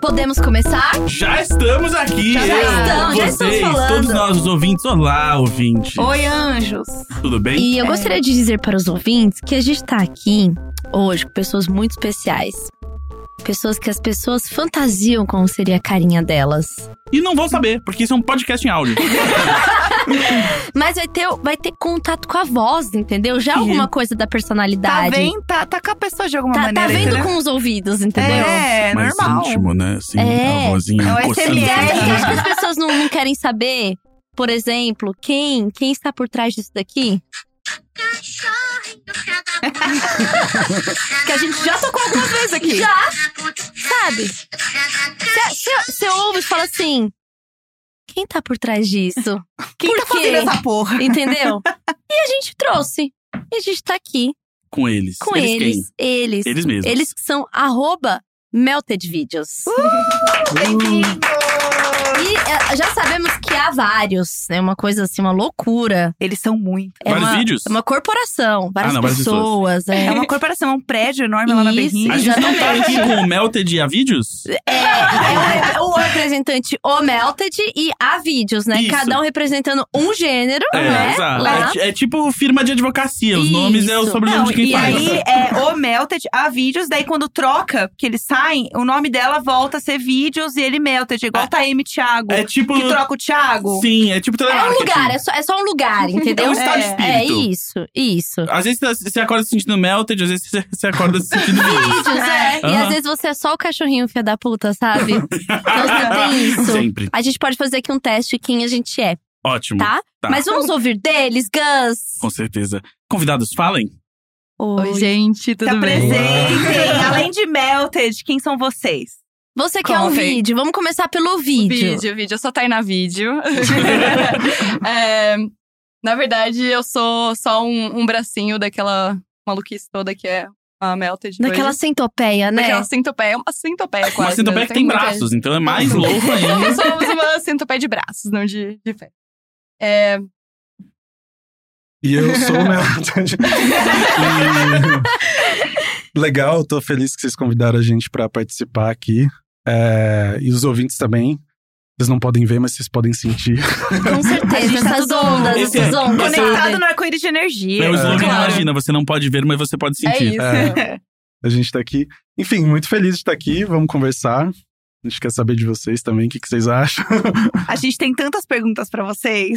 Podemos começar? Já estamos aqui! Já eu, estamos, já estamos vocês, falando. todos nós, os ouvintes. Olá, ouvintes! Oi, anjos. Tudo bem? É. E eu gostaria de dizer para os ouvintes que a gente tá aqui hoje com pessoas muito especiais. Pessoas que as pessoas fantasiam como seria a carinha delas. E... não vão saber, porque isso é um podcast em áudio. Mas vai ter, vai ter contato com a voz, entendeu? Já alguma coisa da Tá personalidade. vendo? Tá, tá com a pessoa de alguma Tá- tá maneira. vendo tá entendeu? com os ouvidos, entendeu? É, Mais normal. íntimo, né? Assim, É. a vozinha É o coçando. Você acha, você SMR. acha que as pessoas não, não querem saber, por exemplo, quem, quem está por trás disso daqui? Que a gente já tocou alguma vez aqui. Já, sabe? Você ouve e fala assim: quem tá por trás disso? Quem Por tá quê? fazendo essa porra? Entendeu? E a gente trouxe. E a gente tá aqui Com eles. com eles eles. quem? Eles. Eles mesmos. Eles que são arroba Melted Videos. E eh, já sabemos que há vários. É né? uma coisa assim, uma loucura. Eles são muito. É Vários uma, vídeos? é uma corporação, várias Ah, não, várias pessoas. é. É uma corporação, é um prédio enorme lá na Isso. Berrinha. A gente não tá aqui com o Melted e a vídeos? É, é o, o representante o Melted e a vídeos, né? Isso. Cada um representando um gênero, né? exato. Lá. É, ti- é tipo firma de advocacia. Os nomes é o Isso. sobrenome Não, de quem e faz. aí é o Melted, a Vídeos, daí quando troca, que eles saem, o nome dela volta a ser Vídeos e ele Melted, igual tá M Thiago. Ah. é tipo. que troca o Thiago. Sim, é tipo É um telemarketing. lugar, é só, é só um lugar, entendeu? É um estado de É espírito. isso, isso. Às vezes você acorda se sentindo melted, às vezes você- você acorda se sentindo vídeos. Vídeos, né? é. E Aham. às vezes você é só o cachorrinho filha da puta, sabe? então você tem isso. Sempre. A gente pode fazer aqui um teste de quem a gente é, Ótimo. tá? Tá. Mas vamos ouvir deles, Gus. Com certeza. Convidados, falem. Oi, gente, Se tudo bem? apresentem. Além de Melted, quem são vocês? Você quer um Contem. vídeo? Vamos começar pelo vídeo. Vídeo, vídeo. Eu sou Tainá Vídeo. É, na verdade, eu sou só um, um bracinho daquela maluquice toda que é a Melted. hoje. Daquela centopeia, né? Daquela centopeia. Uma centopeia quase. Mas sendo bem né? que tem muita- braços, então é Tá mais louco ainda. Somos somos uma centopeia de braços, não de, de pé. É, E eu sou o Melted. E- Legal, tô feliz que vocês convidaram a gente pra participar aqui. É, E os ouvintes também. Vocês não podem ver, mas vocês podem sentir. Com A gente certeza, tá essas tudo ondas, Esse essas é- ondas. Conectado sabe? no arco-íris de energia. É o slogan, Claro. imagina, você não pode ver, mas você pode é sentir. isso. A gente tá aqui. Enfim, muito feliz de estar aqui. Vamos conversar. A gente quer saber de vocês também, o que, que vocês acham. A gente tem tantas perguntas pra vocês.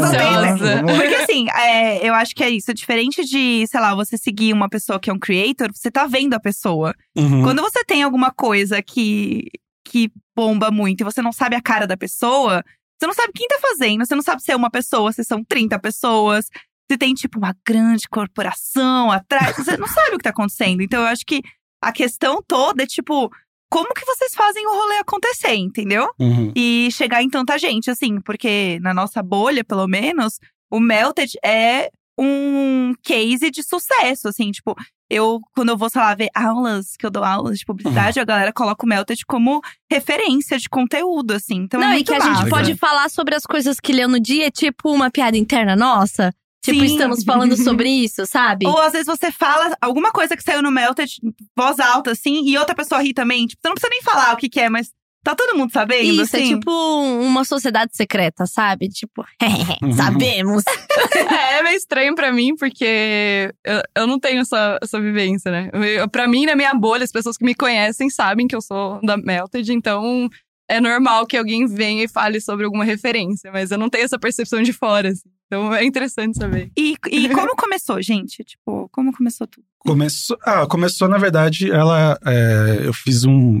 Vocês não têm ideia. ansiosa. Vamos lá. Porque assim, é, eu acho que é isso. Diferente de, sei lá, você seguir uma pessoa que é um creator, você tá vendo a pessoa. Uhum. Quando você tem alguma coisa que, que bomba muito e você não sabe a cara da pessoa, você não sabe quem tá fazendo, você não sabe se é uma pessoa, se são 30 pessoas, se tem, tipo, uma grande corporação atrás. Você não sabe o que tá acontecendo. Então eu acho que a questão toda é, tipo, como que vocês fazem o rolê acontecer, entendeu? Uhum. e chegar em tanta gente, assim, porque na nossa bolha, pelo menos, o Melted é um case de sucesso, assim, tipo, eu, quando eu vou, sei lá, ver aulas, que eu dou aulas de publicidade, a galera coloca o Melted como referência de conteúdo, assim, então é não, e muito que a gente massa. pode falar sobre as coisas que leu no dia, tipo uma piada interna nossa. Tipo, Sim. estamos falando sobre isso, sabe? Ou às vezes você fala alguma coisa que saiu no Melted, voz alta, assim, e outra pessoa ri também, tipo, você não precisa nem falar o que que é, mas tá todo mundo sabendo, isso, é assim. tipo um- uma sociedade secreta, sabe? Tipo, Uhum. sabemos. É meio estranho pra mim, porque eu, eu não tenho essa, essa vivência, né? Eu, pra mim, na minha bolha, as pessoas que me conhecem sabem que eu sou da Melted, então é normal que alguém venha e fale sobre alguma referência, mas eu não tenho essa percepção de fora, assim. Então é interessante saber. E, e como começou, gente? Tipo, como começou tudo? Começou, ah, começou, na verdade, ela. é, eu fiz um,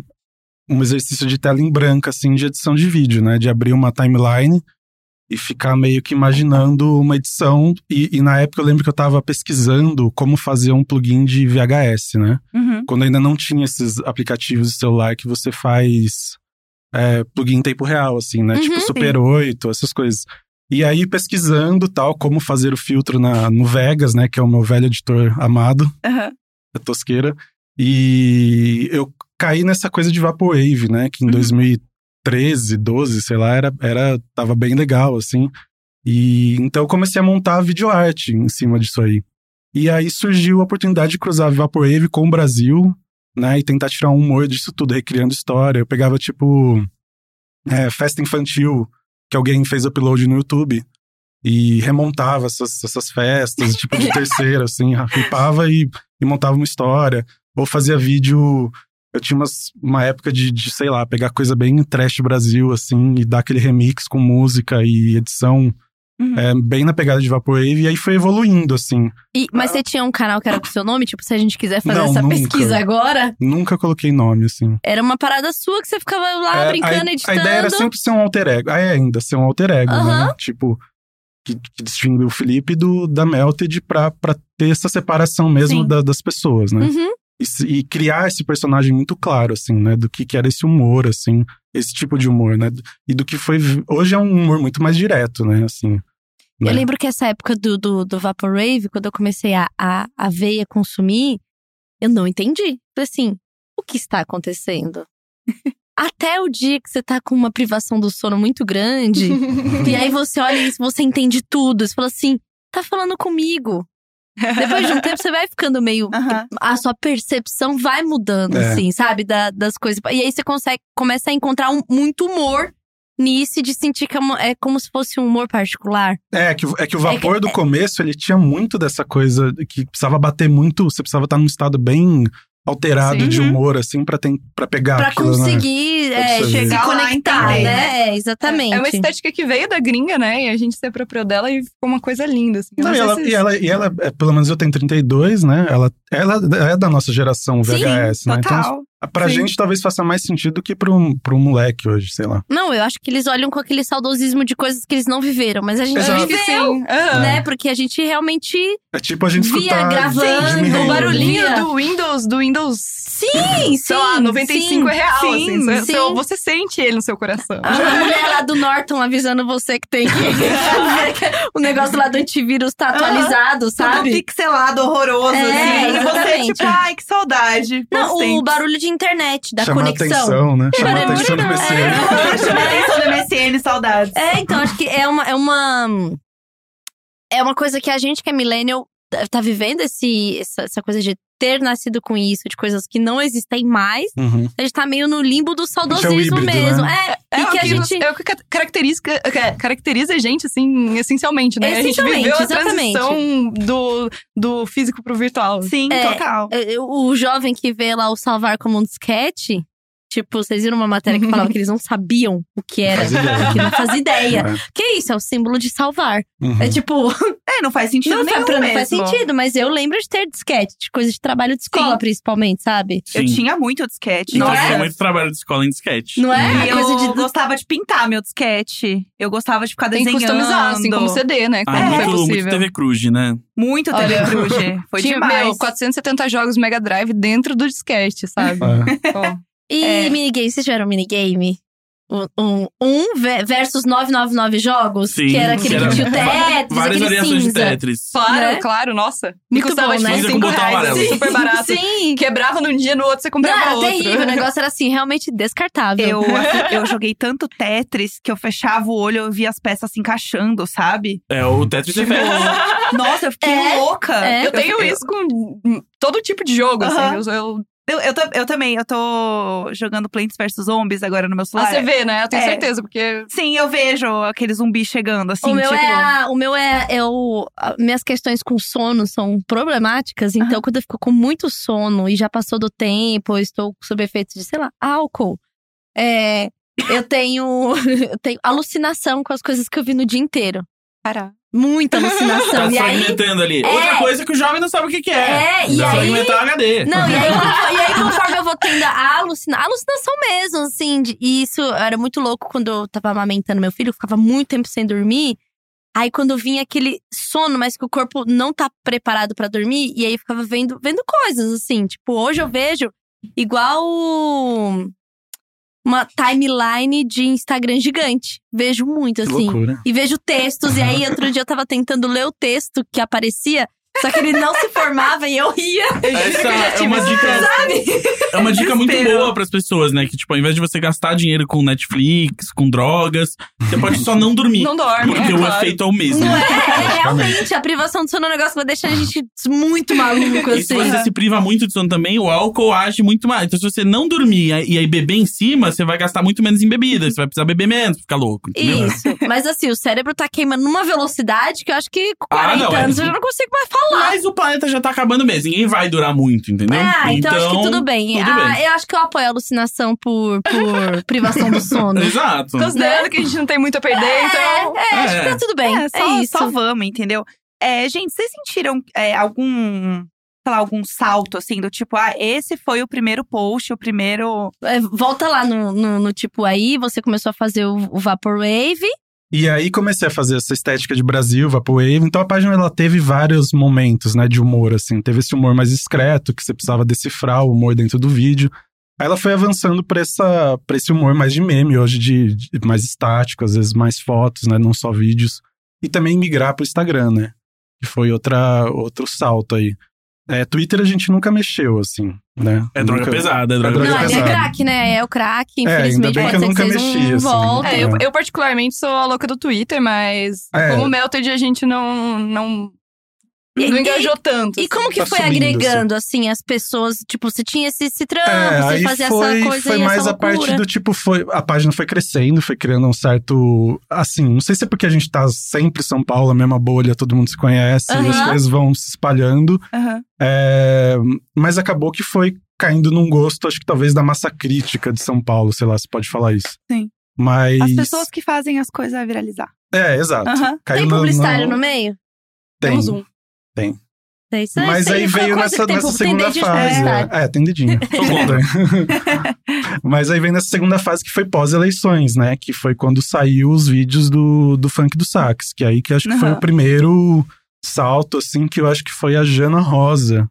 um exercício de tela em branca, assim, de edição de vídeo, né? De abrir uma timeline e ficar meio que imaginando uma edição. E, e na época eu lembro que eu tava pesquisando como fazer um plugin de VHS, né? Uhum. Quando ainda não tinha esses aplicativos de celular que você faz é, plugin em tempo real, assim, né? Uhum, tipo sim. Super 8, essas coisas. E aí, pesquisando tal, como fazer o filtro na, no Vegas, né? Que é o meu velho editor amado Aham. é tosqueira. E eu caí nessa coisa de Vaporwave, né? Que em Uhum. 2013, 12, sei lá, era, era, tava bem legal, assim. E então eu comecei a montar videoarte em cima disso aí. E aí surgiu a oportunidade de cruzar Vaporwave com o Brasil, né? E tentar tirar um humor disso tudo, recriando história. Eu pegava, tipo, é, festa infantil, que alguém fez upload no YouTube. E remontava essas, essas festas, tipo de terceira, assim, ripava e, e montava uma história. Ou fazia vídeo. Eu tinha umas- uma época de, de, sei lá, pegar coisa bem trash Brasil, assim, e dar aquele remix com música e edição, Uhum. é, bem na pegada de Vaporwave. E aí foi evoluindo, assim. E- mas você tinha um canal que era com seu nome? Tipo, se a gente quiser fazer Não, essa nunca. pesquisa agora, Nunca coloquei nome, assim. era uma parada sua que você ficava lá Ah, É, brincando, a, editando. A ideia era sempre ser um alter ego. Ah, é ainda, ser um alter ego, né? Aham. Tipo, que, que distingue o Felipe do, da Melted pra, pra ter essa separação mesmo Sim. da- das pessoas, né? Uhum. E, se- e criar esse personagem muito claro, assim, né? Do que, que era esse humor, assim. Esse tipo de humor, né? E do que foi... Hoje é um humor muito mais direto, né? Assim, Eu né? lembro que essa época do, do, do Vaporwave, quando eu comecei a, a, a ver e a consumir, eu não entendi. Falei assim, o que está acontecendo? Até o dia que você tá com uma privação do sono muito grande, e aí você olha isso, você entende tudo. Você fala assim, tá falando comigo. Depois de um tempo, você vai ficando meio Aham. a sua percepção vai mudando, É. assim, sabe? Da- das coisas. E aí você consegue, começa a encontrar um- muito humor nisso e de sentir que é, uma- é como se fosse um humor particular. É, que, o- é que o vapor do começo, ele tinha muito dessa coisa que precisava bater muito... Você precisava estar num estado bem alterado Sim. de humor, assim, pra, tem, pra pegar pra aquilo, né? conseguir é, Absorver. se Chegar lá, conectar, entender, né? É, exatamente. É uma estética que veio da gringa, né? E a gente se apropriou dela e ficou uma coisa linda. Assim. Eu Não, e sei ela, se- e, ela, e ela, é, pelo menos eu tenho 32, né? Ela, ela é da nossa geração Sim, VHS, né? Então, Total. pra sim. gente talvez faça mais sentido do que pra um, pra um moleque hoje, sei lá. Não, eu acho que eles olham com aquele saudosismo de coisas que eles não viveram, mas a gente Eu Exato. acho que viveu, sim. Aham. né? Porque a gente realmente É tipo a gente Via escutar. gravando, Jimi Hendrix. O barulhinho Sim. do Windows, do Windows, sim, sim, sei lá, 95 sim. é real. Sim, assim. Você- sim. você- Você sente ele no seu coração. A mulher lá do Norton avisando você que tem que ver que o negócio lá do antivírus tá atualizado, Todo sabe? pixelado, horroroso, É, assim. E você, exatamente. tipo, ai, que saudade. Não, bons o tempos. barulho de internet, da Chamar conexão. atenção, né? Chamar barulho atenção do não, PC. é. Chama atenção do MSN, saudades. É, então, acho que é uma, é uma. É uma coisa que a gente que é millennial tá- tá vivendo esse, essa, essa coisa de ter nascido com isso, de coisas que não existem mais. Uhum. A gente tá meio no limbo do saudosismo é um híbrido, né? mesmo. É, É e o que a nos- gente. é o que ca- caracteriza, ca- caracteriza a gente, assim, essencialmente, né? Essencialmente, a gente viveu exatamente. a transição do, do físico pro virtual. Sim, É. total. é, é, O jovem que vê lá o salvar como um disquete. Tipo, vocês viram uma matéria que falava que eles não sabiam o que era. Faz ideia. Que não fazia ideia. É. Que isso? É o símbolo de salvar. Uhum. É tipo, É, não faz sentido não, nenhum faz, pra- não mesmo. faz sentido, mas eu lembro de ter disquete, de coisa de trabalho de escola, Sim. principalmente, sabe? Sim. Eu tinha muito disquete. Então, Não eu é? tinha muito trabalho de escola em Uhum. disquete. Não é? E A coisa de eu gostava de pintar meu disquete. Eu gostava de ficar Tem que desenhando. customizar, assim, como CD, né? Como É, Ah, foi muito, muito possível. TV Cruz, né? Muito TV Olha. Cruze. Foi Tinha, demais. meu, 470 jogos Mega Drive dentro do disquete, sabe? É. Ó, E É. minigame, vocês tiveram minigame? Um, um, um ve- versus 999 jogos? Sim, que era que aquele era que tinha o Tetris, Várias aquele variações de cinza. Tetris. claro, Né? claro, nossa. Me Muito custava, bom, tipo, né? cinco Com botão reais, amarelo. assim, super barato. Sim. Quebrava num dia, no outro você Não, comprava era outro. terrível. O negócio era assim, realmente descartável. Eu, assim, eu joguei tanto Tetris que eu fechava o olho eu via as peças se encaixando, sabe? É o Tetris Effect. Então, Nossa, eu fiquei É, louca. é. Eu tenho isso com todo tipo de jogo, Aham. assim. Eu, eu, Eu, eu ta- eu também, eu tô jogando Plants vs Zombies agora no meu ah, celular. você vê, né? Eu tenho É. certeza, porque Sim, eu vejo aquele zumbi chegando, assim, o meu tipo... é, a- o meu é, é o, a- minhas questões com sono são problemáticas, então quando eu fico com muito sono e já passou do tempo, eu estou sob efeito de, sei lá, álcool. é, eu tenho eu tenho alucinação com as coisas que eu vi no dia inteiro. Caraca. Muita alucinação. Tá e aí fragmentando ali. É. Outra coisa que o jovem não sabe o que, que é. É, e Vai aí Fragmentar o HD. Não, e aí, conforme- e aí conforme eu vou tendo a alucina, alucinação mesmo, assim. de- e isso era muito louco quando eu tava amamentando meu filho, eu ficava muito tempo sem dormir. Aí quando vinha aquele sono, mas que o corpo não tá preparado pra dormir, e aí eu ficava vendo, vendo coisas, assim. Tipo, hoje eu vejo igual uma timeline de Instagram gigante. Vejo muito, Que assim. loucura. E vejo textos, e aí outro dia eu tava tentando ler o texto que aparecia. Só que ele não se formava e eu ria. Essa é uma dica, Sabe? é uma dica muito Desespero. boa pras pessoas, né? Que, tipo, ao invés de você gastar dinheiro com Netflix, com drogas, você pode só não dormir. Não dorme, porque é o claro. efeito é o mesmo. Não é, é realmente. A privação do sono é um negócio que vai deixando a gente muito maluco, E se assim. você se priva muito de sono também, o álcool age muito mais. Então, se você não dormir e aí beber em cima, você vai gastar muito menos em bebida. Você vai precisar beber menos, ficar louco, entendeu? Isso. Mas assim, o cérebro tá queimando numa velocidade que eu acho que com 40 Ah, não, é. anos eu já não consigo mais falar. Mas o planeta já tá acabando mesmo. Ninguém vai durar muito, entendeu? Ah, então, acho que tudo bem. tudo ah, bem. Eu acho que eu apoio a alucinação por, por privação do sono. Exato. Considerando que a gente não tem muito a perder, então. É, acho que É. tá tudo bem. É, É, só, isso. só vamos, entendeu? É, gente, vocês sentiram é, algum, sei lá, algum salto, assim, do tipo, ah, esse foi o primeiro post, o primeiro. É, volta lá no, no- no tipo aí, você começou a fazer o, o Vaporwave. E aí comecei a fazer essa estética de Brasil, Vaporwave. Então a página ela teve vários momentos, né, de humor assim. Teve esse humor mais discreto que você precisava decifrar o humor dentro do vídeo. Aí ela foi avançando para essa para esse humor mais de meme, hoje de, de- mais estático, às vezes mais fotos, né, não só vídeos. E também migrar pro Instagram, né? Que foi outra outro salto aí. É, Twitter a gente nunca mexeu assim, né? É droga Nunca- pesada, é droga Não, Não, pesada. ele é pesado. craque, né? É o craque. ainda Infelizmente, bem que pode eu ser que nunca vocês mexi, não assim. voltem. É, eu, eu particularmente sou a louca do Twitter, mas É. como Melted a gente não. não E- não engajou tanto. E assim. como que Tá foi subindo, agregando, assim, as pessoas? Tipo, você tinha esse, esse trampo, É, você aí fazia foi, essa coisa foi e mais essa a loucura. parte do tipo, foi, a página foi crescendo, foi criando um certo, assim, não sei se é porque a gente tá sempre em São Paulo, a mesma bolha, todo mundo se conhece, e as Aham. coisas vão se espalhando, Aham. é, mas acabou que foi caindo num gosto, acho que talvez da massa crítica de São Paulo, sei lá, se pode falar isso. Sim. Mas... As pessoas que fazem as coisas viralizar. É, exato. Aham. Caiu Tem no- publicitário no- no meio? Tem. Temos um. Tem, isso Mas isso aí foi uma veio coisa nessa, que tem nessa pub- segunda tem dedinho de fase. publicitário. É, tem dedinho. Mas aí vem nessa segunda fase que foi pós-eleições, né? Que foi quando saiu os vídeos do, do funk do sax. Que é aí que acho que foi Aham. o primeiro salto, assim, que eu acho que foi a Jana Rosa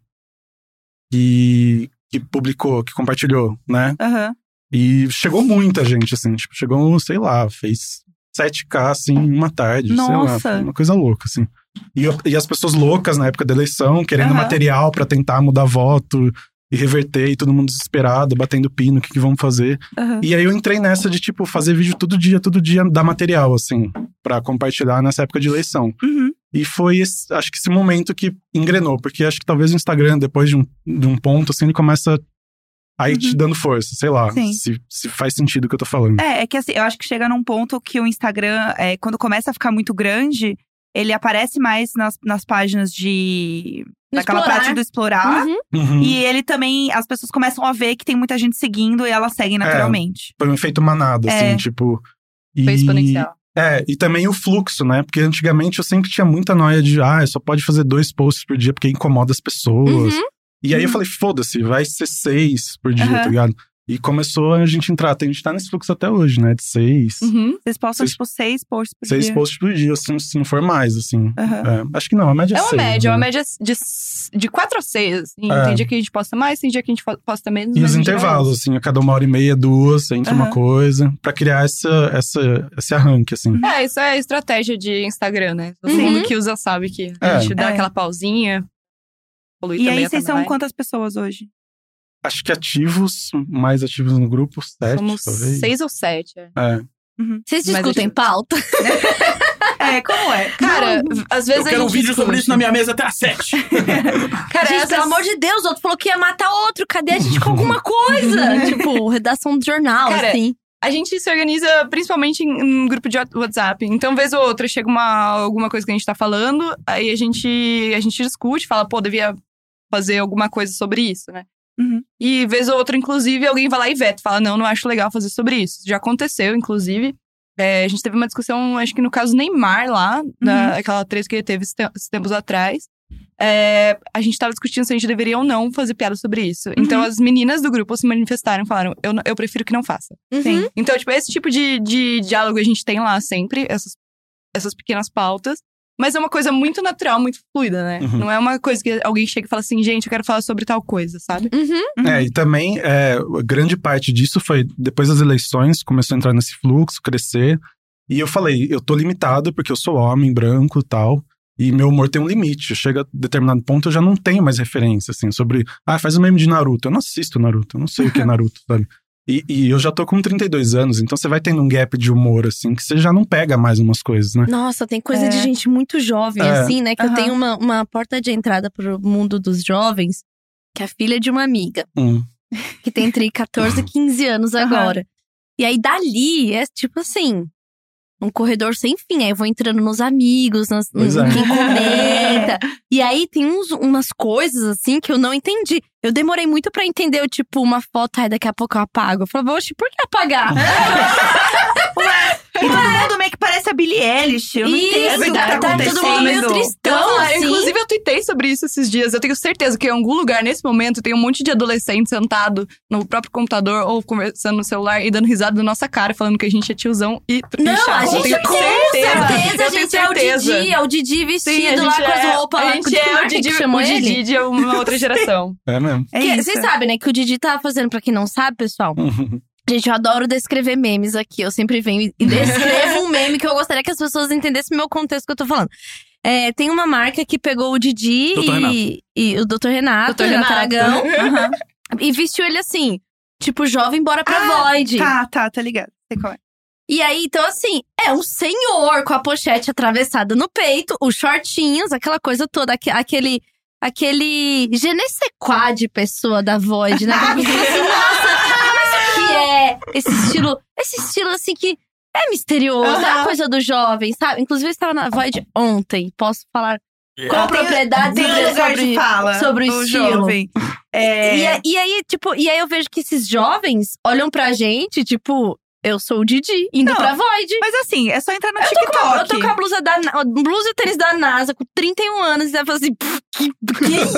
que, que publicou, que compartilhou, né? Aham. E chegou muita gente, assim, tipo, chegou, sei lá, fez 7K, assim, em uma tarde, sei lá, Nossa. foi uma coisa louca, assim. E, eu- e as pessoas loucas na época da eleição, querendo Aham. material pra tentar mudar voto e reverter, e todo mundo desesperado, batendo pino, o que, que vamos fazer. Aham. E aí eu entrei nessa de, tipo, fazer vídeo todo dia, todo dia, dar material, assim, pra compartilhar nessa época de eleição. Uhum. E foi, esse- acho que esse momento que engrenou, porque acho que talvez o Instagram, depois de um, de um ponto, assim, ele começa a ir te dando força, sei lá, Uhum. Sim. se, se faz sentido o que eu tô falando. É, é que assim, eu acho que chega num ponto que o Instagram, é, quando começa a ficar muito grande, ele aparece mais nas, nas páginas de. No É. daquela Explorar. parte do Ah? explorar. Uhum. Uhum. É, E ele também, as pessoas começam a ver que tem muita gente seguindo e elas seguem naturalmente. Foi um efeito manada, assim, É. tipo. E, Foi exponencial. É, e também o fluxo, né? Porque antigamente eu sempre tinha muita noia de, ah, só pode fazer dois posts por dia porque incomoda as pessoas. Uhum. E aí eu Uhum. falei, foda-se, vai ser seis por dia, Aham. tá ligado? E começou a gente entrar, a gente tá nesse fluxo até hoje, né? De seis. Uhum. Vocês postam, Vocês- tipo, seis posts por Seis dia. posts por dia, assim, se não for mais, assim. Aham. É, acho que não, a média é É uma seis, média, é né? uma média de, de quatro a seis. assim. É. Tem dia que a gente posta mais, tem dia que a gente fo- posta menos. E mas os em geral- intervalos, assim, a cada uma hora e meia, duas, entre uma Aham. coisa, pra criar essa, essa, esse arranque, assim. É, isso é a estratégia de Instagram, né? Todo Uhum. mundo que usa sabe que É. a gente dá É. aquela pausinha. evolui E também aí, a vocês são timeline. quantas pessoas hoje? Acho que ativos, mais ativos no grupo, sete, Somos talvez. seis ou sete. é. É. Vocês Mas discutem deixa- pauta? É, como é? Cara, v- às vezes Eu a quero um gente vídeo sobre discute. isso na minha mesa até às sete. Cara, gente, pelo amor de Deus, o outro falou que ia matar outro. Cadê a gente com alguma coisa? tipo, redação de jornal, Cara, assim. A gente se organiza principalmente em, em um grupo de WhatsApp. Então, vez ou outra, chega uma, alguma coisa que a gente tá falando, aí a gente, a gente discute, fala, pô, devia fazer alguma coisa sobre isso, né? Uhum. E vez ou outra, inclusive, alguém vai lá e veta, fala, não, não acho legal fazer sobre isso. Já aconteceu, inclusive. É, a gente teve uma discussão, acho que no caso Neymar lá, na, aquela três que ele teve esses te- esses tempos atrás. É, a gente tava discutindo se a gente deveria ou não fazer piada sobre isso. Então as meninas do grupo se manifestaram, falaram, eu, não- eu prefiro que não faça. Uhum. Então, tipo, esse tipo de, de diálogo a gente tem lá sempre, essas, essas pequenas pautas. Mas é uma coisa muito natural, muito fluida, né? Uhum. Não é uma coisa que alguém chega e fala assim, gente, eu quero falar sobre tal coisa, sabe? Uhum. Uhum. É, e também, é, grande parte disso foi depois das eleições, começou a entrar nesse fluxo, crescer. E eu falei, eu tô limitado porque eu sou homem, branco e tal. E meu humor tem um limite. Chega a determinado ponto, eu já não tenho mais referência, assim, sobre. Ah, faz o meme de Naruto. Eu não assisto Naruto, eu não sei o que é Naruto, sabe? E, e eu já tô com 32 anos, então você vai tendo um gap de humor, assim, que você já não pega mais umas coisas, né? Nossa, tem coisa É. de gente muito jovem, É. assim, né? Que eu Aham. tenho uma, uma porta de entrada pro mundo dos jovens, que é a filha de uma amiga, Hum. que tem entre 14 e 15 anos Aham. agora. E aí, dali, é tipo assim… Um corredor sem fim. Aí eu vou entrando nos amigos, nas, Pois é. quem comenta. E aí tem uns, umas coisas, assim, que eu não entendi. Eu demorei muito pra entender, eu, tipo, uma foto, aí daqui a pouco eu apago. Eu falava, oxe, por que apagar? E todo mundo meio que parece a Billie Eilish. Eu não Isso, entendo o que tá tá, tá todo mundo meio acontecendo. tristão, Ah, assim. Inclusive, eu tuitei sobre isso esses dias. Eu tenho certeza que em algum lugar, nesse momento, tem um monte de adolescente sentado no próprio computador ou conversando no celular e dando risada da nossa cara, falando que a gente é tiozão e tr- Não, chato. a Eu gente tenho com certeza, Eu a tenho gente é o certeza. Didi, é o Didi Sim, a vestido lá gente com é- as roupas lá. A com- gente é como o que Didi, chamou o ele? Didi de uma outra geração. É mesmo. É Que- isso. Vocês sabem, né, que o Didi tá fazendo, pra quem não sabe, pessoal. Uhum. Gente, eu adoro descrever memes aqui. Eu sempre venho e- e descrevo um meme que eu gostaria que as pessoas entendessem o meu contexto que eu tô falando. É, tem uma marca que pegou o Didi Dr. e, e o Dr. Renato, Dr. Renato Renato. Aragão, e vestiu ele assim, tipo jovem bora pra Ah, Void. Tá, tá, tá ligado. Sei qual é. E aí, então, assim, é um senhor com a pochete atravessada no peito, os shortinhos, aquela coisa toda, aque- aquele. Aquele je ne sais quoi de pessoa da Void, né? Que você fala assim, nossa, mas o que é esse estilo? Esse estilo, assim, que é misterioso, é uma Aham. coisa do jovem, sabe? Inclusive, eu estava na Void ontem, posso falar Ela com Ah, propriedade Tem um sobre, lugar de Tá sobre- fala sobre o do estilo. jovem. É, e, a- e aí, tipo, e aí eu vejo que esses jovens olham pra gente, tipo, eu sou o Didi, indo Não, pra Void. Mas assim, é só entrar no Eu tô TikTok. Tipo, com a blusa da Na- blusa e o tênis da NASA com 31 anos e ela fala assim: "Pff, que, que é isso?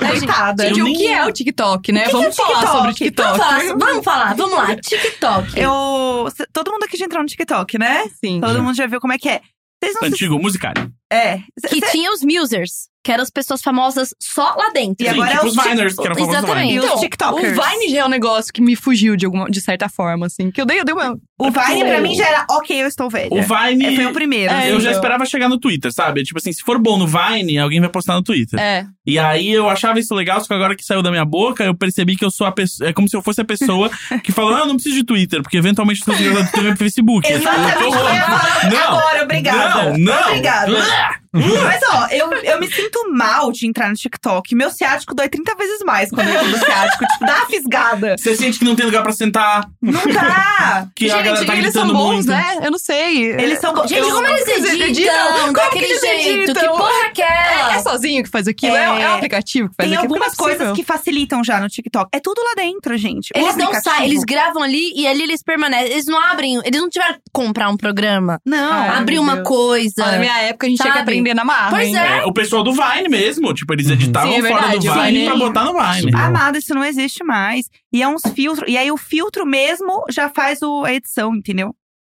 Aí, gente, Coitada. Gente, Eu o nem- que é o TikTok, né? que Vamos é o falar sobre o vamos, TikTok. falar, vamos falar, vamos lá, TikTok. Eu. cê- Todo mundo aqui já entrou no TikTok, né? Sim. Todo Já. mundo já viu como é que é. Vocês não se. Antigo, musical. É. Cê- que cê- tinha os musers, que eram as pessoas famosas só lá dentro. E agora tipo é os os Viners, que era famoso do Exatamente. Vine. E os Então, o TikTokers. Vine já é um negócio que me fugiu de, alguma, de certa forma, assim. Que eu dei, eu dei uma. O Vine pra mim já era, ok, eu estou velha. O Vine, É, foi o primeiro. É, eu já então. esperava chegar no Twitter, sabe? Tipo assim, se for bom no Vine, alguém vai postar no Twitter. É. E aí eu achava isso legal, só que agora que saiu da minha boca, eu percebi que eu sou a pessoa. É como se eu fosse a pessoa que fala, ah, eu não preciso de Twitter, porque eventualmente eu tô do Twitter pro Facebook. Eu Exatamente. tô Eu ia louco. falar Não, agora, obrigada. Não, não. Obrigada. Ah! Mas ó, eu, eu me sinto mal de entrar no TikTok. Meu ciático dói 30 vezes mais quando eu entro no ciático. tipo, dá uma fisgada. Você sente que não tem lugar pra sentar, Não dá. que a galera Gente, tá eles são gritando bons, muito. né? Eu não sei. Eles são. Gente, eu- como é eles eles editam, editam? Como daquele que eles jeito? Que editam? porra é aquela? É sozinho que faz aquilo? É, É. é o aplicativo que faz Tem aquilo? Não é algumas possível. coisas que facilitam já no TikTok. É tudo lá dentro, gente. É, O Eles não saem, aplicativo- eles gravam ali e ali eles permanecem. Eles não abrem, eles não tiveram que comprar um programa, Não. Ai, abrir meu uma Deus. coisa. Ah, na minha época a gente tinha que Sabe? aprender na marra. Pois hein? é. É, o pessoal do Vine mesmo, tipo, eles editavam Sim, é fora verdade, do o Vine Vine- pra botar no Vine. Subiu. Amado, Tá isso não existe mais. E é uns filtros. E aí o filtro mesmo já faz o- a edição, entendeu?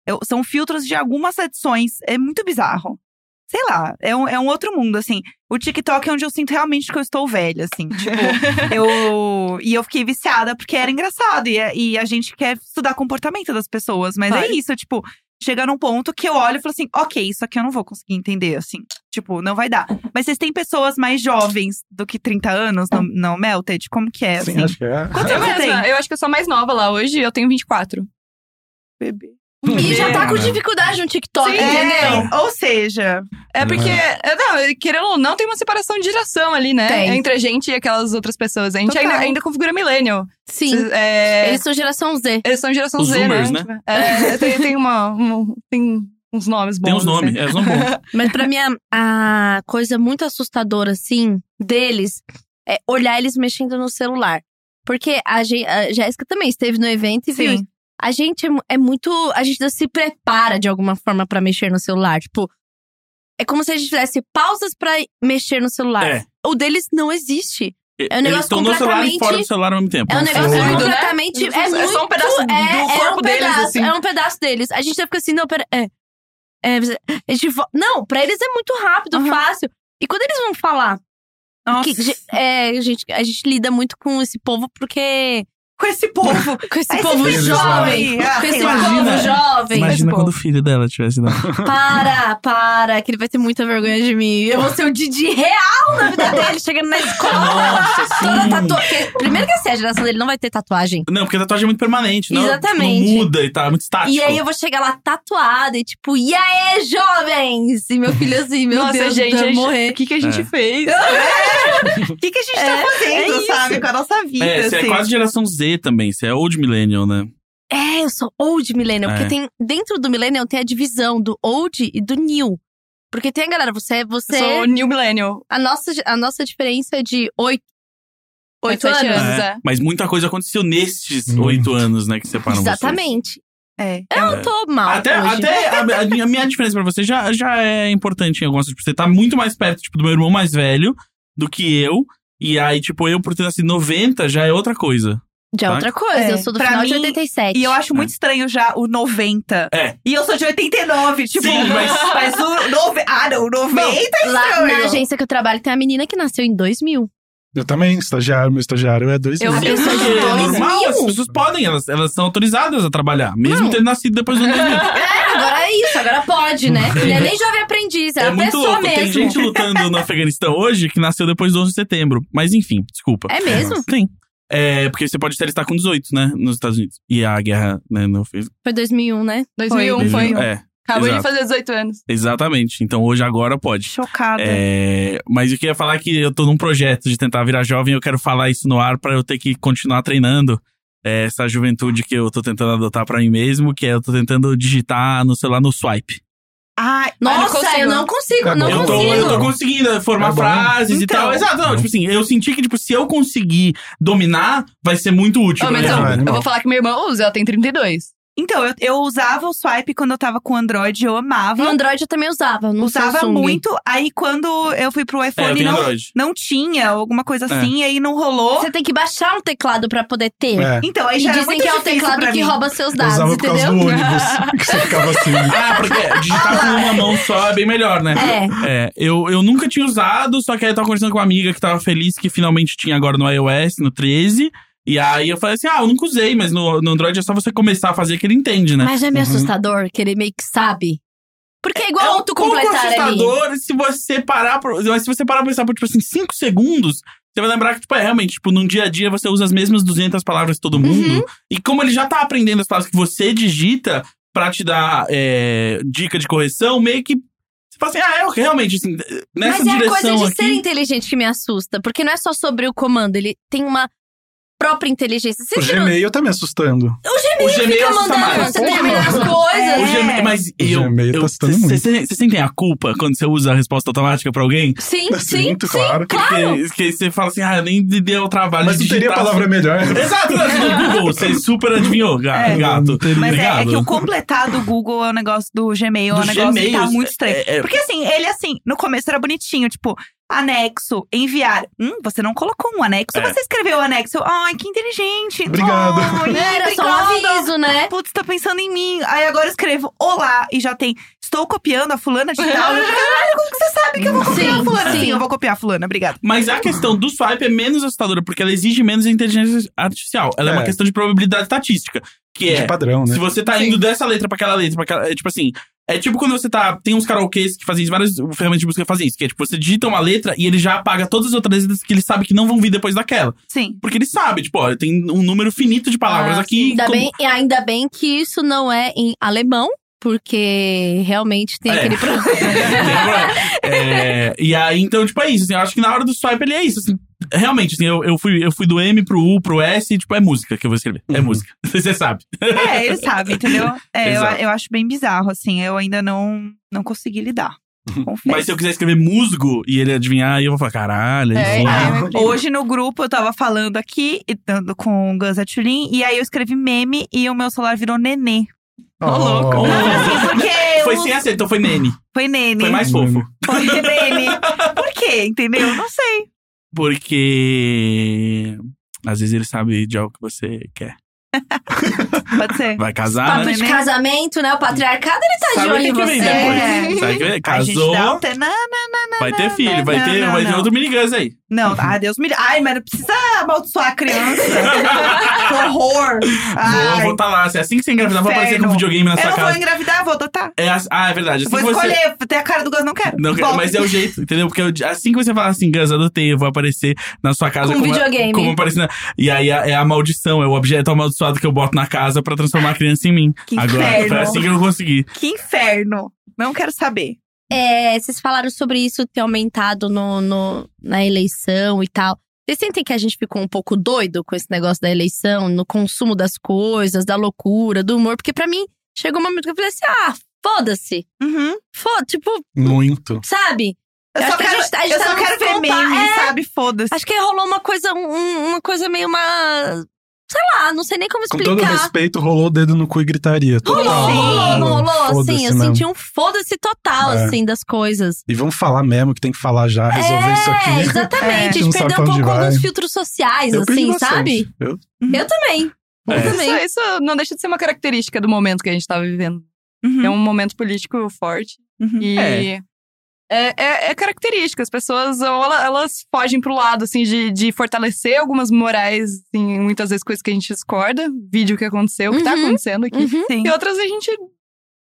Eu- são filtros de algumas edições. É muito bizarro. Sei lá, é um, é um outro mundo, assim. O TikTok é onde eu sinto realmente que eu estou velha, assim. Tipo, eu. E eu fiquei viciada porque era engraçado. E, a- e a gente quer estudar comportamento das pessoas. Mas é Claro. isso, tipo, chega num ponto que eu olho e falo assim: ok, isso aqui eu não vou conseguir entender, assim. Tipo, não vai dar. Mas vocês têm pessoas mais jovens do que 30 anos Ah. no, no Melted? Como que é, Sim, assim? acho que é. Quantos Eu anos você mesma, tem? eu acho que eu sou a mais nova lá hoje, eu tenho 24. Bebê. E já tá com Né? dificuldade no TikTok, Sim, entendeu? É, ou seja, É Uhum. porque, é, não, querendo ou não, tem uma separação de geração ali, né? Tem. Entre a gente e aquelas outras pessoas. A gente Total. ainda, ainda configura millennial. Sim. É, Eles são geração Z. eles são geração Os Z, zoomers, né? né? É, tem, tem uma, um- tem uns nomes bons. Tem uns nomes, assim. é, os nomes bons. Mas pra mim, a, a coisa muito assustadora, assim, deles é olhar eles mexendo no celular. Porque a, Gé- a Jéssica também esteve no evento e viu. Sim. isso. A gente é, mu- é muito. A gente se prepara de alguma forma pra mexer no celular. Tipo, é como se a gente fizesse pausas pra mexer no celular. É. O deles não existe. É um negócio eles estão no celular e completamente- fora do celular ao mesmo tempo. Assim, É um negócio fluido, né? completamente. É, É muito, só um pedaço do corpo um deles, pedaço, assim. É um pedaço deles. A gente já fica assim, não, pera. É, é, a gente vo- não, pra eles é muito rápido, Aham. fácil. E quando eles vão falar. nossa, que ge- é, a, gente, a gente lida muito com esse povo porque com esse povo. Com esse Aí povo você fez jovem. jovem. Ah, Com esse sei lá. povo Imagina- jovem. Imagina pô. quando o filho dela tivesse dado. Para, para, que ele vai ter muita vergonha de mim. Eu vou ser o Didi real na vida dele, chegando na escola. Toda tatuagem. Primeiro que assim, a geração dele não vai ter tatuagem. Não, porque a tatuagem é muito permanente, não, Exatamente. não muda e tal, é muito estático. E aí eu vou chegar lá tatuada e tipo, e aí, jovens? E meu filho assim, meu Nossa, Deus, gente, vai a gente- morrer. O que, que a gente É. fez? O que, que a gente tá fazendo, é isso. sabe? Com a nossa vida, É, você assim. é quase geração Z também, você é old millennial, né? É, eu sou old millennial. É. Porque tem, dentro do millennial tem a divisão do old e do new. Porque tem a galera, você, Eu você Sou New Millennial. a, nossa, a nossa diferença é de oito, oito sete anos. anos, É. é. Mas muita coisa aconteceu nestes Muito. oito anos, né, que separam vocês. Exatamente. É. Eu não tô mal Até, hoje. até a, a minha- a minha diferença pra você já, já é importante em algumas coisas. Tipo, você tá muito mais perto, tipo, do meu irmão mais velho do que eu. E aí, tipo, eu por ter nascido em 90 já é outra coisa. Já é outra coisa, É. eu sou do Pra final de mim, 87. E eu acho muito estranho já o 90. É. E eu sou de 89, tipo. Sim, mas- o. Nove... Ah, não, o 90 é Lá estranho. na agência que eu trabalho tem a menina que nasceu em 2000. Eu também, estagiário, meu estagiário é dois Eu- mil. a pessoa de Porque é dois normal, mil? as pessoas podem, elas, elas são autorizadas a trabalhar, mesmo Não. tendo nascido depois do ano 2000. Agora é isso, agora pode, né? Não é nem jovem aprendiz, é, É a muito pessoa louco. Tem mesmo. gente lutando no Afeganistão hoje que nasceu depois do 11 de setembro. Mas enfim, desculpa. É mesmo? Tem. É, porque você pode estar estar com 18, né? Nos Estados Unidos. E a guerra, né? Não fez. Foi 2001, né? 2001 foi. É, Acabou de exato. fazer 18 anos. exatamente. Então hoje, agora pode. Chocada. É, mas eu queria falar que eu tô num projeto de tentar virar jovem eu quero falar isso no ar pra eu ter que continuar treinando é, essa juventude que eu tô tentando adotar pra mim mesmo, que é eu tô tentando digitar no celular no swipe. Ai, Nossa, consigo. eu não consigo, É não bom. eu, tô, consigo. eu tô conseguindo né, formar Tá bom. frases e Então. tal. Exato, não, Bom. tipo assim, eu senti que tipo, se eu conseguir dominar, vai ser muito útil. Ô, pra mas minha eu, Ah, vida. eu animal. vou falar que minha irmã usa, ela tem 32. Então, eu, eu usava o swipe quando eu tava com o Android, eu amava. No Android eu também usava, no usava Samsung. muito. Aí quando eu fui pro É, eu iPhone, tenho não, Android. não tinha, alguma coisa É. assim, aí não rolou. Você tem que baixar um teclado pra poder ter. É. Então, aí E já era dizem muito que é o difícil teclado pra que mim. rouba seus Eu dados, usava por causa do entendeu? ônibus, que você ficava assim. Ah, porque digitar com uma mão só é bem melhor, né? É. É, eu, eu nunca tinha usado, só que aí eu tava conversando com uma amiga que tava feliz que finalmente tinha agora no iOS, no 13. E aí eu falei assim: ah, eu nunca usei, mas no, no Android é só você começar a fazer que ele entende, né? Mas já é meio Uhum. assustador que ele meio que sabe. Porque é igual é um pouco autocompletar ali. assustador se você parar pra, mas se você parar pra pensar por, tipo assim, 5 segundos, você vai lembrar que, tipo, é, realmente, tipo, num dia a dia você usa as mesmas 200 palavras de Uhum. todo mundo. E como ele já tá aprendendo as palavras que você digita pra te dar é, dica de correção, meio que você fala assim, ah, é, ok, realmente, assim, nessa Mas é a direção coisa de aqui... ser inteligente que me assusta. Porque não é só sobre o comando, ele tem uma própria inteligência. O Sempre não... Gmail tá me assustando. o Ele Gmail fica assusta mandando mais. você é terminar as coisas. O É. Gmail, mas eu... Gmail tá eu- assustando cê- muito. cê- cê- Vocês sentem a culpa quando você usa a resposta automática pra alguém? Sim, sim, Assim, Muito sim. claro. Porque, que você fala assim, ah, nem deu o trabalho Mas de não teria digitar palavra melhor. Exato, né? no Google, você super adivinhou, ga- É. gato. Mas é- é, Obrigado. que o completar do Google é um negócio do Gmail, é um Do negócio que tá Gmail, muito estranho. é- é- Porque assim, ele assim, no começo era bonitinho, tipo, anexo, enviar. Hum, você não colocou um anexo, É. você escreveu o anexo. Ai, que inteligente. Obrigado. Ai, Não era só um obrigada. aviso, né? Putz, tá pensando em mim. Aí agora eu escrevo olá e já tem. Estou copiando a fulana de tal. Eu, Caralho, como que você sabe que eu vou copiar Sim, a fulana? sim. Sim, eu vou copiar a fulana, obrigada. Mas a questão do swipe é menos assustadora, porque ela exige menos inteligência artificial. Ela é, uma É. questão de probabilidade estatística. Que De é, padrão, né? se você tá Sim. indo dessa letra pra aquela letra, pra aquela. É tipo assim. É tipo quando você tá. Tem uns karaokês que fazem isso, várias ferramentas de música que fazem isso. Que é tipo, você digita uma letra e ele já apaga todas as outras letras que ele sabe que não vão vir depois daquela. Sim. Porque ele sabe, tipo, ó, tem um número finito de palavras Ah, aqui. Ainda como- bem, e ainda bem que isso não é em alemão, porque realmente tem É. aquele problema. É, e aí, então, tipo, é isso. Assim, eu acho que na hora do swipe ele é isso. Assim, realmente, assim, eu, eu, fui, eu fui do M pro U pro S e, tipo, é música que eu vou escrever. É Uhum. música. Você sabe. É, ele sabe, entendeu? É, eu, Exato. eu acho bem bizarro, assim. Eu ainda não, não consegui lidar. Confesso. Mas se eu quiser escrever musgo e ele adivinhar, aí eu vou falar, caralho. É, Ah, isso é, Hoje- Hoje no grupo eu tava falando aqui e dando com o Gus Atulin, e aí eu escrevi meme e o meu celular virou nenê. assim, Ô, é. louco. Porque Foi eu- sem acerto, então foi nene. foi nene. Foi mais Nene. fofo. Foi nene. Por quê? Entendeu? Não sei. Porque. Às vezes ele sabe de algo que você quer. Pode ser. Vai casar, Papo né? Vai, de né? casamento, né? O patriarcado, ele tá Sabe de o olho que em que vem você. depois? Sabe o que vem? É. A gente dá Casou, um tenã- vai ter filho, não, vai ter, não, vai ter não. outro minigus aí. Não, ah, Deus me livre. Ai, mas não precisa amaldiçoar a criança. que horror. Vou, Ai, vou tá lá. Se é assim que você engravidar, vai aparecer com um Inferno. videogame na eu sua não vou casa. engravidar, vou adotar. É as- ah, é verdade. Assim vou que você. escolher, tem a cara do Gus, não quero. Não, Volta. mas é o jeito, entendeu? Porque eu- assim que você fala assim, Gus, adotei, eu vou aparecer na sua casa Com como, videogame. como aparece na- E aí é é a maldição, é o objeto amaldiçoado que eu boto na casa pra transformar a criança em mim. Que Agora, foi inferno. assim que eu consegui. Que inferno. Não quero saber. É, vocês falaram sobre isso ter aumentado no, no- na eleição e tal. Vocês sentem que a gente ficou um pouco doido com esse negócio da eleição, no consumo das coisas, da loucura, do humor? Porque pra mim, chegou um momento que eu falei assim: ah, foda-se. Uhum. Foda, tipo, Muito. sabe? Eu, Eu só acho que a quero, gente tá- a gente eu tá só num quero ver ponto- meme, é. sabe? Foda-se. Acho que rolou uma coisa, um- uma coisa meio uma. Sei lá, não sei nem como Com todo explicar. respeito, rolou o dedo no cu e gritaria. Rolou, Total. rolou, não rolou? Foda-se Assim, eu mesmo. senti um foda-se total, É. assim, das coisas. E vamos falar mesmo que tem que falar já, resolver é, isso aqui. É. exatamente. A Não gente sabe perdeu um pra onde pouco vai. alguns filtros sociais, Eu perdi assim, bastante. sabe? Eu- Eu também. É. Eu também. Isso, isso não deixa de ser uma característica do momento que a gente tá vivendo. É Uhum, um momento político forte. uhum. E É. é. é- é característica. As pessoas, ou ela- elas fogem pro lado, assim, de, de fortalecer algumas morais, assim, muitas vezes coisas que a gente discorda, vídeo que aconteceu, o que tá Uhum. acontecendo aqui. Uhum. Sim. E outras a gente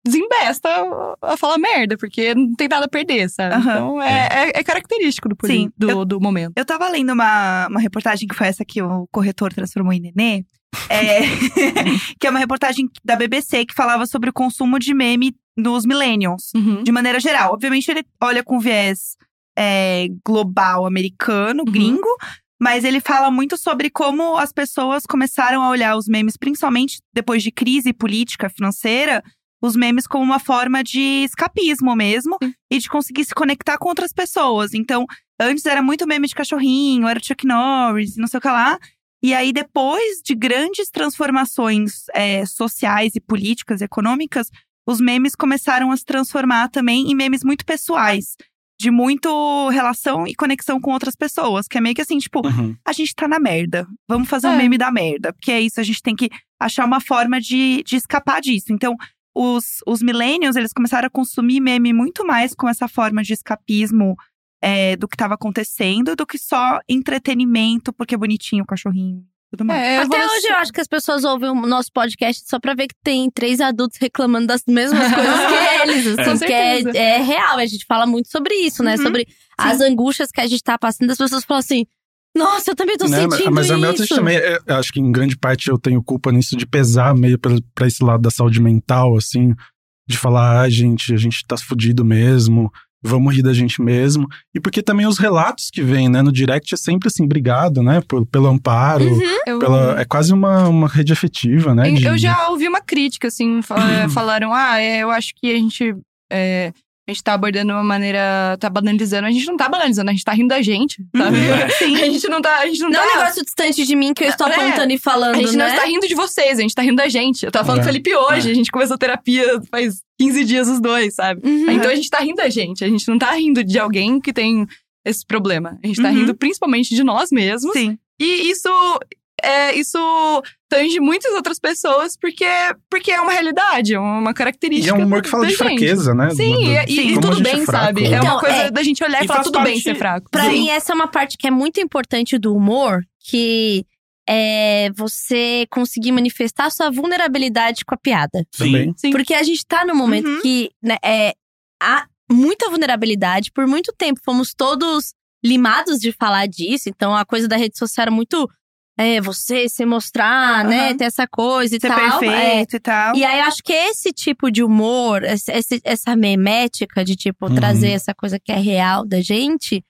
desembesta a- a falar merda, porque não tem nada a perder, sabe? Aham. Então é, é- é característico do, poli- Sim. do, do momento. Eu tava lendo uma, uma reportagem que foi essa que o corretor transformou em nenê. é, que é uma reportagem da BBC que falava sobre o consumo de meme dos millennials, Uhum. de maneira geral. Obviamente, ele olha com viés é, global americano, gringo, mas ele fala muito sobre como as pessoas começaram a olhar os memes, principalmente depois de crise política, financeira, os memes como uma forma de escapismo mesmo e de conseguir se conectar com outras pessoas. Então, antes era muito meme de cachorrinho, era o Chuck Norris, não sei o que lá. E aí, depois de grandes transformações é, sociais e políticas e econômicas, os memes começaram a se transformar também em memes muito pessoais. De muito relação e conexão com outras pessoas. Que é meio que assim, tipo, Uhum. a gente tá na merda. Vamos fazer um É. meme da merda. Porque é isso, a gente tem que achar uma forma de, de escapar disso. Então, os, os millennials, eles começaram a consumir meme muito mais com essa forma de escapismo é, do que tava acontecendo, do que só entretenimento, porque é bonitinho o cachorrinho e tudo mais. É, eu vou- Até hoje eu acho que as pessoas ouvem o nosso podcast só pra ver que tem três adultos reclamando das mesmas coisas que eles. Com Assim, que certeza. é, é real, a gente fala muito sobre isso, né? Uhum, Sobre as angústias que a gente tá passando. As pessoas falam assim, nossa, eu também tô Né, sentindo mas isso. a minha outra também, é- eu acho que em grande parte eu tenho culpa nisso de pesar meio pra, pra esse lado da saúde mental, assim, de falar, ah, gente, a gente tá fudido mesmo, vamos rir da gente mesmo. E porque também os relatos que vêm, né, no direct é sempre assim, obrigado, né, por- pelo amparo, Uhum. Eu- pela, é quase uma, uma rede afetiva, né? de- Eu já ouvi uma crítica, assim, fal- eh, falaram, ah, é, eu acho que a gente, é, a gente tá abordando uma maneira, tá banalizando. A gente não tá banalizando, a gente tá rindo da gente, sabe? Uhum. É. A gente não tá, a gente não, Não é tá... um negócio distante de mim que eu estou É. apontando e falando, a gente não né? está rindo de vocês, a gente tá rindo da gente. Eu tava falando É. com o Felipe hoje, a gente começou terapia faz 15 dias os dois, sabe? Uhum. Então a gente tá rindo da gente, a gente não tá rindo de alguém que tem esse problema. A gente tá Uhum. rindo principalmente de nós mesmos. Sim. E isso é, isso tange muitas outras pessoas porque, porque é uma realidade, é uma E é característica. um humor que fala da de gente. fraqueza, né? Sim, do- do- e, e- e como a tudo gente é bem, fraco, sabe? né? É uma Então, coisa é. da gente olhar e, E falar faz tudo bem parte- ser fraco. Pra Sim. mim, essa é uma parte que é muito importante do humor, que é você conseguir manifestar sua vulnerabilidade com a piada. Sim. Também. Sim. Porque a gente tá num momento Uhum. que né, é, há muita vulnerabilidade. Por muito tempo fomos todos limados de falar disso. Então a coisa da rede social era muito é, você se mostrar, né? Aham. Ter essa coisa e Ser tal. é. perfeito e Então tal. E aí, eu acho que esse tipo de humor, esse- esse- essa memética de, tipo, Uhum. trazer essa coisa que é real da gente,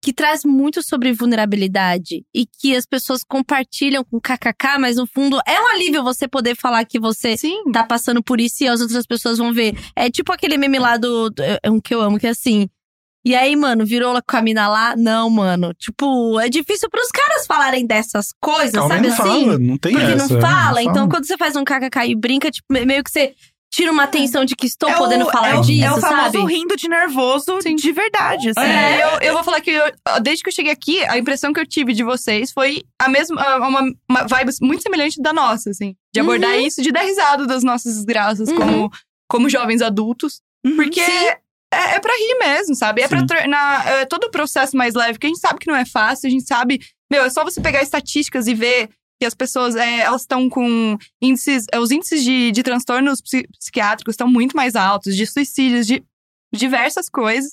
que traz muito sobre vulnerabilidade. E que as pessoas compartilham com kkk, mas no fundo é um alívio você poder falar que você Sim. tá passando por isso e as outras pessoas vão ver. É tipo aquele meme lá do. do- é um que eu amo, que é assim. E aí, mano, virou lá com a mina lá? Não, mano. Tipo, é difícil pros caras falarem dessas coisas, Calma, sabe não assim? fala, não tem Porque Então, essa. né? um não fala. Então, quando você faz um kkk e brinca, tipo, me- meio que você tira uma atenção de que estou É o- podendo falar é o, disso, É o famoso sabe? rindo de nervoso Sim. de verdade, assim. É, eu, eu vou falar que eu- desde que eu cheguei aqui, a impressão que eu tive de vocês foi a mesma, a- uma, uma vibe muito semelhante da nossa, assim. De abordar isso, de dar risada das nossas desgraças Uhum. como, como jovens adultos. Uhum. Porque é, é pra rir mesmo, sabe? É pra Sim. tornar é, todo o processo mais leve, porque a gente sabe que não é fácil, a gente sabe. Meu, é só você pegar estatísticas e ver que as pessoas é, elas estão com índices. é, os índices de, de transtornos psi- psiquiátricos estão muito mais altos, de suicídios, de diversas coisas.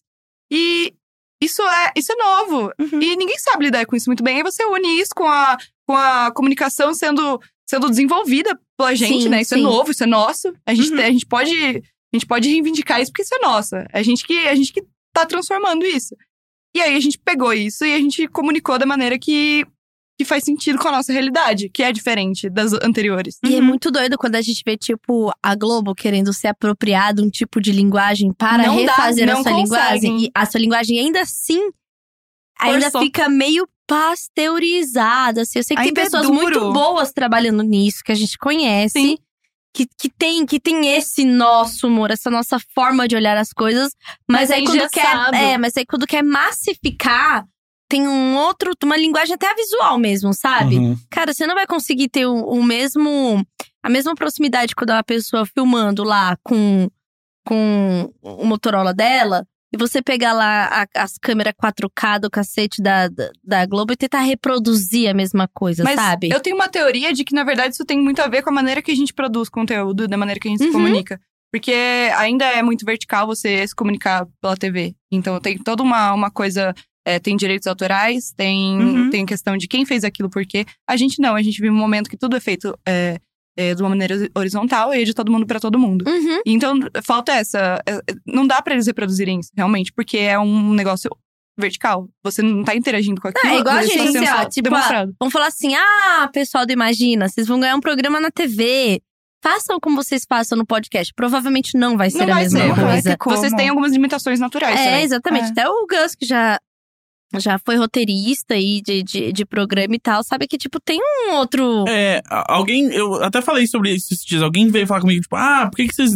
E isso é, isso é novo. Uhum. E ninguém sabe lidar com isso muito bem. Aí você une isso com a, com a comunicação sendo, sendo desenvolvida pela gente, Sim, né? Isso sim. é novo, isso é nosso. A gente, Uhum. tem- a gente pode. A gente pode reivindicar isso porque isso é nossa. A gente que, a gente que tá transformando isso. E aí a gente pegou isso e a gente comunicou da maneira que, que faz sentido com a nossa realidade, que é diferente das anteriores. E é Uhum. muito doido quando a gente vê, tipo, a Globo querendo se apropriar de um tipo de linguagem para Não dá, refazer a não sua linguagem. conseguem. E a sua linguagem ainda assim ainda Forçou. fica meio pasteurizada. Assim. Eu sei que Ainda tem é pessoas duro. muito boas trabalhando nisso, que a gente conhece. Que, que, tem, que tem esse nosso humor, essa nossa forma de olhar as coisas. Mas, Mas é aí quando quer. engessado. É, mas aí quando quer massificar, tem um outro, uma linguagem até visual mesmo, sabe? Uhum. Cara, você não vai conseguir ter o, o mesmo. A mesma proximidade quando uma pessoa filmando lá com, com o Motorola dela. E você pegar lá a- as câmeras 4K do cacete da, da, da Globo e tentar reproduzir a mesma coisa, Mas sabe? eu tenho uma teoria de que, na verdade, isso tem muito a ver com a maneira que a gente produz conteúdo, da maneira que a gente Uhum. se comunica. Porque ainda é muito vertical você se comunicar pela TV. Então tem toda uma, uma coisa. é, tem direitos autorais, tem, Uhum. tem questão de quem fez aquilo por quê. A gente não, a gente vive um momento que tudo é feito é, é, de uma maneira horizontal e é de todo mundo pra todo mundo. Uhum. Então, falta essa. é, Não dá pra eles reproduzirem isso, realmente, porque é um negócio vertical. Você não tá interagindo com aquilo. é igual a eles estão gente, sendo assim, ó, só tipo, demonstrado. Vão falar assim: ah, pessoal do Imagina, vocês vão ganhar um programa na TV. Façam como vocês façam no podcast. Provavelmente não vai ser não a vai mesma ser, não vai coisa. ter como. Vocês têm algumas limitações naturais. É, também. exatamente. É. Até o Gus, que já, já foi roteirista aí de, de, de programa e tal, sabe que, tipo, tem um outro. É, a- alguém, eu até falei sobre isso esses dias. Alguém veio falar comigo, tipo, ah, por que, que vocês.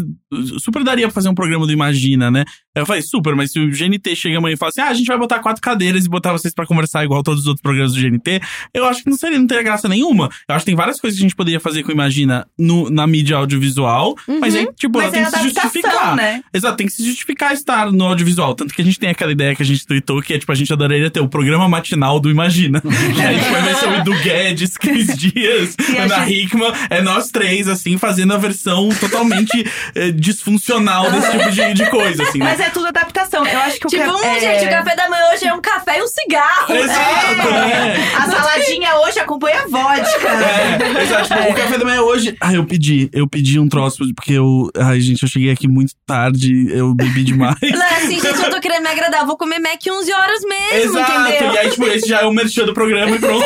Super daria pra fazer um programa do Imagina, né? Eu falei, super, mas se o GNT chega amanhã e fala assim, ah, a gente vai botar quatro cadeiras e botar vocês pra conversar igual todos os outros programas do GNT, eu acho que não seria, não teria graça nenhuma. Eu acho que tem várias coisas que a gente poderia fazer com o Imagina no, na mídia audiovisual, mas Uhum. aí, tipo, ela Mas é tem que se adaptação, justificar. né? Exato, tem que se justificar estar no audiovisual. Tanto que a gente tem aquela ideia que a gente tweetou, que é tipo, a gente adoraria ter o programa matinal do Imagina. que aí, tipo, vai ser o Edu Guedes, Cris Dias, E a Ana Hickman. É nós três, assim, fazendo a versão totalmente eh, disfuncional desse tipo de, de coisa, assim, né? Mas é tudo adaptação. Eu acho que o Tipo, ca- hum, é... gente, o café da manhã hoje é um café e um cigarro. Exato, é. A saladinha hoje acompanha a vodka. É, exato. Tipo, O café da manhã hoje. Ah, eu pedi. Eu pedi um troço, porque eu. Ai, gente, eu cheguei aqui muito tarde, eu bebi demais. Não, assim, gente, eu tô querendo me agradar. Vou comer Mac 11 horas mesmo, Exato. entendeu? E aí, tipo, esse já é o merchan do programa e pronto.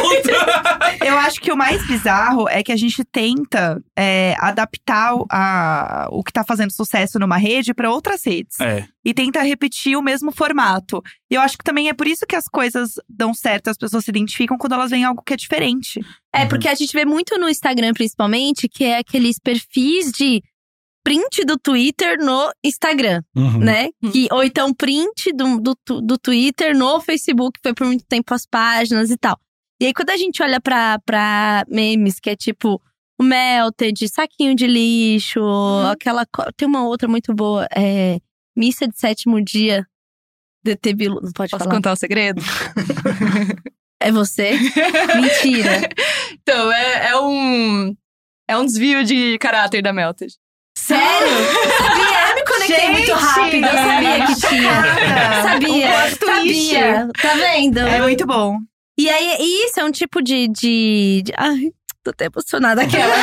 Eu acho que o mais bizarro é que a gente tenta é, adaptar o- a, o que tá fazendo sucesso numa rede pra outras redes. É. E tenta repetir o mesmo formato. E eu acho que também é por isso que as coisas dão certo, as pessoas se identificam quando elas veem algo que é diferente. É, porque a gente vê muito no Instagram, principalmente, que é aqueles perfis de print do Twitter no Instagram. Uhum. né? Hum. Que, ou então print do, do, tu- do Twitter no Facebook, foi por muito tempo as páginas e tal. E aí, quando a gente olha pra, pra memes, que é tipo o Melted, saquinho de lixo, aquela. co- Tem uma outra muito boa, é. Missa de sétimo dia. DT Bilu. Não pode Posso falar. contar o segredo? É você? Mentira. Então, é, é um. É um desvio de caráter da Melted. Sério? Eu sabia, eu me conectei muito Gente! rápido. Eu sabia que tinha. Cara, Sabia, um plot twist. sabia. Tá vendo? É muito bom. E aí, e isso é um tipo de. de, de- ai, tô até emocionada aquela.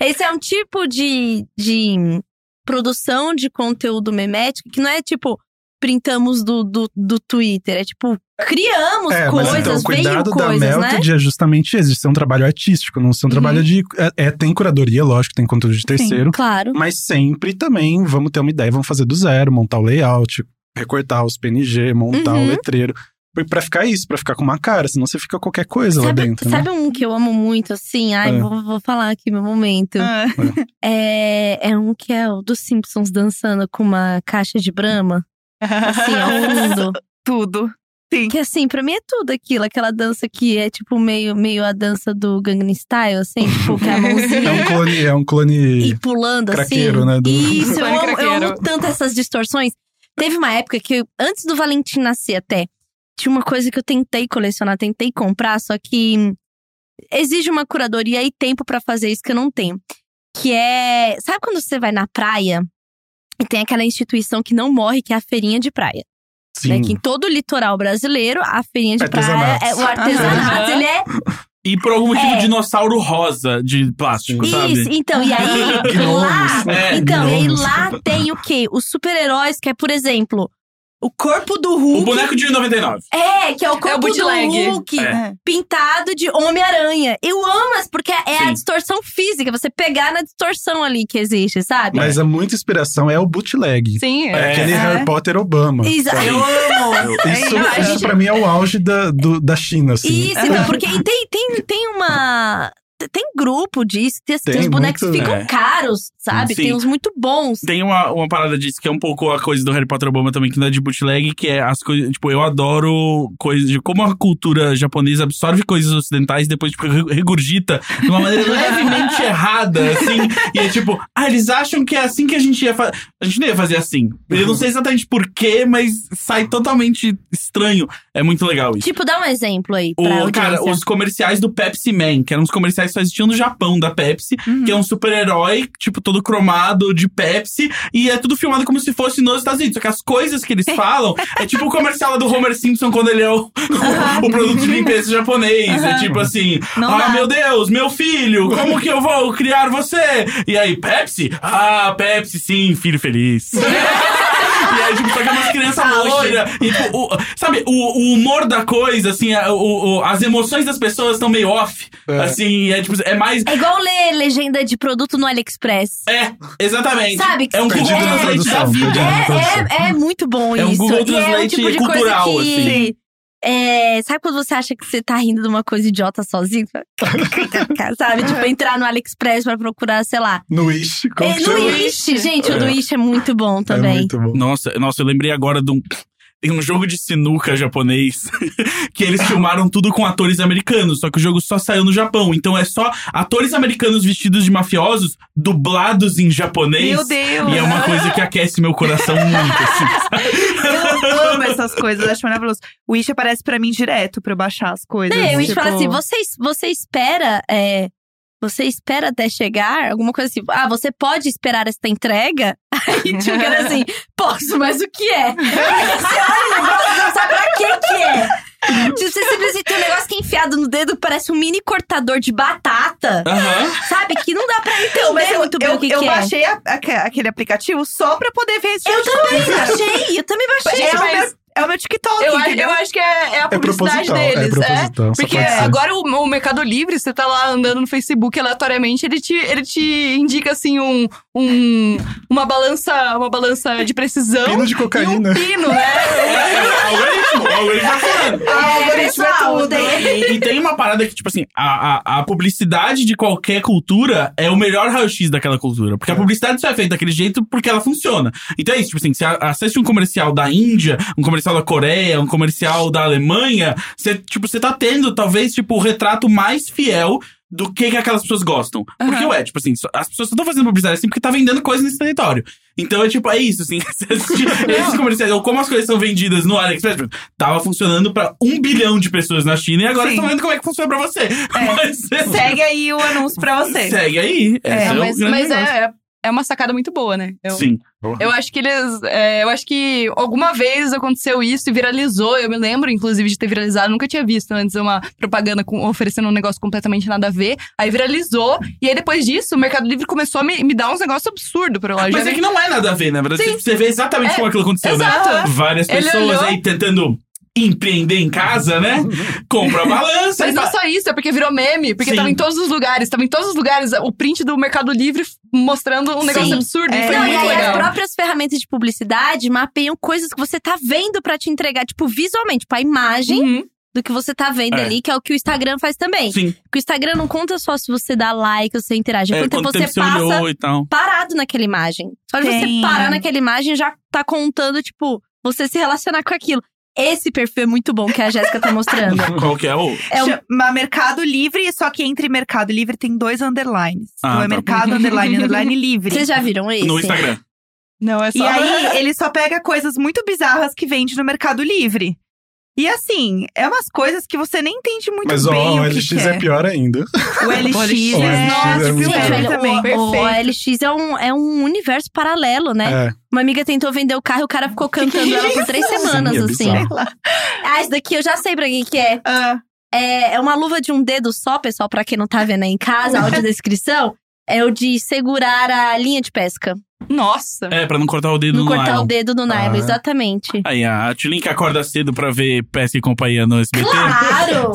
Esse é um tipo de, de produção de conteúdo memético que não é tipo printamos do, do, do Twitter, é tipo criamos É, mas coisas, então o veio cuidado da coisas, né? Uhum. Melted é justamente esse, de ser um trabalho artístico, não ser um trabalho de. É, é, tem curadoria, lógico, tem conteúdo de terceiro, Claro. mas sempre também vamos ter uma ideia, vamos fazer do zero, montar o layout, recortar os PNG, montar Uhum. o letreiro. pra- Pra ficar isso, pra ficar com uma cara, senão você fica qualquer coisa lá sabe, dentro. né? sabe um que eu amo muito, assim? Ai, É. vou, vou falar aqui meu momento. Ah, É, é um que é o dos Simpsons dançando com uma caixa de brama. Assim, ao fundo. tudo. Que assim, pra mim é tudo aquilo. Aquela dança que é tipo meio, meio a dança do Gangnam Style, assim. Tipo, que a mãozinha É um clone, é um e clone. pulando Craqueiro, assim. né, do- Isso, eu amo, eu Craqueiro. amo tanto essas distorções. Teve uma época que, eu- antes do Valentim nascer até, tinha uma coisa que eu tentei colecionar, tentei comprar, só que hum, exige uma curadoria e tempo pra fazer isso que eu não tenho. Que é. Sabe quando você vai na praia e tem aquela instituição que não morre, que é a feirinha de praia? né? Sim. Que em todo o litoral brasileiro, a feirinha de praia Artesanatos. é o artesanato. Aham. ele é E por algum motivo, É. dinossauro rosa de plástico, isso, sabe? então, e aí lá. Gnomos, né? Então, e aí Gnomos. lá tem o quê? Os super-heróis, que é, por exemplo, o corpo do O Hulk. boneco de 99. É, que é o corpo do bootleg. Hulk É. pintado de Homem-Aranha. Eu amo, as- porque é a Sim. distorção física, você pegar na distorção ali que existe, sabe? Mas a muita inspiração é o bootleg. Sim, é. É. Aquele É. Harry Potter Obama. Exa- sabe? eu amo! Isso, não, a isso gente- pra mim é o auge da, do- da China, assim. Isso, então, porque e tem, tem, tem uma. Tem grupo disso, tem, assim, tem Tem uns bonecos muito, que ficam é. caros, sabe? Sim. Tem uns muito bons. Tem uma, uma parada disso que é um pouco a coisa do Harry Potter Obama também, que não é de bootleg, que é as coisas. Tipo, eu adoro coisas de como a cultura japonesa absorve coisas ocidentais e depois, tipo, re- regurgita de uma maneira levemente errada, assim. E é tipo, ah, eles acham que é assim que a gente ia fazer. A gente não ia fazer assim. Eu não sei exatamente porquê, mas sai totalmente estranho. É muito legal isso. Tipo, dá um exemplo aí pra O, audiência. cara, os comerciais do Pepsi Man, que eram uns comerciais que só existiam no Japão, da Pepsi, Uhum. que é um super-herói, tipo, todo cromado de Pepsi, e é tudo filmado como se fosse nos Estados Unidos. Só que as coisas que eles falam é tipo o comercial lá do Homer Simpson quando ele é o, o produto de limpeza japonês. É tipo assim: Não Ah, dá." meu Deus, meu filho, como que eu vou criar você? E aí, Pepsi? Ah, Pepsi, sim, filho feliz. E aí, tipo, só que é umas crianças Ah, hoje. loiras. E, tipo, o- sabe, o, o humor da coisa, assim, a- o- o- as emoções das pessoas estão meio off. É. Assim, é tipo, é mais. É igual ler legenda de produto no AliExpress. É, exatamente. Sabe? É um Google Perdido na Translate da tradução, vida. perdido na tradução. É, é muito bom É um isso. Google E é um Translate tipo de cultural, coisa que. assim. é, sabe quando você acha que você tá rindo de uma coisa idiota sozinho? sabe? Tipo, entrar no AliExpress pra procurar, sei lá. No Wish. Como É, que no chama? Wish, gente, o É. do Wish é muito bom É também. muito bom. Nossa, nossa, eu lembrei agora de um. Tem um jogo de sinuca japonês que eles filmaram tudo com atores americanos, só que o jogo só saiu no Japão. Então é só atores americanos vestidos de mafiosos dublados em japonês. Meu Deus! E é uma coisa que aquece meu coração muito, assim. Eu amo essas coisas, eu acho maravilhoso. O Wish aparece pra mim direto pra eu baixar as coisas. Não, eu ia te tipo- falar assim, você, você espera. é, você espera até chegar, alguma coisa assim. Ah, você pode esperar esta entrega? Aí tinha um cara assim, posso, mas o que é? Aí você olha o negócio e não sabe pra que que é. Tipo, você simplesmente tem um negócio que é enfiado no dedo, parece um mini cortador de batata. Aham. Sabe? Que não dá pra entender Não, mas eu, muito bem eu, o que, eu que é. baixei a- aque- aquele aplicativo só pra poder ver esse Eu tipo de também coisa. baixei, eu também baixei. Gente, é, o mas- meu, é o meu TikTok, Eu, acho, entendeu? eu acho que é, é a publicidade É proposital. deles. é proposital. só Porque pode ser. agora o, o Mercado Livre, você tá lá andando no Facebook aleatoriamente, ele te, ele te indica assim um, um- uma balança, uma balança de precisão. Pino de E cocaína. um pino, né? algoritmo, algoritmo tá falando. É, pessoal, tem- E, e tem uma parada que, tipo assim, a, a, a publicidade de qualquer cultura é o melhor raio-x daquela cultura. Porque a publicidade só é feita daquele jeito porque ela funciona. Então é isso, tipo assim, você a- assiste um comercial da Índia, um comercial da Coreia, um comercial da Alemanha, você, tipo, você tá tendo, talvez, tipo, o retrato mais fiel do que, que aquelas pessoas gostam. Porque, ué, tipo assim, só- as pessoas só estão fazendo publicidade assim porque tá vendendo coisa nesse território. Então é tipo, é isso, assim. Você assiste Esses comerciais, ou como as coisas são vendidas no AliExpress, tipo, tava funcionando pra um bilhão de pessoas na China e agora Sim. estão vendo como é que funciona pra você. Mas, é, Segue aí o anúncio pra você. segue aí. Esse é o mas grande mas negócio. é, é- é uma sacada muito boa, né? Eu, Sim. eu acho que eles. é, eu acho que alguma vez aconteceu isso e viralizou. Eu me lembro, inclusive, de ter viralizado. Nunca tinha visto antes uma propaganda com- oferecendo um negócio completamente nada a ver. Aí viralizou. E aí, depois disso, o Mercado Livre começou a me, me dar uns negócios absurdos pra eu lá. Já Mas é vi- que não é nada a ver, na verdade. né? Sim. Você vê exatamente É, como aquilo aconteceu, né? Exato. Várias Ele pessoas olhou- aí tentando empreender em casa, né? Compra a balança. tá. e Mas não fa- só isso, é porque virou meme, porque Sim. tava em todos os lugares, tava em todos os lugares o print do Mercado Livre mostrando um negócio Sim. absurdo. É, foi Não, e muito aí as legal. próprias ferramentas de publicidade mapeiam coisas que você tá vendo pra te entregar, tipo, visualmente, tipo, a imagem Uhum. do que você tá vendo É. ali, que é o que o Instagram faz também. Sim, Porque o Instagram não conta só se você dá like ou se você interage, é, conta quanto você tempo você passa olhou e tal. parado naquela imagem. Só de Sim, você parar é. naquela imagem já tá contando, tipo, você se relacionar com aquilo. Esse perfil é muito bom que a Jéssica tá mostrando. Qual que é o... É o- Chama um Mercado Livre, só que entre Mercado Livre tem dois underlines. Ah, então tá. é Mercado Underline, Underline Livre. Vocês já viram esse? No Instagram. Não, é só. E aí, ele só pega coisas muito bizarras que vende no Mercado Livre. E assim, é umas coisas que você nem entende muito Mas ó, bem o o que LX que é pior ainda. O LX, O é... LX é Nossa, muito Gente, bom. pior olha, também. o, o OLX é um, é um universo paralelo, né? É. Uma amiga tentou vender o carro e o cara ficou cantando ela por três semanas, Sim, é assim. bizarro. Ah, isso daqui eu já sei pra quem que é. Ah, é. É uma luva de um dedo só, pessoal, pra quem não tá vendo aí em casa, a audiodescrição. É o de segurar a linha de pesca. Nossa. É, pra não cortar o dedo Não no cortar nylon. o dedo do nylon, Ah. exatamente. Aí, a Tilin que acorda cedo pra ver Pesca e Companhia no SBT. Claro!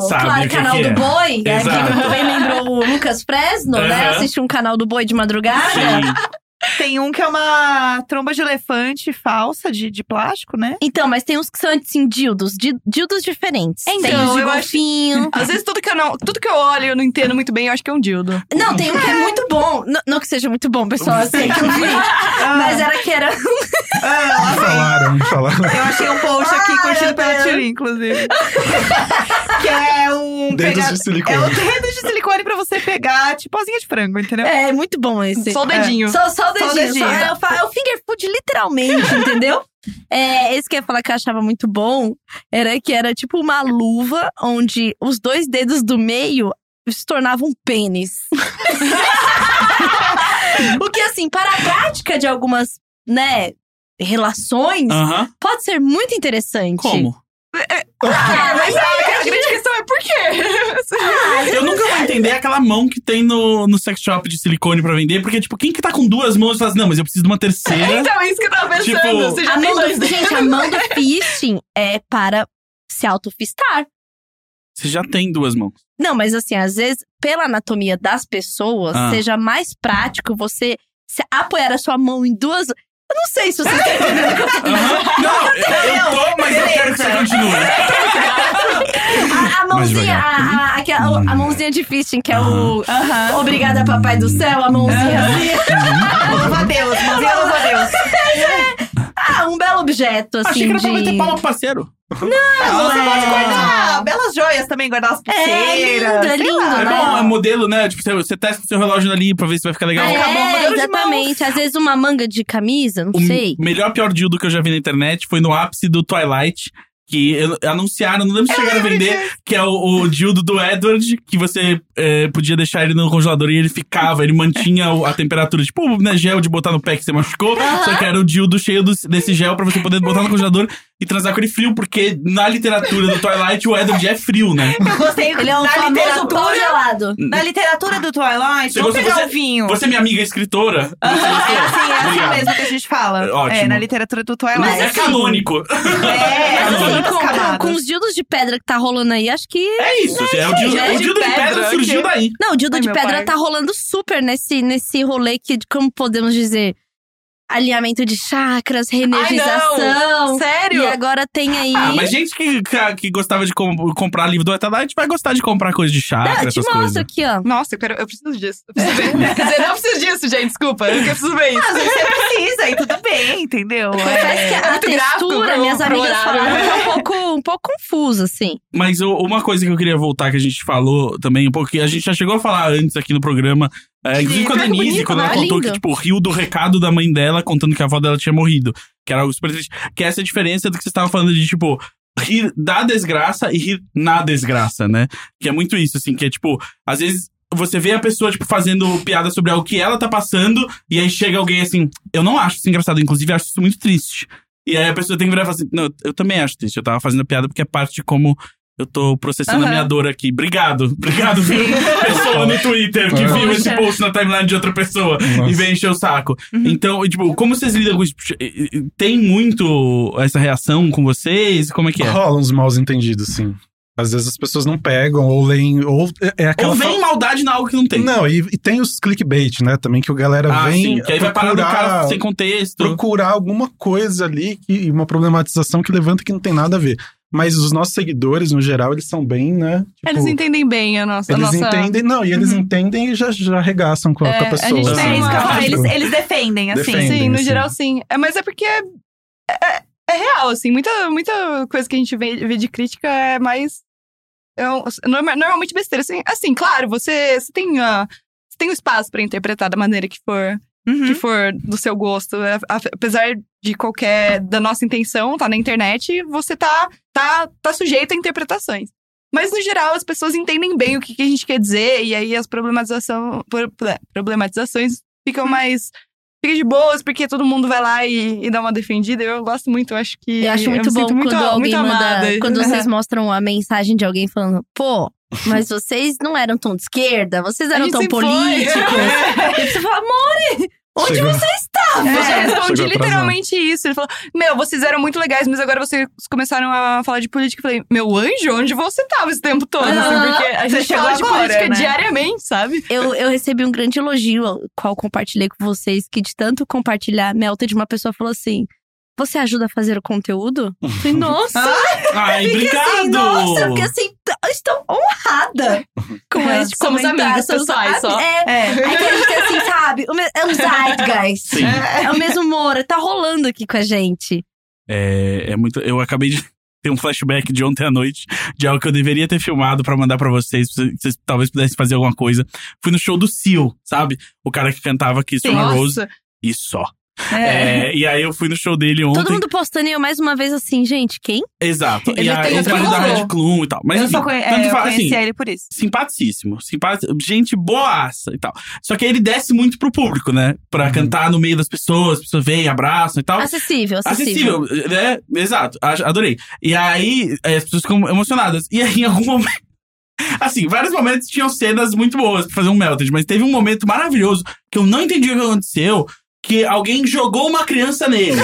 Sabe claro, o que canal que é. do Boi. né? Exato. Quem também lembrou o Lucas Fresno, né? Aham. Assistiu um canal do Boi de madrugada. Sim. tem um que é uma tromba de elefante falsa, de, de plástico, né? Então, mas tem uns que são assim, dildos. di- Dildos diferentes. Então, tem os de eu acho- golfinho. Às vezes tudo que eu não, tudo que eu olho e eu não entendo muito bem, eu acho que é um dildo. Não, tem um que é muito bom. N- não que seja muito bom, pessoal, eu sei que eu vi. Ah, é Mas era que era. Me falaram, me falaram. Eu achei um post aqui curtido pela Deus. Tilly, inclusive. que é um. Dedos pega- de É um silicone. dedo de silicone pra você pegar, tipo asinha de frango, entendeu? É, muito bom esse. É. Só o dedinho. Só, só o dedinho. Só o dedinho. é, o fa- é o finger food, literalmente, entendeu? É, esse que eu ia falar que eu achava muito bom era que era tipo uma luva onde os dois dedos do meio se tornavam um pênis. o que, assim, para a prática de algumas, né, relações, Aham. pode ser muito interessante. Ah. Como? Ah, mas A grande questão é por quê? Eu nunca vou entender aquela mão que tem no, no sex shop de silicone pra vender, porque, tipo, quem que tá com duas mãos e fala assim, não, mas eu preciso de uma terceira. Então, é isso que eu tava pensando. Tipo, você já a tem mão dois do, gente, a mão do fisting é para se autofistar. Você já tem duas mãos. Não, mas assim, às vezes, pela anatomia das pessoas, Ah. seja mais prático você se apoiar a sua mão em duas. Eu não sei se você tá entendendo o que eu tô Aham. Não, eu, eu tô, mas eu quero que você continue. a, a Mais mãozinha, a, a, aquela- a mãozinha de fisting, que é o. Aham. Obrigada, papai do céu, a mãozinha assim. Louva um a Deus, mãozinha, louva a Deus. Ah, um belo objeto, assim. Achei que era pra de- meter palma pro parceiro. Ah, Você é. pode guardar belas joias também, guardar as É pulseiras. lindo, é lindo, É né? bom, é modelo, né? Tipo, você, você testa o seu relógio ali pra ver se vai ficar legal. Fica bom, É, modelo de exatamente. Às vezes uma manga de camisa, não O sei. melhor pior dildo que eu já vi na internet foi no ápice do Twilight. Que eu- anunciaram, não lembro se chegaram a vender, que é o, o dildo do Edward, que você é, podia deixar ele no congelador e ele ficava, ele mantinha o- a temperatura, tipo, né, gel de botar no pé que você machucou, só que era o dildo cheio dos- desse gel pra você poder botar no congelador e transar com ele frio, porque na literatura do Twilight o Edward é frio, né? Eu gostei Ele é um da famoso pau literatura. gelado. Na literatura do Twilight, Você vamos gostou- pegar você- o vinho. Você, é minha amiga escritora, Aham, É assim, é assim Obrigado. mesmo assim, que a gente fala. É, ótimo. É, na literatura do Twilight. mas é canônico. É, Mas assim, muitas com, camadas. com os dildos de pedra que tá rolando aí, acho que. É isso, assim, é o dildo, gente, o dildo de de pedra, pedra, surgiu ok. daí. Não, o dildo Ai, de meu pedra pai. tá rolando super nesse, nesse rolê que, de- como podemos dizer, alinhamento de chakras, reenergização. Sério? e agora tem aí. Ah, mas gente que, que- que gostava de com- comprar livro do Etadite vai gostar de comprar coisa de Ah, chakra, eu te essas mostro coisas. aqui, ó. Nossa, eu, quero, eu preciso disso. Eu preciso ver. Quer dizer, não preciso disso, gente. Desculpa. Eu preciso ver isso. Mas você precisa, e tudo bem, entendeu? Confesso que É. a muito gráfico textura, pro- minhas pro amigas horário, falaram, né? que é um pouco, um pouco confusa, assim. Mas eu- uma coisa que eu queria voltar, que a gente falou também, porque a gente já chegou a falar antes aqui no programa, é, inclusive Sim, com a cara, que Denise, bonito, quando ela né? contou Lindo. que, tipo, riu do recado da mãe dela, contando que a avó dela tinha morrido. Que era algo super triste. Que essa é a diferença do que você estava falando de, tipo, rir da desgraça e rir na desgraça, né? Que é muito isso, assim, que é, tipo, às vezes você vê a pessoa, tipo, fazendo piada sobre algo que ela tá passando, e aí chega alguém assim, eu não acho isso engraçado, inclusive acho isso muito triste. E aí a pessoa tem que virar e falar assim, não, eu também acho triste, eu tava fazendo piada porque é parte de como Eu tô processando a Aham. minha dor aqui. Obrigado. Obrigado, viu? pessoa no Twitter que viu esse Poxa. post na timeline de outra pessoa e Nossa. vem encher o saco. Uhum. Então, tipo, como vocês lidam com isso? Tem muito essa reação com vocês? Como é que é? Rolam uns maus entendidos, sim. Às vezes as pessoas não pegam, ou leem, ou é- é Ou aquela. vem fa- maldade na algo que não tem? Não, e, e tem os clickbait, né? Também que o galera Ah, vem. sim, que aí vai parar do cara sem contexto. procurar alguma coisa ali, que, uma problematização que levanta que não tem nada a ver. Mas os nossos seguidores, no geral, eles são bem, né? Tipo, Ah, Eles entendem bem a nossa. a eles nossa... entendem- não, e eles entendem e já, já arregaçam com a, com a É, a pessoa. gente assim, É tem isso que eu uma- falo, tipo, eles, eles defendem, assim. Defende. Sim, no assim. geral sim. É, mas é porque é, é- é real, assim. Muita, muita coisa que a gente vê, vê de crítica é mais. é um- norma- normalmente besteira. Assim, assim claro, você, você tem. ah, você tem o espaço pra interpretar da maneira que for, que Uhum. for do seu gosto. A- a- Apesar de qualquer. da nossa intenção, tá na internet, você tá, tá, tá sujeito a interpretações. Mas, no geral, as pessoas entendem bem o que, que a gente quer dizer, e aí as problematização, pro- problematizações ficam mais. Fica de boas, porque todo mundo vai lá e, e dá uma defendida. Eu gosto muito, eu acho que. Eu acho me muito bom sinto quando a- alguém muito amada. manda. Quando Uhum. vocês mostram a mensagem de alguém falando, pô, mas vocês não eram tão de esquerda, vocês A eram gente tão se foi. políticos. E você fala, amore, onde Chega- você Eu já É. respondi Chegou atrasado. literalmente isso. Ele falou: Meu, vocês eram muito legais, mas agora vocês começaram a falar de política. Eu falei: Meu anjo, onde você tava esse tempo todo? Assim, Aham. porque a Você gente chegou fala de agora, política né? diariamente, sabe? Eu, eu recebi um grande elogio, ao qual compartilhei com vocês, que de tanto compartilhar, Melted, uma pessoa falou assim: Você ajuda a fazer o conteúdo? Eu falei, nossa, Ai, assim, obrigado! nossa, eu fiquei assim, t- estou honrada com É, este somos comentário. amigos pessoais só. É, É. aí que a gente tem assim, sabe? o me- É um zeitgeist. Sim. É o mesmo humor, tá rolando aqui com a gente. É, é muito. Eu acabei de ter um flashback de ontem à noite de algo que eu deveria ter filmado pra mandar pra vocês, pra vocês- vocês talvez pudessem fazer alguma coisa. Fui no show do Seal, sabe? O cara que cantava Kiss from a Rose Nossa. e só. É, e aí eu fui no show dele ontem. Todo mundo postando e eu mais uma vez assim, gente, quem? Exato. Ele e aí tem eu outra fui no da pessoa. Red Clum e tal. Mas eu enfim, só conhe- é, tanto eu faz, assim, conhecia ele por isso. simpaticíssimo, simpático, gente boaça e tal. Só que aí ele desce muito pro público, né? Pra Uhum. cantar no meio das pessoas, as pessoas vêm, abraçam e tal. Acessível, acessível. Ah, Acessível, né? Exato, a- adorei. E aí, é, as pessoas ficam emocionadas. E aí, em algum momento. Assim, vários momentos tinham cenas muito boas pra fazer um Melted, mas teve um momento maravilhoso que eu não entendi o que aconteceu. Que alguém jogou uma criança nele.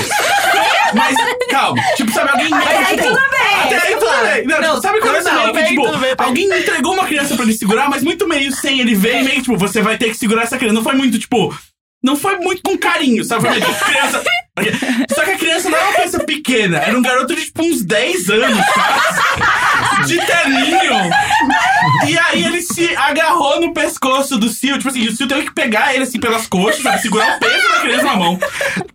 mas, calma, tipo, sabe, alguém. Até aí tipo, tudo bem. até aí tudo bem. Não, tipo, sabe quando tudo você bem, meio que, bem, tipo, tudo bem, bem. alguém entregou uma criança pra ele segurar, mas muito meio sem ele ver, e meio que, tipo, você vai ter que segurar essa criança. Não foi muito, tipo. Não foi muito com carinho, sabe? Foi meio, tipo, criança. Só que a criança não era uma criança pequena, era um garoto de tipo uns 10 anos, quase, de terninho. E aí ele se agarrou no pescoço do Sil, tipo assim, o Sil teve que pegar ele assim pelas coxas, sabe? Segurar o peso da criança na mão,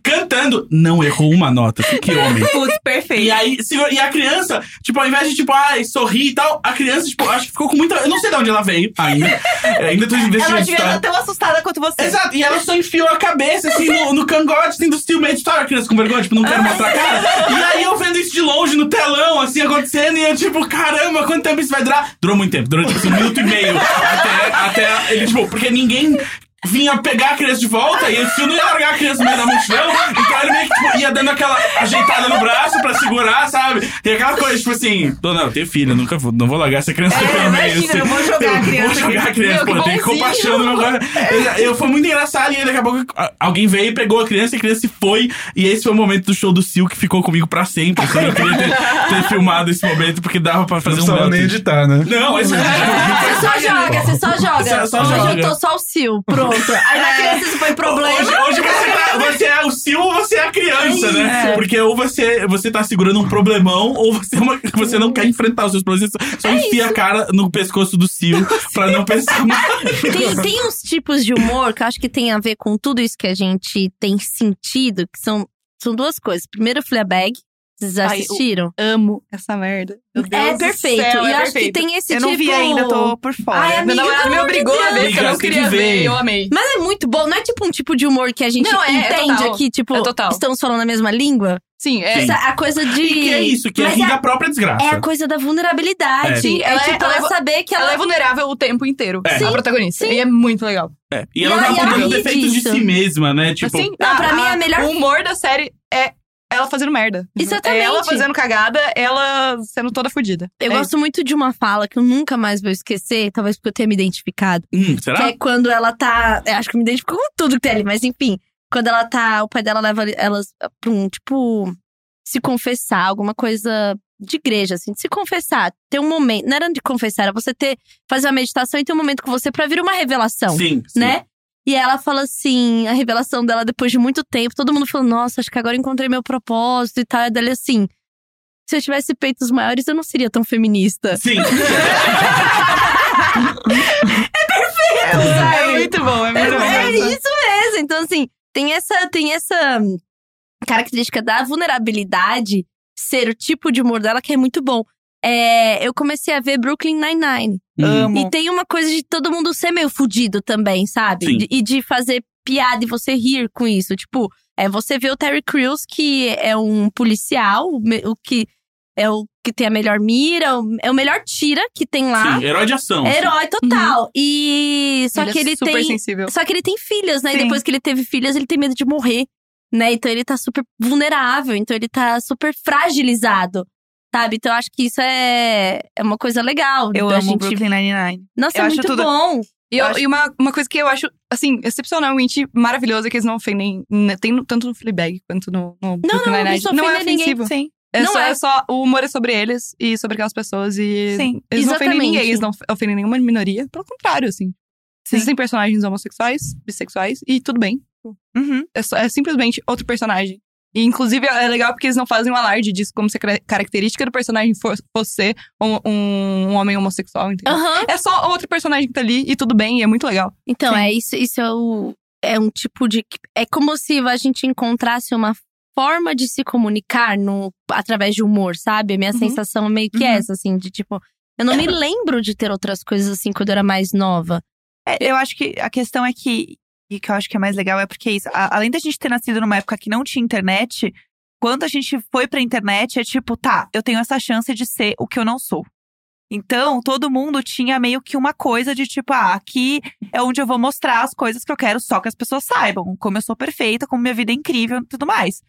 cantando. Não errou uma nota, assim, que homem. Putz, E perfeito. aí, segura- e a criança, tipo, ao invés de, tipo, ai, sorrir e tal, a criança, tipo, acho que ficou com muita. Eu não sei de onde ela veio ainda. É, ainda tô investigando Ela a devia história. estar tão assustada quanto você. Exato, e ela só enfiou a cabeça, assim, no, no cangote, assim, do Steel Made Story, a criança com vergonha, tipo, não quero mostrar a cara. E aí eu vendo isso de longe, no telão, assim, acontecendo, e eu, tipo, caramba, quanto tempo isso vai durar? Durou muito tempo, durou, tipo, assim, um minuto e meio. Até, até ele, tipo, porque ninguém vinha pegar a criança de volta, e o Steel não ia largar a criança no meio da multidão, então ele meio que, tipo, ia dando aquela ajeitada no braço pra segurar, sabe? E aquela coisa, tipo assim, não, não, eu tenho filho, eu nunca vou, não vou largar essa criança aqui É, pelo meio, imagina, assim. eu vou jogar a Vou criança. jogar a criança, Meu, que pô, tem bonzinho. assim? compaixão no meu coração. Eu, eu- foi muito engraçado, e aí daqui a pouco a- alguém veio e pegou a criança, e a criança se foi. E esse foi o momento do show do Sil que ficou comigo pra sempre. assim, eu queria ter, ter filmado esse momento, porque dava pra Não fazer um precisava nem melted. editar, né? Não, esse Você só joga, você só joga. Só- só Hoje joga. eu tô só o Sil, pronto. Aí na é. criança isso foi Hoje, problema. hoje você, tá- você é o Sil ou você é a criança, né? Porque ou você, você tá segurando um problemão, ou você, é uma- você não quer enfrentar os seus problemas. Você É só enfia a cara no pescoço do Sil pra não pensar mais. Tem, tem uns tipos de humor que eu acho que tem a ver com tudo isso que a gente tem sentido, que são, são duas coisas. Primeiro, Fleabag. Vocês Ai, assistiram? Amo essa merda. Meu Deus é do perfeito. céu, e é eu acho que perfeito. tem esse eu tipo… não vi ainda, tô por fora. Ai, Meu amiga, namorado me pelo amor de obrigou a ver, Deus. porque eu não Amiga, tem queria que ver. ver. Eu amei. Mas é muito bom. Não é tipo um tipo de humor que a gente Não, é- é entende total. aqui. Tipo, É total. estão falando a mesma língua. Sim, é. Essa- a coisa de… E que é isso, que é Mas rir é- da própria desgraça. É a coisa da vulnerabilidade. É. Sim, é ela é- tipo ela, ela é vo- saber que Ela ela… é vulnerável o tempo inteiro, É. a Sim, protagonista. sim. E é muito legal. É, E ela E tá ela- e ela apontando ri defeitos de disso. si mesma, né? Tipo, assim, Não, a- pra mim, é a- a melhor- O humor da série é. ela fazendo merda. Exatamente. É ela fazendo cagada, ela sendo toda fodida. Eu É gosto muito de uma fala que eu nunca mais vou esquecer, talvez porque eu tenha me identificado. Hum, Que será? é quando ela tá. eu acho que eu me identifico com tudo que tem ali, mas enfim. Quando ela tá. O pai dela leva elas pra um, tipo. Se confessar, alguma coisa de igreja, assim. De se confessar. Ter um momento. Não era de confessar, era você ter. Fazer uma meditação e ter um momento com você pra vir uma revelação Sim, sim. né? E ela fala assim, a revelação dela depois de muito tempo, todo mundo falou, nossa, acho que agora encontrei meu propósito e tal. E dela assim, se eu tivesse peitos maiores, eu não seria tão feminista. Sim. Hum. É muito bom, é muito bom. É essa. isso mesmo. Então, assim, tem essa, tem essa hum, característica da vulnerabilidade ser o tipo de humor dela que é muito bom. É, eu comecei a ver Brooklyn Nine-Nine. Hum, E Amo. tem uma coisa de todo mundo ser meio fudido também, sabe? Sim. De- e de fazer piada e você rir com isso. Tipo, é você vê o Terry Crews, que é um policial, me- o que é o que tem a melhor mira, o- é o melhor tira que tem lá. Sim, é um herói de ação. Herói total. E só Ele que é ele super tem. sensível. Só que ele tem filhas, né? E Sim. depois que ele teve filhas, ele tem medo de morrer, né? Então ele tá super vulnerável, então ele tá super fragilizado, sabe? Então eu acho que isso é, é uma coisa legal. Eu da amo gente... Brooklyn Nine-Nine. Nossa, Eu é acho muito tudo- bom. E, eu- Eu acho- e uma, uma coisa que eu acho, assim, excepcionalmente maravilhosa, que eles não ofendem, né, tem no- tanto no Fleabag quanto no, no Brooklyn não, Nine-Nine. isso não é ofende ninguém. ofensivo. Sim. É Não só, é. é só, o humor é sobre eles e sobre aquelas pessoas e Sim. eles não ofendem Exatamente. ninguém, eles não ofendem nenhuma minoria, pelo contrário, assim. Sim. Existem personagens homossexuais, bissexuais e tudo bem. Uhum. É, só- é simplesmente outro personagem. E, inclusive, é legal porque eles não fazem um alarde disso, como se a cara- característica do personagem fosse, fosse ser um, um homem homossexual, entendeu? Aham. É só outro personagem que tá ali e tudo bem, e é muito legal. Então, Sim. é isso, isso é, o, é um tipo de. É como se a gente encontrasse uma forma de se comunicar no, através de humor, sabe? A minha Uhum. sensação é meio que Uhum. essa, assim, de tipo. Eu não me lembro de ter outras coisas assim quando eu era mais nova. É, eu acho que a questão é que. E que eu acho que é mais legal é porque isso. a- além da gente ter nascido numa época que não tinha internet, quando a gente foi pra internet, é tipo, tá, eu tenho essa chance de ser o que eu não sou. Então, todo mundo tinha meio que uma coisa de tipo, ah, aqui é onde eu vou mostrar as coisas que eu quero só que as pessoas saibam, como eu sou perfeita, como minha vida é incrível e tudo mais.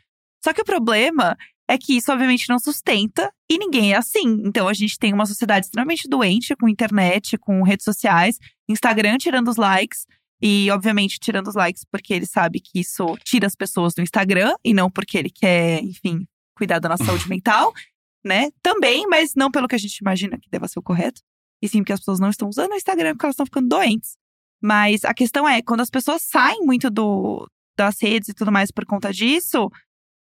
Só que o problema é que isso obviamente não sustenta e ninguém é assim. Então, a gente tem uma sociedade extremamente doente com internet, com redes sociais, Instagram tirando os likes. E, obviamente, tirando os likes porque ele sabe que isso tira as pessoas do Instagram e não porque ele quer, enfim, cuidar da nossa saúde mental, né? Também, mas não pelo que a gente imagina que deva ser o correto. E sim, porque as pessoas não estão usando o Instagram porque elas estão ficando doentes. Mas a questão é, quando as pessoas saem muito do, das redes e tudo mais por conta disso,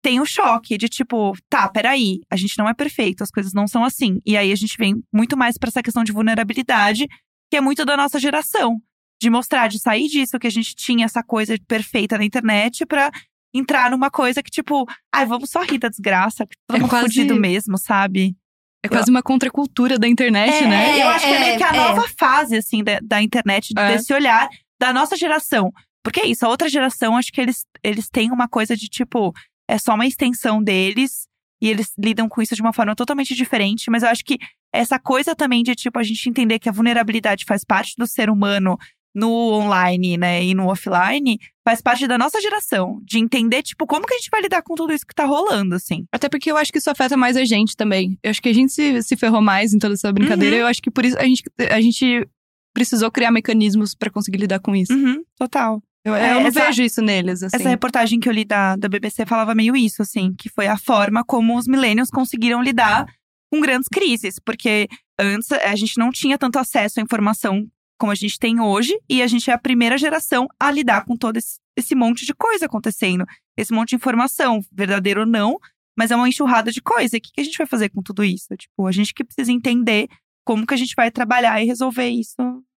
tem o choque de tipo, tá, peraí, a gente não é perfeito, as coisas não são assim. E aí a gente vem muito mais pra essa questão de vulnerabilidade que é muito da nossa geração. De mostrar, de sair disso, que a gente tinha essa coisa perfeita na internet pra entrar numa coisa que, tipo, ai, vamos só rir da desgraça, que todo É mundo quase- fudido mesmo, sabe? É quase uma contracultura da internet, é, né? Eu acho que é meio que a é. nova fase, assim, da, da internet, É. desse olhar da nossa geração. Porque é isso, a outra geração, acho que eles, eles têm uma coisa de, tipo, é só uma extensão deles. E eles lidam com isso de uma forma totalmente diferente. Mas eu acho que essa coisa também de, tipo, a gente entender que a vulnerabilidade faz parte do ser humano no online, né, e no offline, faz parte da nossa geração. De entender, tipo, como que a gente vai lidar com tudo isso que tá rolando, assim. Até porque eu acho que isso afeta mais a gente também. Eu acho que a gente se, se ferrou mais em toda essa brincadeira. Uhum. Eu acho que por isso a gente, a gente precisou criar mecanismos pra conseguir lidar com isso. Uhum, total. Eu, eu É, não essa- vejo isso neles, assim. Essa é reportagem que eu li da, da BBC falava meio isso, assim, que foi a forma como os millennials conseguiram lidar com grandes crises, porque antes a gente não tinha tanto acesso à informação como a gente tem hoje, e a gente é a primeira geração a lidar com todo esse, esse monte de coisa acontecendo, esse monte de informação, verdadeiro ou não, mas é uma enxurrada de coisa. E o que, que a gente vai fazer com tudo isso? Tipo, a gente que precisa entender como que a gente vai trabalhar e resolver isso,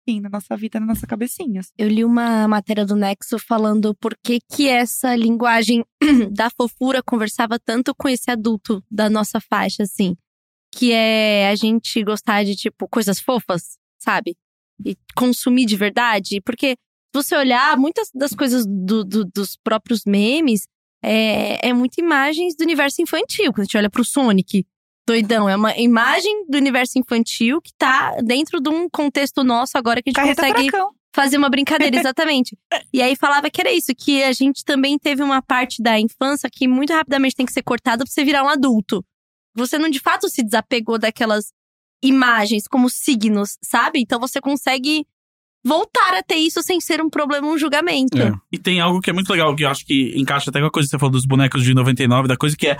enfim, na nossa vida, na nossa cabecinha. assim. Eu li uma matéria do Nexo falando por que, que essa linguagem da fofura conversava tanto com esse adulto da nossa faixa, assim. Que é a gente gostar de, tipo, coisas fofas, sabe? E consumir de verdade. Porque se você olhar, muitas das coisas do- do- dos próprios memes é, é muito imagens do universo infantil. Quando a gente olha pro Sonic, doidão, é uma imagem do universo infantil que tá dentro de um contexto nosso agora que a gente Carreta consegue furacão. fazer uma brincadeira, exatamente. e aí falava que era isso, que a gente também teve uma parte da infância que muito rapidamente tem que ser cortada pra você virar um adulto. Você não de fato se desapegou daquelas imagens como signos, sabe? Então você consegue voltar a ter isso sem ser um problema, um julgamento. É. E tem algo que é muito legal, que eu acho que encaixa até com a coisa que você falou dos bonecos de 99, da coisa que é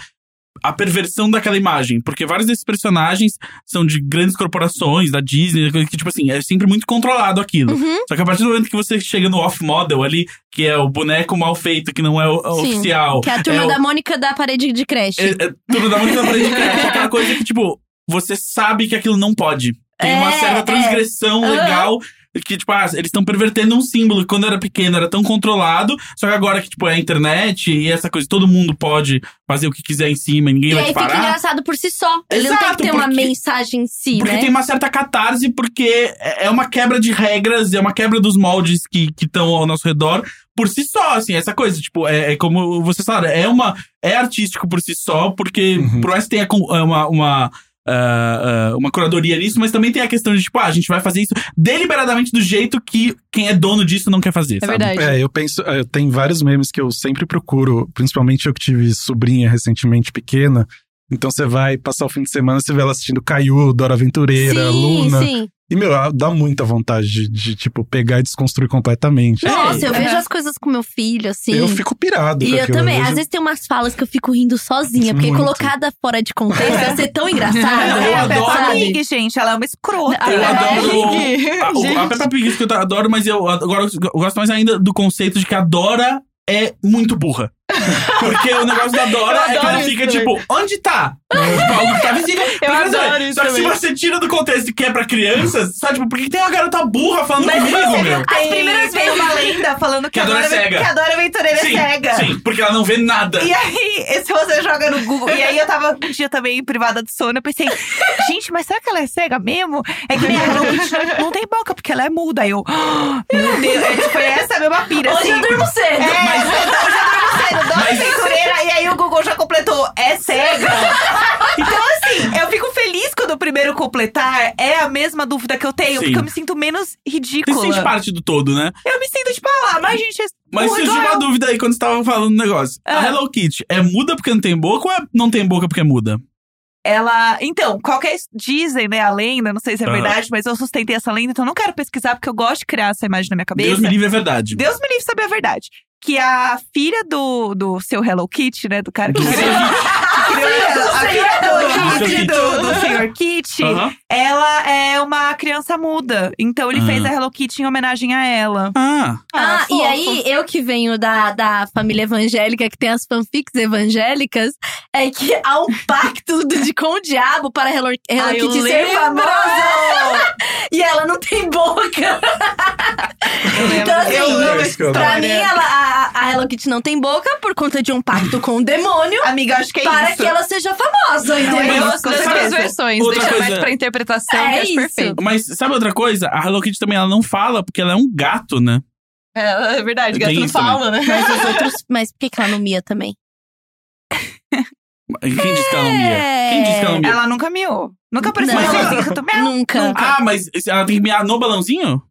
a perversão daquela imagem. Porque vários desses personagens são de grandes corporações, da Disney, da coisa que, tipo assim, é sempre muito controlado aquilo. Uhum. Só que a partir do momento que você chega no off-model ali, que é o boneco mal feito, que não é o- o Sim. oficial. Que é a turma o- da Mônica da parede de creche. É, é, tudo dá muito na frente, cara. É aquela coisa que, tipo, você sabe que aquilo não pode. Tem uma É, certa é. transgressão Aham. legal. Que, tipo, ah, eles estão pervertendo um símbolo que quando era pequeno era tão controlado. Só que agora que, tipo, é a internet e essa coisa, todo mundo pode fazer o que quiser em cima e ninguém e vai te aí fica parar. engraçado por si só. Ele não tem que Exato, ter uma porque- mensagem em si, Porque né? tem uma certa catarse, porque é é uma quebra de regras, é uma quebra dos moldes que estão ao nosso redor por si só, assim, essa coisa. Tipo, é, é como vocês falaram, é uma. É artístico por si só, porque Uhum. por mais que tenha com- é uma. uma ah, ah, uma curadoria nisso, mas também tem a questão de, tipo, ah, a gente vai fazer isso deliberadamente do jeito que quem é dono disso não quer fazer. É sabe? verdade. É, eu penso, é, tem vários memes que eu sempre procuro, principalmente eu que tive sobrinha recentemente pequena. Então você vai passar o fim de semana, você vê ela assistindo Caiu, Dora Aventureira, sim, Luna. sim. E, meu, dá muita vontade de, de, tipo, pegar e desconstruir completamente. Nossa, eu É. vejo as coisas com meu filho, assim. Eu fico pirado. E com eu aquilo, também, às vejo- vezes tem umas falas que eu fico rindo sozinha, porque Muito. colocada fora de contexto ia ser tão engraçado. Eu é, a adoro- Peppa sabe? Pig, gente, ela é uma escrota. Eu É, adoro- gente. A, Ah, o- a Peppa Pig isso que eu adoro, mas eu agora eu gosto mais ainda do conceito de que a Dora é muito burra. Porque o negócio da Eu Dora é que adoro ela isso fica também. tipo, onde tá? Tipo, algo que tá visível. Porque, adoro assim, isso Só que se também. você tira do contexto que é pra crianças, sabe, tipo, por que tem uma garota burra falando é comigo, meu? As primeiras tem vezes uma lenda falando que, Que a Dora é cega. que a Dora Aventureira Sim, é cega. sim, porque ela não vê nada. E aí, se você joga no Google. E aí, eu tava um dia também privada de sono. Eu pensei, gente, mas será que ela é cega mesmo? É que nem a Hello Kitty não tem boca, porque ela é muda. Aí eu, "Ah, meu Deus. É, tipo, essa é a mesma pira. Hoje eu assim. durmo cedo. É, hoje eu durmo cedo, Dora Aventureira. E aí, o Google já completou, é cega. Então, assim, eu fico feliz quando o primeiro completar é a mesma dúvida que eu tenho, Sim. porque eu me sinto menos Você é se sente ridícula. parte do todo, né? Eu me sinto, tipo, ah lá, mas gente, Mas Porra, surgiu igual uma eu. dúvida aí quando você tava falando do negócio. A Ah. Hello Kitty é muda porque não tem boca ou é não tem boca porque é muda? Ela. Então, qualquer. Dizem, né, a lenda, não sei se é Aham. verdade, mas eu sustentei essa lenda, então eu não quero pesquisar, porque eu gosto de criar essa imagem na minha cabeça. Deus me livre, é verdade. Deus me livre saber a verdade. Que a filha do, do seu Hello Kitty, né? Do cara que Do criou. seu- que criou- A filha do Do seu Kitty, Kitty. do, do Sr. Kitty, Aham. ela é uma criança muda. Então ele Ah. fez a Hello Kitty em homenagem a ela. Ah, É, Ah, e fofo. aí, eu que venho da, da família evangélica, que tem as fanfics evangélicas, é que há um pacto do- de com o diabo para Hello, Hello Ah, eu Kitty ser lembro! famosa. e ela não tem boca. então, assim, Eu É amo esse cara. pra mim, ela, a, a Hello Kitty não tem boca por conta de um pacto com o demônio Amiga, acho que é para isso. que ela seja famosa, entendeu? Eu Mas- gosto das Outra duas coisa. versões. Outra Deixa mais coisa. pra interpretação, É é que eu acho isso. perfeito. mas sabe outra coisa? A Hello Kitty também ela não fala porque ela é um gato, né? É, é verdade, Tem gato não isso também. fala, né? Mas os outros. Mas por que, que ela não mia também? Quem disse que ela não mia? É. Quem disse que ela não mia? Ela nunca miou. Nunca apareceu Não. uma mãozinha que eu tô miando. Nunca. Ah, mas ela tem que miar no balãozinho?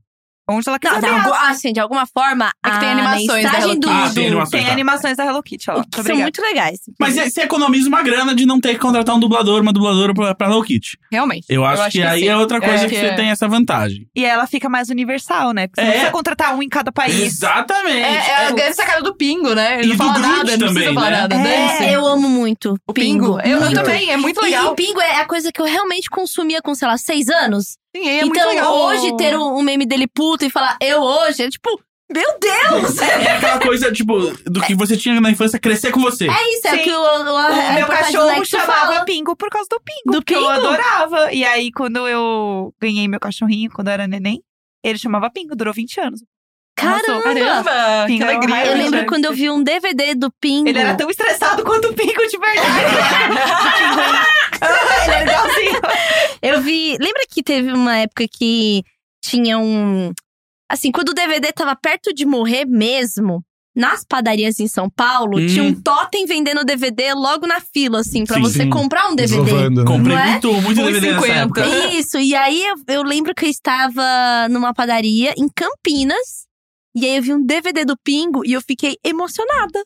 Onde ela Não, quiser de, miar. algu- assim, de alguma forma. É que tem a animações da mensagem Hello do, Kitty. Ah, tem do- animação. Tem tá. animações da Hello Kitty, ó. o Muito que são obrigada. muito legais. Mas é- você economiza uma grana de não ter que contratar um dublador, uma dubladora pra, pra Hello Kitty. Realmente. Eu acho, que, aí sim. é outra coisa É, que que você é. tem essa vantagem. E ela fica mais universal, né? Porque você É. não precisa contratar um em cada país. Exatamente. É, é, a grande sacada do Pingo, né? Ele E não do fala Groot nada, ele não também, precisa falar né? nada. dane-se. É, eu amo muito O Pingo. Eu, eu Muito. também, é muito E- E, legal. Pingo é a coisa que eu realmente consumia com, sei lá, seis anos. Sim, é muito então, legal. hoje, ter um, um meme dele puto e falar eu hoje, é tipo, meu Deus! É aquela coisa, tipo, do que você tinha na infância crescer com você. É isso, é o Sim. que o, o, O a meu reportagem do cachorro Nexo chamava fala. Pingo por causa do Pingo. Do porque eu Pingo? adorava. E aí, quando eu ganhei meu cachorrinho, quando eu era neném, ele chamava Pingo. Durou 20 anos. Caramba! Caramba, que Pingo era uma alegria. Eu raiva, lembro né? quando eu vi um DVD do Pingo. Ele era tão estressado quanto o Pingo de verdade. ele era igualzinho. Eu vi. Lembra que teve uma época que tinha um. Assim, quando o DVD tava perto de morrer mesmo, Nas padarias em São Paulo, Hum. tinha um totem vendendo DVD logo na fila, assim, pra Sim, você sim. comprar um DVD. Desovando, né? Comprei Não é? muito, muito DVD nessa 1,50. época. Isso, e aí eu, eu lembro que eu estava numa padaria em Campinas. E aí eu vi um DVD do Pingo e eu fiquei emocionada.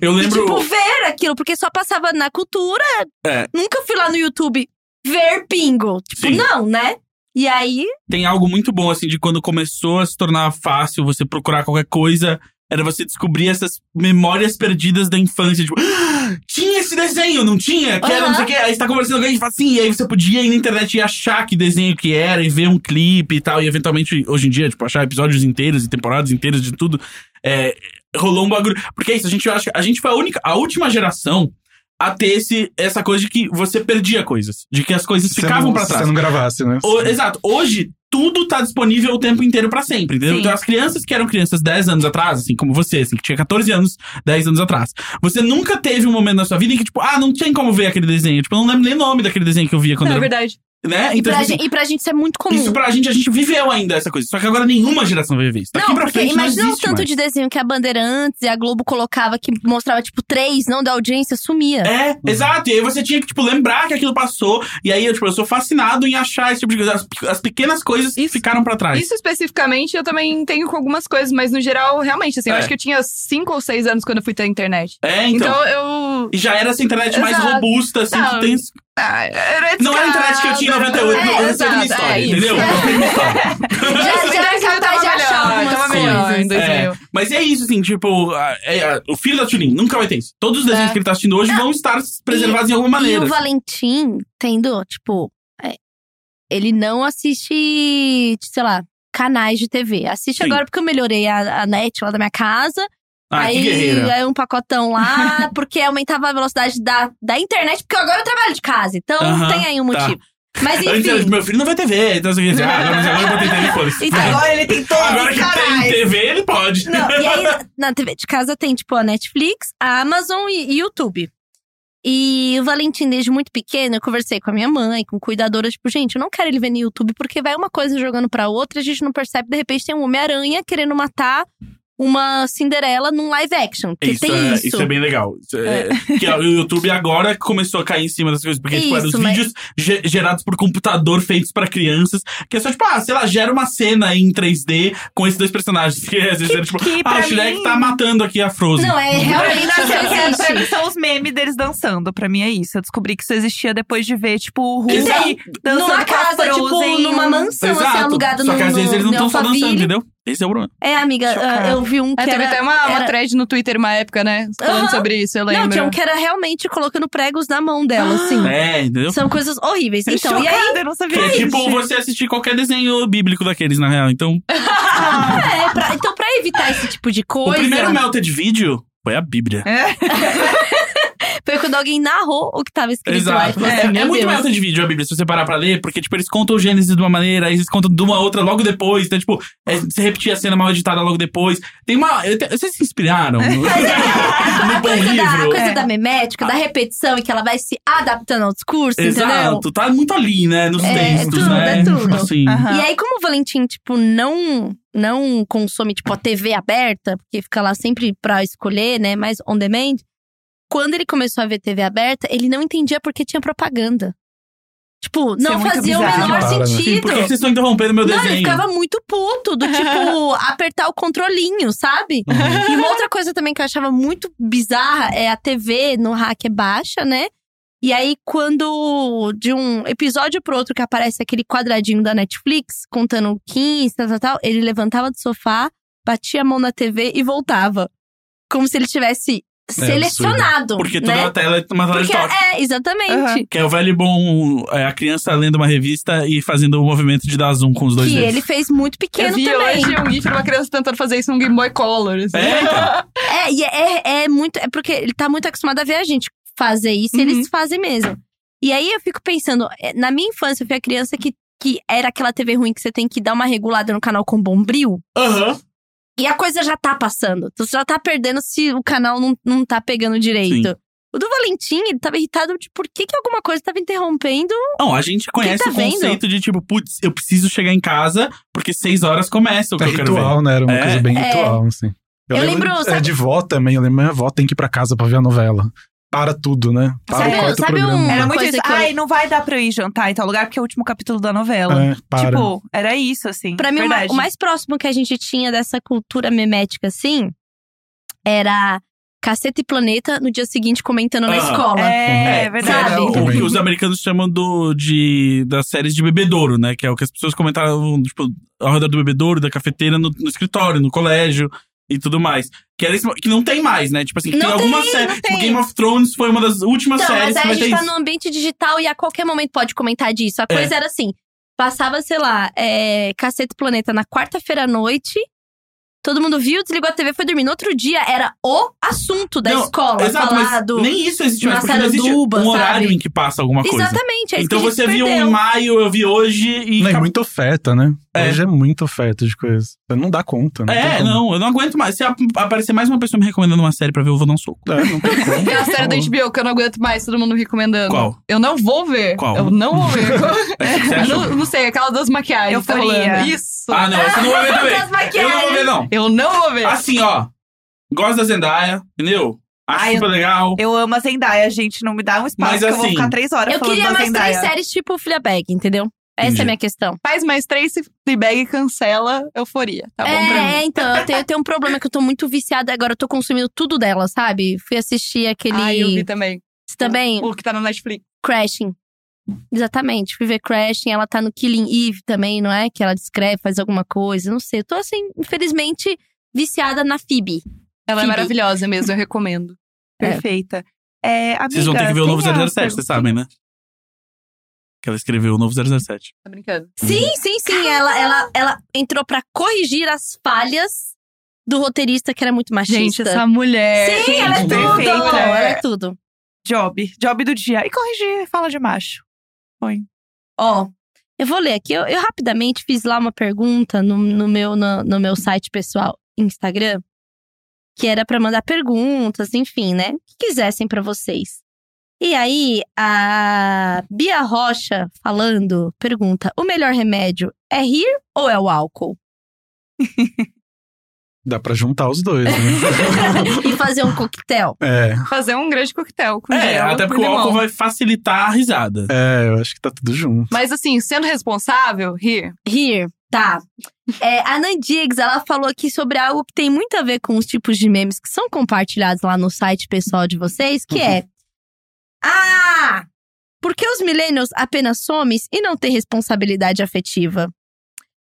Eu E, lembro. tipo, ver aquilo, porque só passava na cultura. É. Nunca fui lá no YouTube ver Pingo. Tipo, Sim. não, né? E aí, tem algo muito bom, assim, de quando começou a se tornar fácil você procurar qualquer coisa. Era você descobrir essas memórias perdidas da infância. Tipo, "Ah, tinha esse desenho, não tinha? Que era não sei o que. Aí você tá conversando com alguém e fala assim. E aí você podia ir na internet e achar que desenho que era, e ver um clipe e tal. E eventualmente, hoje em dia, tipo, achar episódios inteiros e temporadas inteiras de tudo. É, rolou um bagulho. Porque é isso, a gente acha. A gente foi a única, a última geração a ter esse, essa coisa de que você perdia coisas. De que as coisas Se ficavam não- pra se trás. você não gravasse, né? O- exato. Hoje, tudo tá disponível o tempo inteiro pra sempre, entendeu? Sim. Então, as crianças que eram crianças 10 anos atrás, assim, como você, assim, que tinha 14 anos, 10 anos atrás. Você nunca teve um momento na sua vida em que, tipo, ah, não tinha como ver aquele desenho. Tipo, eu não lembro nem o nome daquele desenho que eu via quando Não, é era... verdade. Né? e, Então, pra assim, gente, e pra gente isso é muito comum. isso pra gente, a gente viveu ainda essa coisa. Só que agora nenhuma geração vai viver isso. Daqui não, pra porque frente imagina não o existe tanto mais. de desenho que a Bandeirantes e a Globo colocava que mostrava, tipo, três, não da audiência, sumia. É, exato. E aí você tinha que, tipo, lembrar que aquilo passou. E aí, eu, tipo, eu sou fascinado em achar esse tipo de coisa. As, as pequenas coisas que Isso. ficaram pra trás. Isso especificamente eu também tenho com algumas coisas, mas no geral, realmente, assim, É. eu acho que eu tinha cinco ou seis anos quando eu fui ter internet. É, então. Então, eu. E já era essa internet mais Exato. robusta, assim, que Não, tem Ah, era Não era a internet que eu tinha em 98, É, não, essa é a exato, minha história, é isso. entendeu? Já, já era capaz de achar algumas tava coisas. melhor em 2000. É, mas é isso, assim, tipo, a- é, a- o filho da Tulin nunca vai ter isso. Todos os desenhos É. que ele tá assistindo hoje vão estar preservados de alguma maneira. E o Valentim, tendo, tipo, é, ele não assiste, sei lá, canais de TV. Assiste Sim. agora porque eu melhorei a, a net lá da minha casa. ah, que aí guerreira. ganhei um pacotão lá, porque aumentava a velocidade da, da internet, porque agora eu trabalho de casa. Então Aham, tem aí um tá. motivo. Antes Mas era, tipo, enfim. meu filho não vai TV, então assim, assim, ah, agora, mas agora eu vou ter TV, foda-se. Então, Agora ele tem todo Agora que tem caralho. TV, ele pode. Não, e aí na TV de casa tem, tipo, a Netflix, a Amazon e, e YouTube. E o Valentim, desde muito pequeno, eu conversei com a minha mãe, com cuidadora, tipo, gente, eu não quero ele ver no YouTube, porque vai uma coisa jogando pra outra, a gente não percebe, de repente tem um Homem-Aranha querendo matar uma Cinderela num live action. Que Isso, tem é, isso. isso é bem legal. Isso é- que o YouTube agora começou a cair em cima dessas coisas. Porque, tipo, eram os Isso, mas- vídeos ge- gerados por computador, feitos pra crianças. Que é só, tipo, ah, sei lá, gera uma cena em 3D com esses dois personagens. Que às vezes era, tipo, que ah, pra o Shrek mim- é tá matando aqui a Frozen. Não, é realmente Não, isso pra mim existe. são os memes deles dançando. Pra mim é isso. Eu descobri que isso existia depois de ver, tipo, o é Hulk Exato. dançando Numa com a casa, Frozen, um- tipo, numa mansão, assim, Exato. alugada Só no, que às vezes no, eles não no estão só dançando, Alphaville. entendeu? Esse é o problema. É, amiga, Chocada. ah, eu vi um que É, teve era- até uma, uma era- thread no Twitter uma época, né? Falando Aham. sobre isso, eu lembro. Não, tinha um que era realmente colocando pregos na mão dela, assim. É, entendeu? São coisas horríveis. Então, e Chocada, aí, eu não Que sabia. é tipo você assistir qualquer desenho bíblico daqueles, na real. Então, é, pra, então, pra evitar esse tipo de o coisa, primeiro melted vídeo foi a Bíblia. foi quando alguém narrou o que tava escrito lá. E Exato. falou É, assim, é "Meu muito Deus." melted vídeo a Bíblia, se você parar pra ler, porque, tipo, eles contam o Gênesis de uma maneira, aí eles contam de uma outra logo depois. Então, tipo, é, você repetir a cena mal editada logo depois. Tem uma. eu te- Vocês se inspiraram no, no bom é, Coisa da, livro? É. coisa da memética, da repetição, e que ela vai se adaptando ao discurso, entendeu? Exato, tá muito ali, né? Nos É, textos, tudo, né? é tudo. Assim. Aham. E aí, como o Valentim, tipo, não, não consome, tipo, a TV aberta, porque fica lá sempre pra escolher, né? Mas on demand. Quando ele começou a ver TV aberta, ele não entendia porque tinha propaganda. Tipo, Isso é não muito fazia bizarro. o menor Para, né? sentido. Sim, assim, por que que vocês estão interrompendo meu Não, desenho? ele ficava muito puto, do tipo, apertar o controlinho, sabe? Uhum, E uma outra coisa também que eu achava muito bizarra é a TV no hack é baixa, né? E aí, quando de um episódio pro outro que aparece aquele quadradinho da Netflix, contando 15, tal, tal, tal, ele levantava do sofá, batia a mão na TV e voltava. Como se ele tivesse absurdo. selecionado. É Porque toda né? a tela é uma tela de Porque, toque. é, exatamente. Aham. Que é o velho e bom, é, a criança lendo uma revista e fazendo o movimento de dar zoom com os dois Que dedos. ele fez muito Eu pequeno vi também. hoje um GIF de uma criança tentando fazer isso num Game Boy Color. assim. É, então. É, e é, é muito. É porque ele tá muito acostumado a ver a gente fazer isso, e Uhum. eles fazem mesmo. E aí eu fico pensando, é, na minha infância eu fui a criança que, que era aquela TV ruim que você tem que dar uma regulada no canal com bombril. Aham. E a coisa já tá passando. Então você já tá perdendo se o canal não, não tá pegando direito. O do Valentim, ele tava irritado de por que, que alguma coisa tava interrompendo. Não, a gente conhece tá o vendo? conceito de tipo, putz, eu preciso chegar em casa porque seis horas começa o que É eu quero ver. ritual, né? Era uma É. coisa bem É. ritual, assim. Eu lembro, É sabe- de vó também. Eu lembro minha avó tem que ir pra casa pra ver a novela. Para tudo, né? Para Sabe- o quarto sabe um- programa. Uma Era muito coisa isso. que eu- Ai, não vai dar pra eu ir jantar em tal lugar porque é o último capítulo da Ah, novela. um É, para. Tipo, era isso, assim. Pra mim, o ma- verdade. o mais próximo que a gente tinha dessa cultura memética, assim, era Caceta e Planeta no dia seguinte comentando na Ah, escola. É, É, é verdade. sabe? o Também. que os americanos chamam do, de, das séries de bebedouro, né? Que é o que as pessoas comentavam, tipo, ao redor do bebedouro, da cafeteira, no, no escritório, no colégio e tudo mais. Que, era, esse- que não tem mais, né? Tipo assim, que Não tem algumas séries. Tipo, tem. Game of Thrones foi uma das últimas Então, séries mas aí que a vai ter gente tá é isso. É. no ambiente digital e a qualquer momento pode comentar disso. A coisa era assim: passava, sei lá, é, Cacete Planeta na quarta-feira à noite. Todo mundo viu, desligou a TV, foi dormir. No outro dia era o assunto da Não, escola Exato, mas falado. nem isso existe mais, porque não Marcelo existe Duba, um sabe? horário em que passa alguma coisa. Exatamente, é isso Então que a gente você viu perdeu. em maio, eu vi hoje e. Não, e acabou. muita oferta, né? É. Hoje é muita oferta de coisa. Você não dá conta, né? É, não, eu não aguento mais. Se ap- aparecer mais uma pessoa me recomendando uma série pra ver, eu vou dar um soco. É, não tem como. Tem uma série da HBO que eu não aguento mais, todo mundo recomendando. Tá Qual? Eu não vou ver. Qual? Eu não vou ver. É isso que você Eu achou? não, não sei, aquela das maquiagens. que tá Euforia. rolando. Isso. Ah, não, essa eu não vou ver também. Das Eu não vou maquiagens. ver, não. Eu não vou ver. Assim, ó. Gosto da Zendaya, entendeu? Acho Ai, eu- super legal. Eu amo a Zendaya, gente. Não me dá um espaço Mas que eu vou assim, ficar três horas Eu falando queria da mais Zendaya. três séries tipo Fleabag, entendeu? Essa é Entendi. a minha questão. Faz mais três, se Fleabag cancela, euforia. Tá bom pra mim. é, então, eu tenho, eu tenho um problema que eu tô muito viciada agora, eu tô consumindo tudo dela, sabe? Fui assistir aquele. Ah, eu vi também. Você também? O que tá na Netflix. Crashing. Exatamente, fui ver Crashing, ela tá no Killing Eve também, não é? Que ela descreve, faz alguma coisa, não sei. Eu tô assim, infelizmente, viciada na Phoebe. Ela Phoebe. é maravilhosa mesmo, eu recomendo. Perfeita. É, amiga, Vocês vão ter que ver o tem novo a- 007, vocês sabem, né? Que ela escreveu o novo 007. Tá brincando. Sim, sim, sim. Ela, ela, ela entrou pra corrigir as falhas do roteirista que era muito machista. Gente, essa mulher. Sim, ela é gente, tudo! perfeita, Ela mulher. é tudo. Job. Job do dia. E corrigir, fala de macho. Ó, eu vou ler aqui. Eu, eu rapidamente fiz lá uma pergunta no, no meu, no, no meu site pessoal, Instagram, que era pra mandar perguntas, enfim, né? O que quisessem pra vocês. E aí, a Bia Rocha falando, pergunta: o melhor remédio é rir ou é o álcool? Dá pra juntar os dois, né? e fazer um coquetel? é, Fazer um grande coquetel com É, gelo até e porque o limão. álcool vai facilitar a risada. é, eu acho que tá tudo junto. Mas assim, sendo responsável, rir. Rir. Tá. É, a Nandigs, ela falou aqui sobre algo que tem muito a ver com os tipos de memes que são compartilhados lá no site pessoal de vocês, que é. Ah! Por que os millennials apenas somem e não têm responsabilidade afetiva?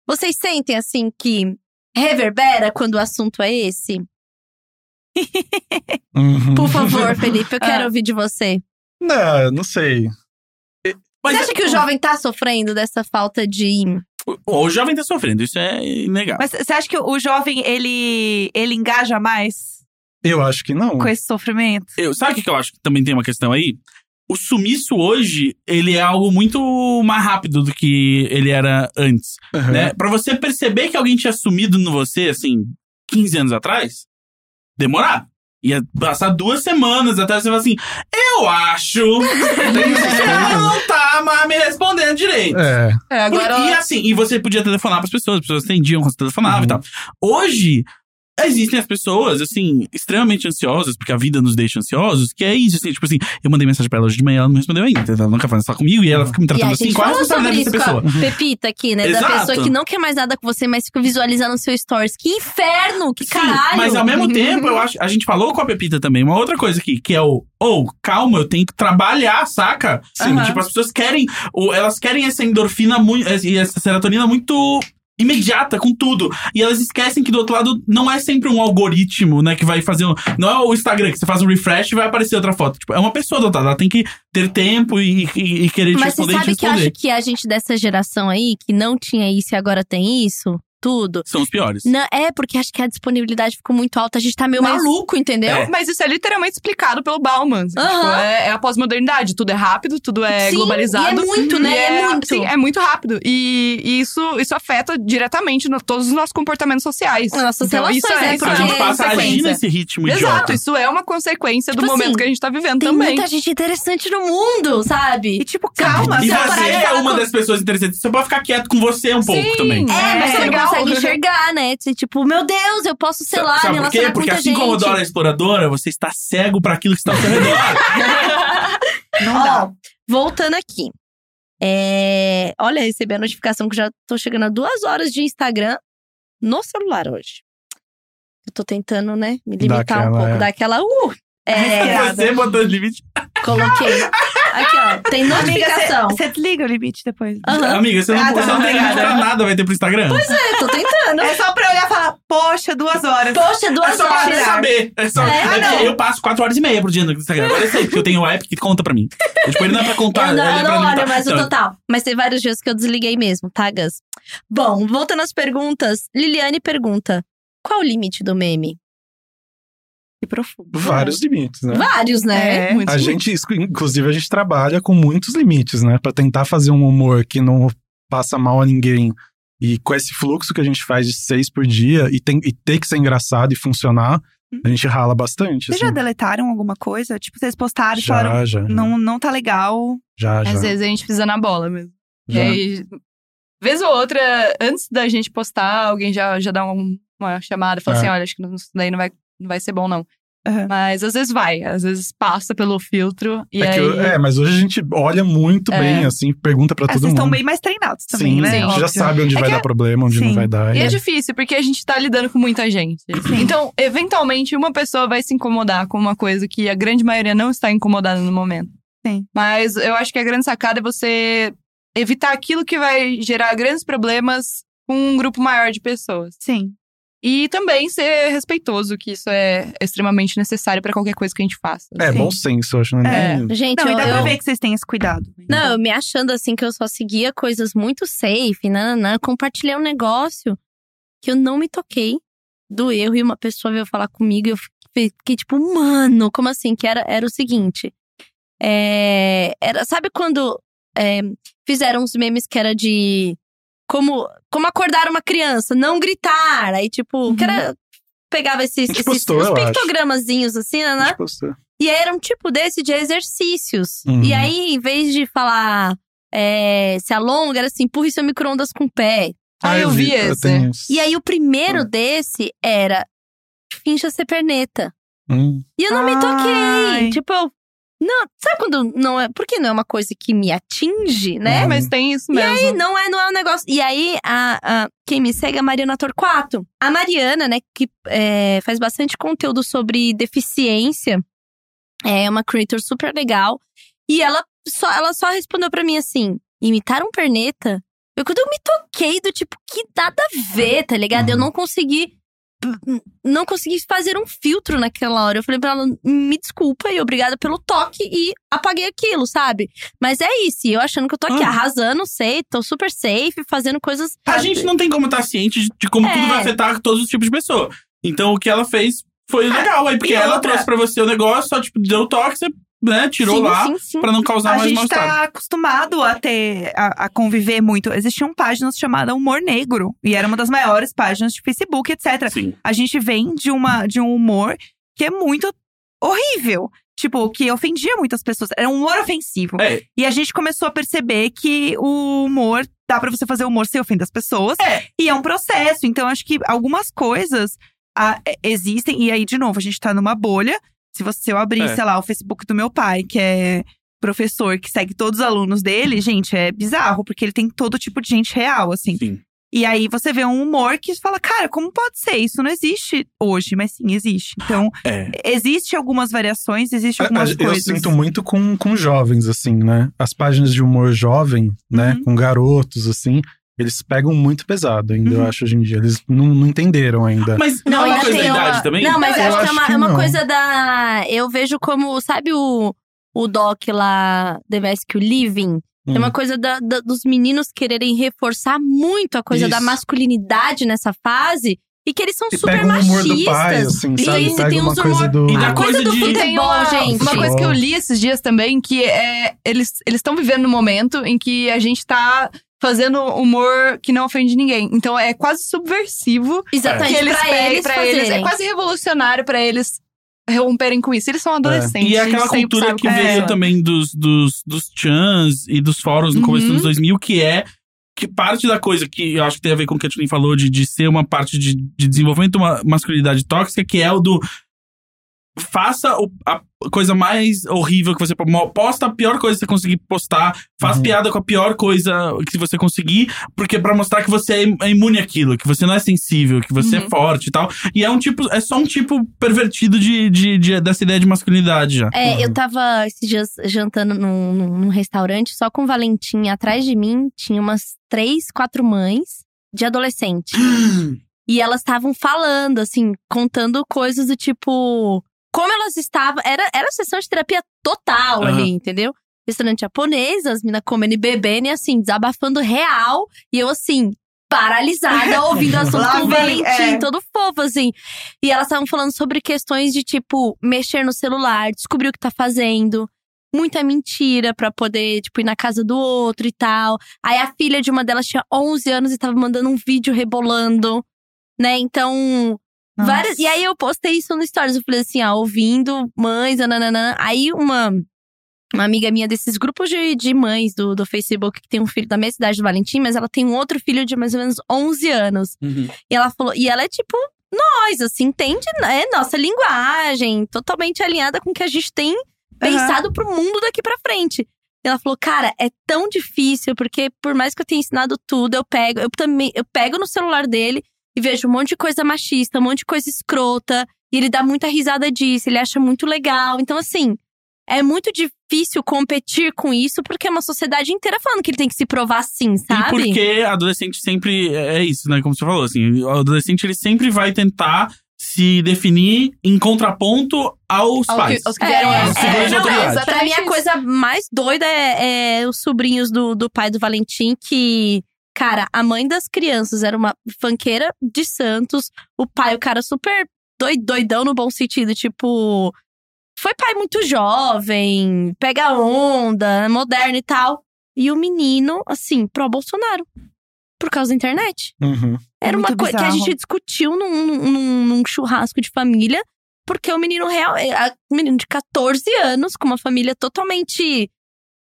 Vocês sentem, assim, que reverbera quando o assunto é esse? Uhum. Por favor, Felipe, eu quero Ah. ouvir de você. Não, não sei. Mas Você acha que o jovem tá sofrendo dessa falta de. o, o jovem tá sofrendo, isso é inegável. Mas você acha que o jovem, ele, ele engaja mais Eu acho que Hum. não. com esse sofrimento? Eu- sabe o que que eu acho que também tem uma questão aí? O sumiço hoje, ele é algo muito mais rápido do que ele era antes. Uhum. né? Pra você perceber que alguém tinha sumido no você, assim, 15 anos atrás, demorar. Ia passar duas semanas até você falar assim, eu acho que ela não tá mais me respondendo direito. É, É, Por- agora. E assim, e você podia telefonar pras pessoas, as pessoas atendiam quando você telefonava Uhum. e tal. Hoje, existem as pessoas, assim, extremamente ansiosas, porque a vida nos deixa ansiosos, que é isso, assim, tipo assim, eu mandei mensagem pra ela hoje de manhã, ela não respondeu ainda, ela nunca faz só comigo, e ela fica me E tratando a assim, gente qual é a falou sobre responsabilidade isso dessa pessoa? com a Pepita aqui, né? Da Exato. pessoa que não quer mais nada com você, mas fica visualizando seu stories. Que inferno! Que Sim, caralho! Uhum. Mas ao mesmo tempo, eu acho. A gente falou com a Pepita também uma outra coisa aqui, que é o, ou, calma, eu tenho que trabalhar, saca? Sim. Uhum. Tipo, as pessoas querem. Ou, elas querem essa endorfina muito. e essa serotonina muito. Imediata com tudo. E elas esquecem que do outro lado não é sempre um algoritmo, né? Que vai fazer. Um, não é o Instagram que você faz um refresh e vai aparecer outra foto. Tipo, é uma pessoa do outro lado. Ela tem que ter tempo e, e- e querer te Mas responder você e te sabe que eu acho responder. que a gente dessa geração aí, que não tinha isso e agora tem isso, tudo. São os piores. Não, é, porque acho que a disponibilidade ficou muito alta. A gente tá meio Mas- maluco, entendeu? É. Mas isso é literalmente explicado pelo Bauman. assim, Aham. tipo, é, é a pós-modernidade, tudo é rápido, tudo é Sim, e globalizado. é muito, né? E É muito. Sim, é muito rápido. E, e isso, isso afeta diretamente no- todos os nossos comportamentos sociais. Nossas Então, relações, isso é- né? isso a porque gente é passa a agir consequência. nesse ritmo Exato, idiota. isso é uma consequência Tipo do momento assim, que a gente tá vivendo Tem também. muita gente interessante no mundo, sabe? E tipo, calma. E Você vai você parar de é falar uma com- das pessoas interessantes. Você pode ficar quieto com você um pouco Sim. também. É, mas É, você não legal. consegue enxergar, né? Você, tipo, meu Deus, eu posso, sei lá, Sabe me por quê? relacionar com Porque muita assim gente. como a Dora Exploradora, você está cego para aquilo que está ao seu redor. Não dá. Ó, voltando aqui. É, Olha, recebi a notificação que já tô chegando a duas horas de Instagram no celular hoje. Eu tô tentando, né, me limitar um Daquela, pouco. é. Daquela, uh! É, você botou limite. coloquei. Aqui, ó, tem notificação. Você liga o limite depois. Aham. Amiga, você não, Ah, tá, você não tem limite pra nada, vai ter pro Instagram. Pois é. Eu tô tentando. É só pra eu olhar e falar, poxa, duas horas. Poxa, duas É só pra horas. você saber. É só, É, é não. porque eu passo 4 horas e meia pro dia no Instagram. Agora eu sei, porque eu tenho o app que conta pra mim. Eu, tipo, ele não é pra contar, Eu não, ele é eu pra não limitar. olho mais o Então, total. Mas tem vários dias que eu desliguei mesmo, tá, Gus? Bom, voltando às perguntas, Liliane pergunta: qual o limite do meme? Que profundo. Vários limites, né? Vários, né? É. Muito A gente, isso, inclusive, a gente trabalha com muitos limites, né? Pra tentar fazer um humor que não passa mal a ninguém. E com esse fluxo que a gente faz de seis por dia e, tem, e ter que ser engraçado e funcionar, a gente rala bastante. Vocês Assim. já deletaram alguma coisa? Tipo, vocês postaram e falaram, já, já, não, não tá legal. já, É já, Às vezes a gente pisa na bola mesmo. já. E aí, vez ou outra, antes da gente postar, alguém já, já dá um- uma chamada, fala É. assim, olha, acho que não- isso daí não vai, não vai ser bom, não. Aham. Mas às vezes vai, às vezes passa pelo filtro e É, que aí... eu- é, mas hoje a gente olha muito É. bem, assim, pergunta pra Ah, todo Vocês mundo. estão bem mais treinados também, Sim, né? a gente Óbvio. já sabe onde É vai que dar é- problema, onde Sim. não vai dar. E é e- difícil, porque a gente tá lidando com muita gente. Então, eventualmente, uma pessoa vai se incomodar com uma coisa que a grande maioria não está incomodada no momento. Sim. Mas eu acho que a grande sacada é você evitar aquilo que vai gerar grandes problemas com um grupo maior de pessoas. Sim. E também ser respeitoso, que isso é extremamente necessário pra qualquer coisa que a gente faça. É, Sim. bom senso, eu acho. Né? É. Nem- Gente, Não, e eu, dá eu- pra ver que vocês têm esse cuidado. Uhum. Não, eu me achando assim que eu só seguia coisas muito safe, nananã, compartilhei um negócio que eu não me toquei do erro e uma pessoa veio falar comigo e eu fiquei fiquei tipo, mano, como assim? Que era, era o seguinte. É, era, sabe quando é, fizeram uns memes que era de como, como acordar uma criança, não gritar. Aí, tipo, que era- pegava esses, A gente esses Uhum. Tipo postou, uns eu acho. pictogramazinhos assim, né? Ah, Tipo, você- E aí era um tipo desse de exercícios. Uhum. E aí, em vez de falar é, se alonga, era assim, empurre seu micro-ondas com o pé. Ah, eu vi esse. tenho esse. E aí o primeiro desse era finja ser perneta. Hum. E eu não me Ai. toquei. Tipo, eu. Não, sabe quando não é. Porque não é uma coisa que me atinge, né? É, Uhum. mas tem isso mesmo. E não é, não é um negócio. E aí, a, a- quem me segue é a Mariana Torquato. A Mariana, né, que é, faz bastante conteúdo sobre deficiência, é uma creator super legal. E ela só, ela só respondeu pra mim assim: imitar um perneta? Eu quando eu me toquei do tipo, que nada a ver, tá ligado? Eu Uhum. não consegui. Não consegui fazer um filtro naquela hora. Eu falei pra ela, me desculpa e obrigada pelo toque e apaguei aquilo, sabe? Mas é isso, e eu achando que eu tô aqui Ah. arrasando, sei, tô super safe, fazendo coisas. A gente não tem como estar ciente de, de como É. tudo vai afetar todos os tipos de pessoa. Então o que ela fez foi legal, aí, porque e ela outra- trouxe pra você o negócio, só tipo, deu toque, você né, tirou Sim, lá Sim, sim. pra não causar A mais gente mal-estar. tá acostumado a ter, a, a conviver muito. Existiam páginas chamadas Humor Negro. E era É uma das maiores páginas de Facebook, tá- etc. Sim. A gente vem de, uma, de um humor que é muito horrível. Tipo, que ofendia muitas pessoas. Era um humor ofensivo. É. E a gente começou a perceber que o humor. Dá pra você fazer humor sem ofender as pessoas. E é um processo. Então, acho que algumas coisas ah, é- existem. E aí, de novo, a gente tá numa bolha. Se você se eu abrir, É. sei lá, o Facebook do meu pai, que é professor que segue todos os alunos dele, gente, é bizarro, porque ele tem todo tipo de gente real, assim. Sim. E aí você vê um humor que fala, cara, como pode ser? Isso não existe hoje, mas sim, existe. Então, É. existe algumas variações, existe Tipo, A- a- algumas É, Eu coisas. sinto muito com, com jovens, assim, né? As páginas de humor jovem, né? Uhum. Com garotos, assim, eles pegam muito pesado ainda, Uhum. eu acho, hoje em dia. Eles não, não entenderam ainda. Mas não, é uma ainda coisa da tem idade uma- também? assim, Não, mas Eu acho, que é acho uma, que é uma não. coisa da. Eu vejo como, sabe o, o Doc lá, The Rescue Living? É uma Hum. coisa da- da- dos meninos quererem reforçar muito a coisa da Isso. masculinidade nessa fase e que eles são E super pega o humor machistas. do pai, assim, E sabe? aí você Pega tem uma uns coisa humor- do. E da a coisa do coisa de- futebol, Tem uma, gente. uma coisa que eu li esses dias também, que é. Eles estão vivendo um momento em que a gente tá fazendo humor que não ofende ninguém. Então é quase subversivo Exatamente, que eles pra peguem eles pra fazerem. eles. É quase revolucionário pra eles romperem com isso. Eles são adolescentes. E é aquela eles sempre cultura sabem é. que como veio funciona. também dos, dos, dos chans e dos fóruns no começo Uhum. dos anos 2000, que é que parte da coisa que eu acho que tem a ver com o que a Tulin falou, de, de ser uma parte de, de desenvolvimento de uma masculinidade tóxica, que é o do. Faça o- a coisa mais horrível que você po- mo- posta a pior coisa que você conseguir postar, faz Uhum. piada com a pior coisa que você conseguir, porque pra mostrar que você é im- é imune àquilo, que você não é sensível, que você é Uhum. forte e tal. E é um tipo, é só um tipo pervertido de, de, de- dessa ideia de masculinidade já. É, eu tava esses dias jantando num, num- num restaurante só com o Valentim. Atrás de mim tinha umas três, quatro mães de adolescente. e elas estavam falando, assim, contando coisas do tipo. Como elas estavam. Era, era sessão de terapia total Aham. ali, entendeu? Restaurante japonês, as minas comendo e bebendo e assim, desabafando real. E eu assim, paralisada, ouvindo o assunto Lá com o vem, Valentim, é. todo fofo, assim. E elas estavam falando sobre questões de, tipo, mexer no celular, descobrir o que tá fazendo. Muita mentira pra poder, tipo, ir na casa do outro e tal. Aí a filha de uma delas tinha 11 anos e tava mandando um vídeo rebolando, né? Então, Várias- e aí eu postei isso no Stories. Eu falei assim, ah, ouvindo mães, ananana. Aí uma, uma amiga minha desses grupos de, de mães do, do Facebook, que tem um filho da minha cidade, do Valentim, mas ela tem um outro filho de mais ou menos 11 anos. E ela falou, e ela é tipo nós, assim, entende? É nossa linguagem, totalmente alinhada com o que a gente tem pensado pro mundo daqui pra frente. E ela falou, cara, é tão difícil, porque por mais que eu tenha ensinado tudo, eu pego, eu também, eu pego no celular dele e vejo um monte de coisa machista, um monte de coisa escrota, e ele dá muita risada disso, ele acha muito legal. Então, assim, é muito difícil competir com isso, porque é uma sociedade inteira falando que ele tem que se provar assim, E sabe? porque adolescente sempre é isso, né? Como você falou, assim, o adolescente ele sempre vai tentar se definir em contraponto aos Ao que- pais. aos que vieram É, antes. é, Figuras de não, autoridade. exatamente Pra mim, a isso. coisa mais doida é, é os sobrinhos do, do pai do Valentim, que, cara, a mãe das crianças era uma fanqueira de Santos, o pai, o cara super doi- doidão no bom sentido, tipo. Foi pai muito jovem, pega onda, moderno e tal. E o menino, assim, pró-Bolsonaro. Por causa da internet. Uhum. É Era Muito É uma coisa que a bizarro. gente discutiu num, num- num churrasco de família, porque o menino real, é, a- um menino de 14 anos, com uma família totalmente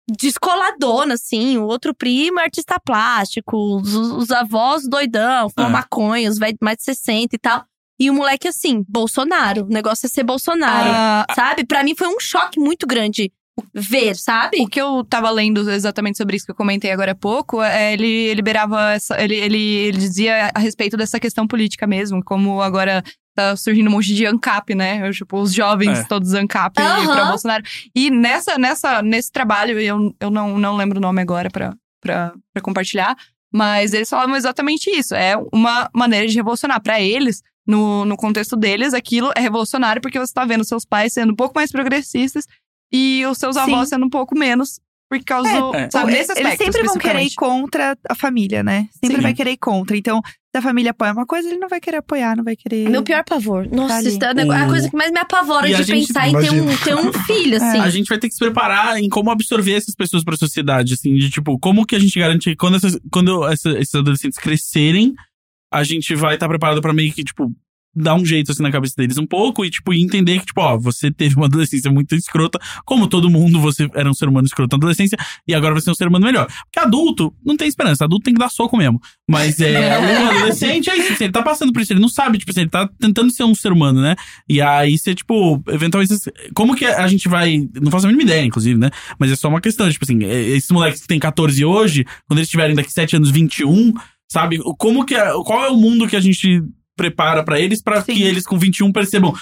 descoladona, assim, o outro primo é artista plástico, os, os avós doidão, fuma É. maconha, os velhos de mais de 60 e tal. E o moleque assim, Bolsonaro, o negócio é ser né? Bolsonaro, Ah, sabe? Pra mim foi um choque muito grande ver, sabe? O que eu tava lendo exatamente sobre isso que eu comentei agora há pouco, é, ele liberava essa, ele, ele, ele dizia a respeito dessa questão política mesmo, como agora tá surgindo um monte de ANCAP, né? Eu, tipo, os jovens É. todos ANCAP Aham. pra Bolsonaro. E nessa, nessa, nesse trabalho, eu, eu não, não lembro o nome agora pra, pra, pra compartilhar, mas eles falavam exatamente isso. É uma maneira de revolucionar. Pra eles, no, no contexto deles, aquilo é revolucionário porque você tá vendo seus pais sendo um pouco mais progressistas e os seus Sim. avós sendo um pouco menos por causa. É. Sabe, nesse eles aspecto, sempre vão querer ir especificamente. contra a família, né? Sempre Sim. vai querer ir contra. Então, se a família apoia uma coisa, ele não vai querer apoiar, não vai querer. Meu pior pavor. Nossa, ali. isso é o nego- a Tá O- coisa que mais me apavora E a de gente- É. pensar em ter um, Imagino. ter um filho, assim. A gente vai ter que se preparar em como absorver essas pessoas pra sociedade, assim, de tipo, como que a gente garante que quando, essas, quando essa- esses adolescentes crescerem, a gente vai estar preparado pra meio que, tipo, dar um jeito assim na cabeça deles um pouco e, tipo, entender que, tipo, ó, você teve uma adolescência muito escrota, como todo mundo, você era um ser humano escroto na adolescência, e agora você é um ser humano melhor. Porque adulto não tem esperança, adulto tem que dar soco mesmo. Mas é, um adolescente é isso, assim, ele tá passando por isso, ele não sabe, tipo, assim, ele tá tentando ser um ser humano, né? E aí você, tipo, eventualmente. você- Como que a gente vai. Não faço a mínima ideia, inclusive, né? Mas é só uma questão, tipo assim, é- esses moleques que têm 14 hoje, quando eles tiverem daqui 7 anos 21, sabe? O- Como que. a- Qual é o mundo que a gente prepara pra eles pra Sim. que eles com 21 percebam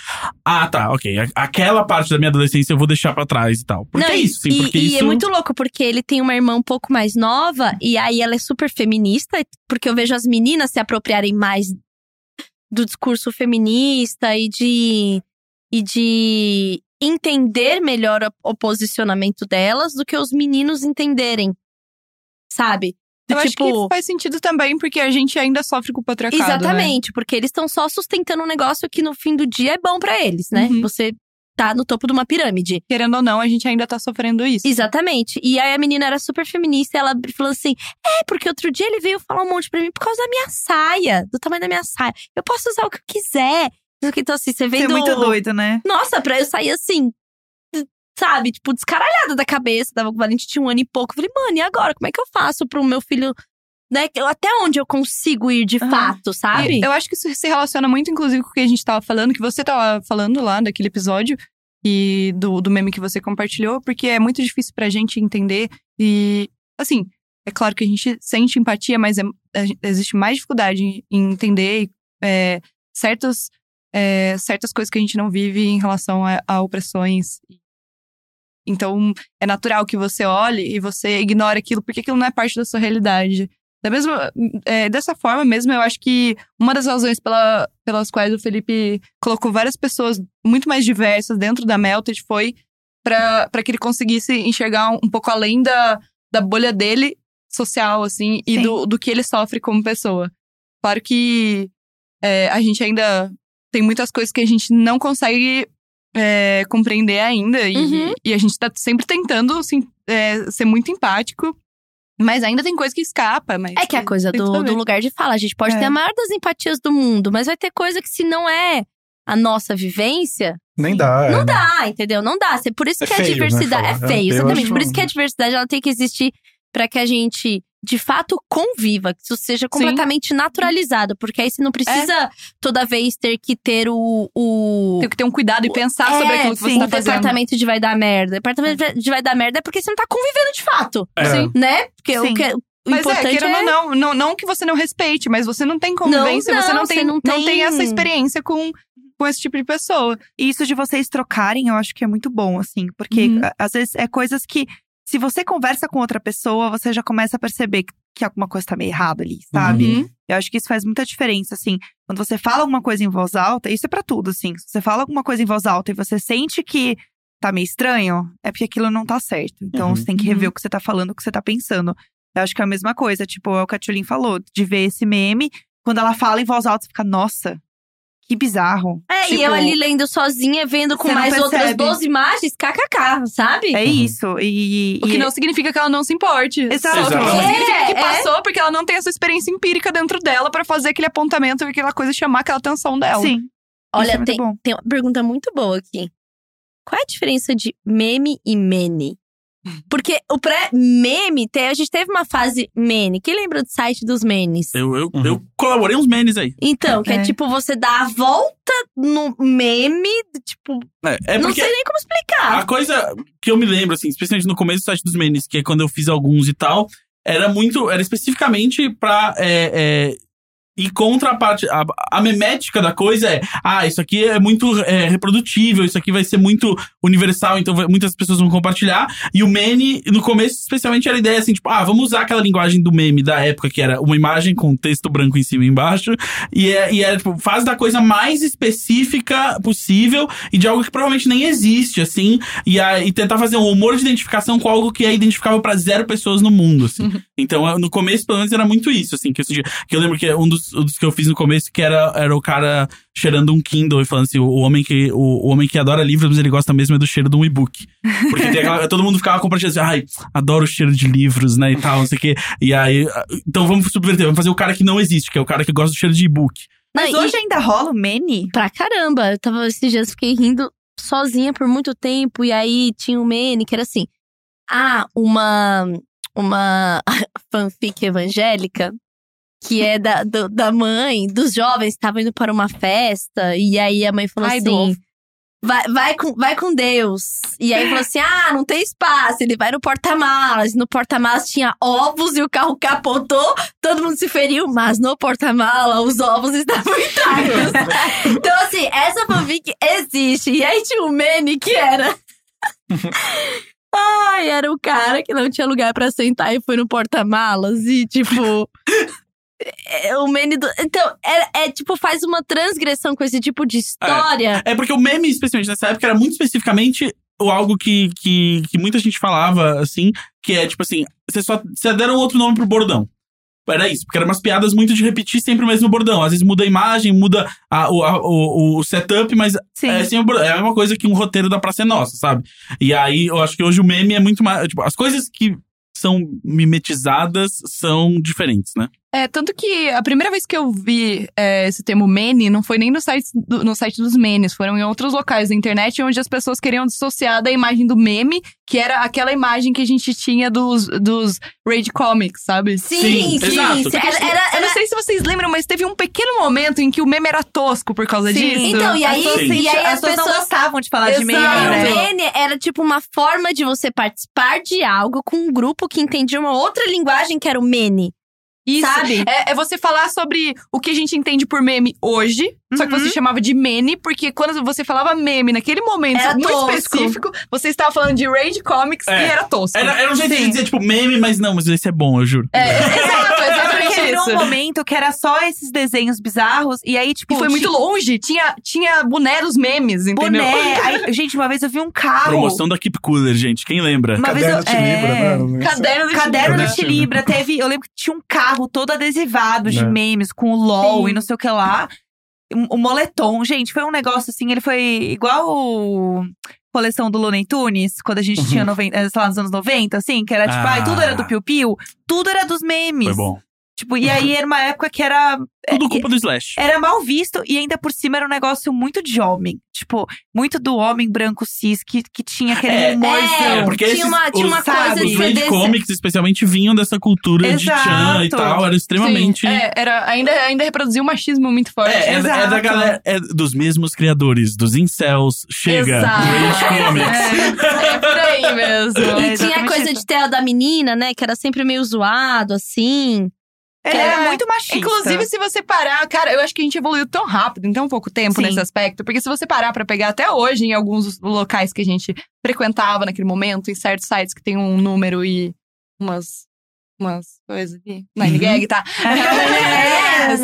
ah tá ok a- aquela parte da minha adolescência eu vou deixar pra trás e tal porque Não, é e- isso sim e, porque e isso é muito louco, porque ele tem uma irmã um pouco mais nova, e aí ela é super feminista, porque eu vejo as meninas se apropriarem mais do discurso feminista e de, e de entender melhor o- o posicionamento delas do que os meninos entenderem. Sabe? Tipo, Do Eu acho tipo que isso faz sentido também, porque a gente ainda sofre com o patriarcado. né? Exatamente, porque eles estão só sustentando um negócio que no fim do dia é bom pra eles, né? Uhum. Você tá no topo de uma pirâmide. Querendo ou não, a gente ainda tá sofrendo isso. Exatamente. E aí a menina era super feminista e ela falou assim: É, porque outro dia ele veio falar um monte pra mim por causa da minha saia, do tamanho da minha saia. Eu posso usar o que eu quiser. Então, assim, você vem Isso é do. muito doido, né? Nossa, pra eu sair assim, sabe, tipo, descaralhada da cabeça. Tava com o Valente, tinha um ano e pouco. Eu Falei, mano, e agora? Como é que eu faço pro meu filho né, que eu- até onde eu consigo ir de Ah, fato, sabe? Eu acho que isso se relaciona muito, inclusive, com o que a gente tava falando, que você tava falando lá daquele episódio e do, do meme que você compartilhou, porque é muito difícil pra gente entender. E, assim, é claro que a gente sente empatia, mas é- a gen- existe mais dificuldade em- em entender é, certos, é, certas coisas que a gente não vive em relação a, a opressões. Então, é natural que você olhe e você ignore aquilo, porque aquilo não é parte da sua realidade. Da mesma, é, dessa forma mesmo, eu acho que uma das razões pela- pelas quais o Felipe colocou várias pessoas muito mais diversas dentro da Melted foi para que ele conseguisse enxergar um, um pouco além da, da bolha dele social, assim, e Sim. do, do que ele sofre como pessoa. Claro que é, a gente ainda tem muitas coisas que a gente não consegue é, compreender ainda, e, Uhum. e a gente tá sempre tentando assim, é, ser muito empático. Mas ainda tem coisa que escapa, mas... É que é a coisa tem tudo a do, ver. do lugar de fala. A gente pode É. ter a maior das empatias do mundo, mas vai ter coisa que, se não é a nossa vivência, Nem dá. não é. dá, entendeu? Não dá. Se- Por isso É que a feio, né, diversidade. falar. é É feio, feio, exatamente. acho Por isso que a diversidade ela tem que existir pra que a gente. De fato, conviva, que isso seja completamente naturalizado, porque aí você não precisa toda vez ter que ter o- o Tem que ter um cuidado e pensar É, sobre aquilo que sim. você tá o fazendo. departamento de vai dar merda. O departamento de vai dar merda é porque você não tá convivendo de fato. É. Sim. Né? Porque o, Sim. que, o Mas é, importante queira ou não, não, não que você não respeite, mas você não tem convivência, Não, você, não, não tem, você não não, tem... tem- essa experiência com, com esse tipo de pessoa. E isso de vocês trocarem, eu acho que é muito bom, assim. Porque Uhum. a- às vezes é coisas que, se você conversa com outra pessoa, você já começa a perceber que, que alguma coisa tá meio errada ali, sabe? Uhum. Eu acho que isso faz muita diferença, assim. Quando você fala alguma coisa em voz alta, isso é pra tudo, assim. Se você fala alguma coisa em voz alta e você sente que tá meio estranho, é porque aquilo não tá certo. Então Uhum. você tem que rever o que você tá falando, o que você tá pensando. Eu acho que é a mesma coisa, tipo, é o que a Tulin falou, de ver esse meme. Quando ela fala em voz alta, você fica, nossa, que bizarro. é. É, e Tipo, eu ali lendo sozinha, vendo com você não mais outras percebe. 12 imagens, kkk, sabe? É isso. E, é O que e- não significa que ela não se importe. Exato. Só Exato. que significa É, que é. passou porque ela não tem essa experiência empírica dentro dela pra fazer aquele apontamento e aquela coisa chamar aquela atenção dela. Sim. Olha, isso é muito tem, bom. tem uma pergunta muito boa aqui. Qual é a diferença de meme e meme? Porque o pré-meme, te- a gente teve uma fase meme. Quem lembra do site dos memes? Eu, eu, Uhum. eu colaborei uns menes aí. Então, que é. É. tipo você dá a volta no meme, tipo, É, é não porque sei nem como explicar. A coisa que eu me lembro, assim, especialmente no começo do site dos memes, que é quando eu fiz alguns e tal, era muito. Era especificamente pra. É, é, ir contra a parte. A, a memética da coisa é. Ah, isso aqui é muito é, reprodutível, isso aqui vai ser muito universal, então vai- muitas pessoas vão compartilhar. E o meme, no começo, especialmente, era a ideia assim, tipo, ah, vamos usar aquela linguagem do meme da época, que era uma imagem com texto branco em cima e embaixo. E, é, e era, tipo, faz da coisa mais específica possível e de algo que provavelmente nem existe, assim. E, a, e tentar fazer um humor de identificação com algo que é identificável pra zero pessoas no mundo, assim. Então, eu- no começo, pelo menos, era muito isso, assim. Que eu, sentia- que eu lembro que um dos, um dos que eu fiz no começo, que era, era o cara cheirando um Kindle e falando assim, o, o homem que, o, o homem que adora livros, mas ele gosta mesmo é do cheiro de um e-book. Porque tem aquela- todo mundo ficava compartilhando assim, ai, adoro o cheiro de livros, né, e tal, não sei o quê. E aí, ah, então vamos subverter, vamos fazer o cara que não existe, que é o cara que gosta do cheiro de e-book. Não, Mas e- hoje ainda rola um o Mene? pra caramba. Eu tava esses dias, fiquei rindo sozinha por muito tempo. E aí tinha um meme que era assim: ah, uma, uma fanfic evangélica que é da, do- da mãe dos jovens que estavam indo para uma festa. E aí a mãe falou Ai, do assim. ovo. Vai, vai, com, vai com Deus. E aí falou assim: ah, não tem espaço. Ele vai no porta-malas. No porta-malas tinha ovos e o carro capotou, todo mundo se feriu, mas no porta-mala os ovos estavam intactos. Então, assim, essa fanfic existe. E aí tinha um meme que era. Ai, era o cara que não tinha lugar pra sentar e foi no porta-malas e, tipo. é, O meme do. Então, é, é, tipo, faz uma transgressão com esse tipo de história. É porque o meme, especialmente nessa época, era muito especificamente o algo que, que, que muita gente falava, assim, que é tipo assim, você só você deram outro nome pro bordão. Era isso, porque eram umas piadas muito de repetir sempre o mesmo bordão. Às vezes muda a imagem, muda a- o, a- o, o setup, mas Sim. é, assim, é a mesma coisa que um roteiro da Praça é Nossa, sabe? E aí, eu acho que hoje o meme é muito mais. Tipo, as coisas que são mimetizadas são diferentes, né? É, tanto que a primeira vez que eu vi é, esse termo meme não foi nem no site, do- no site dos memes, foram em outros locais da internet onde as pessoas queriam dissociar da imagem do meme, que era aquela imagem que a gente tinha dos, dos Rage Comics, sabe? Sim, exato. sim. Era, era, Eu não sei se vocês lembram, mas teve um pequeno momento em que o meme era tosco por causa Sim. disso. Então, e aí, Sim. e aí as pessoas não gostavam de falar de Exato. meio Era, né? Mene era tipo uma forma de você participar de algo com um grupo que entendia uma outra linguagem que era o Mene. Isso. Sabe? É, é você falar sobre o que a gente entende por meme hoje, só que Uhum. você chamava de meme, porque quando você falava meme naquele momento Era muito tosco. específico, você estava falando de Rage Comics É. e era tosco. Era, era um jeito de Sim. dizer, tipo, meme, mas não, mas esse é bom, eu juro. É, exato, Porque exatamente virou um isso. momento que era só esses desenhos bizarros. E aí, tipo, E foi muito tinha longe, tinha, tinha boné dos memes, entendeu? boné. Aí, gente, uma vez eu vi um carro. Promoção da Keep Cooler, gente, quem lembra? Uma vez eu, Caderno te é, livra, né? Caderno de Caderno Libra, da né? Libra, teve. Eu lembro que tinha um carro todo adesivado de Né. memes, com o LOL Sim. e não sei o que lá. Um- O moletom, gente, foi um negócio assim, ele foi igual o- coleção do Looney Tunes, quando a gente tinha 90, eh, sei lá, nos anos 90, assim, que era tipo, Ah. ai, tudo era do Piu Piu, tudo era dos memes. Foi bom. Tipo, e aí era uma época que era Tudo culpa do Slash. era mal visto e ainda por cima era um negócio muito de homem. Tipo, muito do homem branco cis que, que tinha aquele É, humorzão. É, porque tinha esses- uma, tinha uma os- coisa sabe, Os de Rage desse- Comics, especialmente, vinham dessa cultura de Exato. Chan e tal. Era extremamente. Sim, é, era, ainda, ainda reproduzia um machismo muito forte. É, é, é Exato. da galera. É dos mesmos criadores, dos incels. Chega. Exato. Rage Comics. É, é por aí mesmo. É, E tinha a exatamente coisa isso. de tela da menina, né? Que era sempre meio zoado, assim. Ele É. era muito machista. Inclusive, se você parar, cara, eu acho que a gente evoluiu tão rápido, em tão pouco tempo Sim. nesse aspecto. Porque se você parar pra pegar até hoje, em alguns locais que a gente frequentava naquele momento, em certos sites que tem um número e umas. umas coisas aqui. Nine gag, tá? É, Se-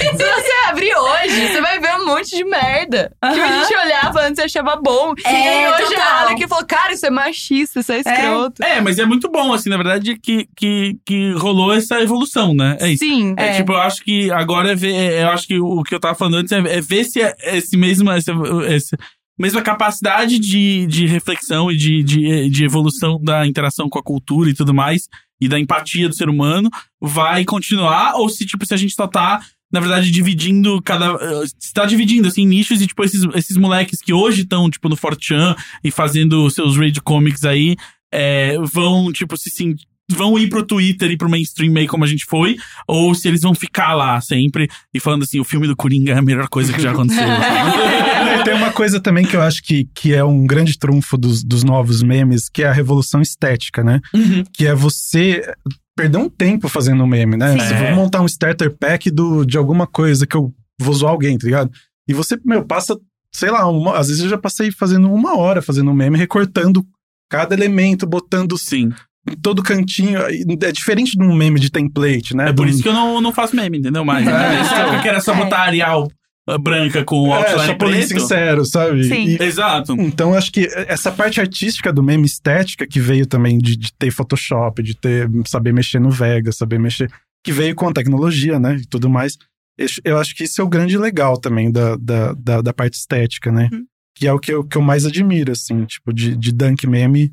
se você- Se você abrir hoje, você vai ver um monte de merda. Que a Aham. gente olhava antes e achava bom. É, e aí hoje total. olha aqui e falou, cara, isso é machista, isso é escroto. É, mas é muito bom, assim, na verdade, que, que, que rolou essa evolução, né? É isso. Sim. É, tipo, eu acho que agora é ver. é, Eu acho que o que eu tava falando antes é, é ver se é esse mesmo. Essa, essa mesma capacidade de, de reflexão e de, de, de evolução da interação com a cultura e tudo mais, e da empatia do ser humano, vai continuar, ou se, tipo, se a gente só tá. Na verdade, dividindo cada. eh, Se tá dividindo, assim, nichos e, tipo, esses, esses moleques que hoje estão, tipo, no Fortran e fazendo seus raid comics aí, eh, vão, tipo, se sen- Vão ir pro Twitter e pro mainstream meio como a gente foi, ou se eles vão ficar lá sempre e falando assim, o filme do Coringa é a melhor coisa que já aconteceu. E É, tem uma coisa também que eu acho que, que é um grande trunfo dos, dos novos memes, que é a revolução estética, né? Uhum. Que é você perder um tempo fazendo um meme, né? Sim. Você É. vai montar um starter pack do, de alguma coisa que eu vou zoar alguém, tá ligado? E você, meu, passa, sei lá, uma- às vezes eu já passei fazendo uma hora fazendo um meme, recortando cada elemento, botando Sim. em todo cantinho. É diferente de um meme de template, É né? De por um- isso que eu não, não faço meme, entendeu? Mas É. nessa época que era só botar a Arial eh, branca com o é, outline só por isso preto. sincero, sabe? Sim. E- Exato. Então, acho que essa parte artística do meme estética, que veio também de, de ter Photoshop, de ter saber mexer no Vega, saber mexer. que veio com a tecnologia, né? E tudo mais. Eu acho- Eu acho que isso é o grande legal também da, da, da, da parte estética, né? Uhum. Que é o que eu, que eu mais admiro, assim, tipo, de, de Dunk Meme.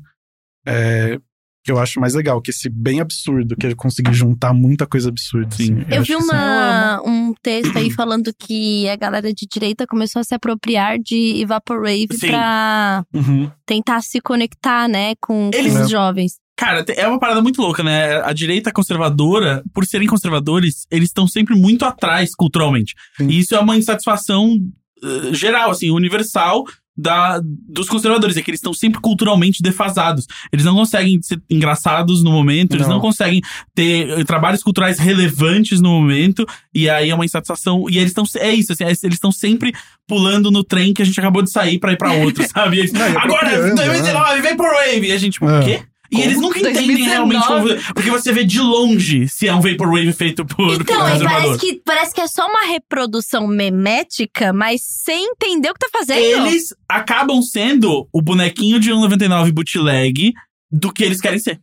é, que eu acho mais legal, que esse bem absurdo, que ele conseguir juntar muita coisa absurda. Sim. assim. Eu acho vi que isso é- uma, um texto aí falando que a galera de direita começou a se apropriar de Evaporwave Sim. pra Uhum. tentar se conectar, né, com, com Eles- os jovens. Cara, te- é uma parada muito louca, né? A direita conservadora, por serem conservadores, eles estão sempre muito atrás culturalmente. Sim. E isso é uma insatisfação eh, geral, assim, universal da, dos conservadores. É que eles estão sempre culturalmente defasados. Eles não conseguem ser engraçados no momento, eles não Não. conseguem ter eh, trabalhos culturais relevantes no momento. E aí é uma insatisfação. E eles estão. se- É isso, assim, é- eles estão sempre pulando no trem que a gente acabou de sair pra ir pra outro, sabe? E Eles, Não, e Agora, apropriando, né? 2019, vem por Wave! E a gente, tipo, o É. quê? E eles nunca entendem 2019. realmente como. Porque você vê de longe se é um Vaporwave feito por por Então, aí parece conservador. que, parece que é só uma reprodução memética, mas sem entender o que tá fazendo. Eles acabam sendo o bonequinho de 1,99 bootleg do que eles querem ser.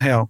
Real.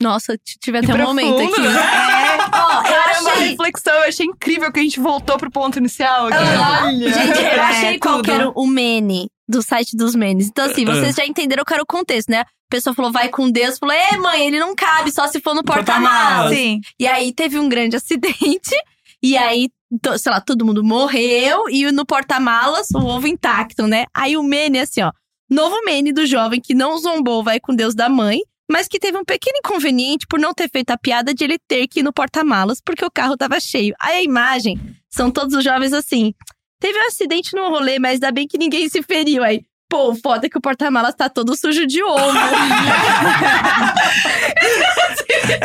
Nossa, t- tive Que até um profundo, momento aqui. né? É, Ó, eu acho uma achei- reflexão. Eu achei incrível que a gente voltou pro ponto inicial. aqui. Ah, Gente, eu É, achei qual tudo. que era o mene do site dos menes. Então, assim, vocês já entenderam qual era o contexto, né? A pessoa falou, vai com Deus, falou, é, mãe, ele não cabe, só se for no porta-malas. porta-malas. Sim. E aí teve um grande acidente, e aí, to- sei lá, todo mundo morreu, e no porta-malas, o ovo intacto, né? Aí o mene, assim, ó, novo mene do jovem que não zombou, vai com Deus da mãe. Mas que teve um pequeno inconveniente por não ter feito a piada de ele ter que ir no porta-malas porque o carro tava cheio. Aí a imagem são todos os jovens assim. Teve um acidente no rolê, mas ainda bem que ninguém se feriu. Aí, pô, foda que o porta-malas tá todo sujo de ovo.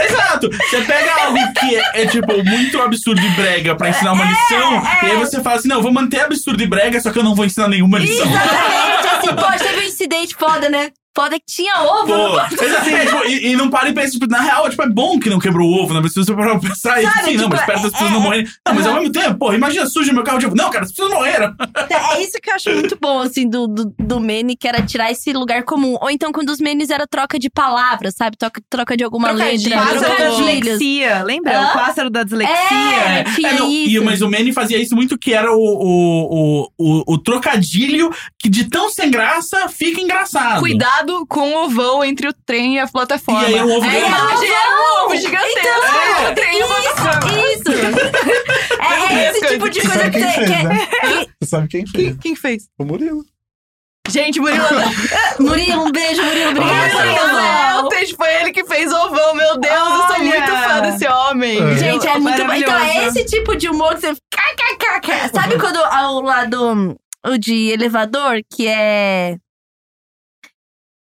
Exato! Você pega algo que é, é, tipo, muito absurdo e brega pra ensinar É, uma lição, e aí você fala assim: não, eu vou manter absurdo e brega, só que eu não vou ensinar nenhuma lição. Exatamente, assim, pô, teve um incidente foda, né? Foda que tinha ovo. né? Pô, mas assim, é, tipo, e, e não para e pensa, tipo, na real, tipo, é bom que não quebrou o ovo, né? Mas se você parar pra pensar, e, Sabe, assim, não, tipo, mas espera que as pessoas é, não morrerem. Não, mas ao mesmo tempo, porra, imagina sujo meu carro, tipo, não, cara, as pessoas morreram. É isso que eu acho muito bom, assim, do, do, do Mene, que era tirar esse lugar comum. Ou então, quando os Menes era troca de palavras, sabe? Troca, troca de alguma Trocadilho. letra. Pássaro da Trocadilhos. dislexia. Lembra? Hã? O pássaro da dislexia. É, tinha É, não, isso. E, mas o Manny fazia isso muito, que era o, o, o, o, o trocadilho que de tão sem graça fica engraçado. Cuidado com o ovão entre o trem e a plataforma. E aí o ovo a ganhou. imagem era um ovo gigantesco entre o trem e a plataforma. Isso! é, é esse tipo de Você coisa sabe que, quem você- fez, que é- né? Você sabe quem fez? Quem, quem fez? O Murilo. Gente, Murilo. Murilo, um beijo, Murilo. Obrigada Murilo por Léo, foi ele que fez o ovão. Meu Deus, eu sou Olha. muito fã desse homem. É. Gente, é muito bom. Então, é Maravilhoso. esse tipo de humor que você. KKKK. Sabe quando ao lado o de elevador, que é.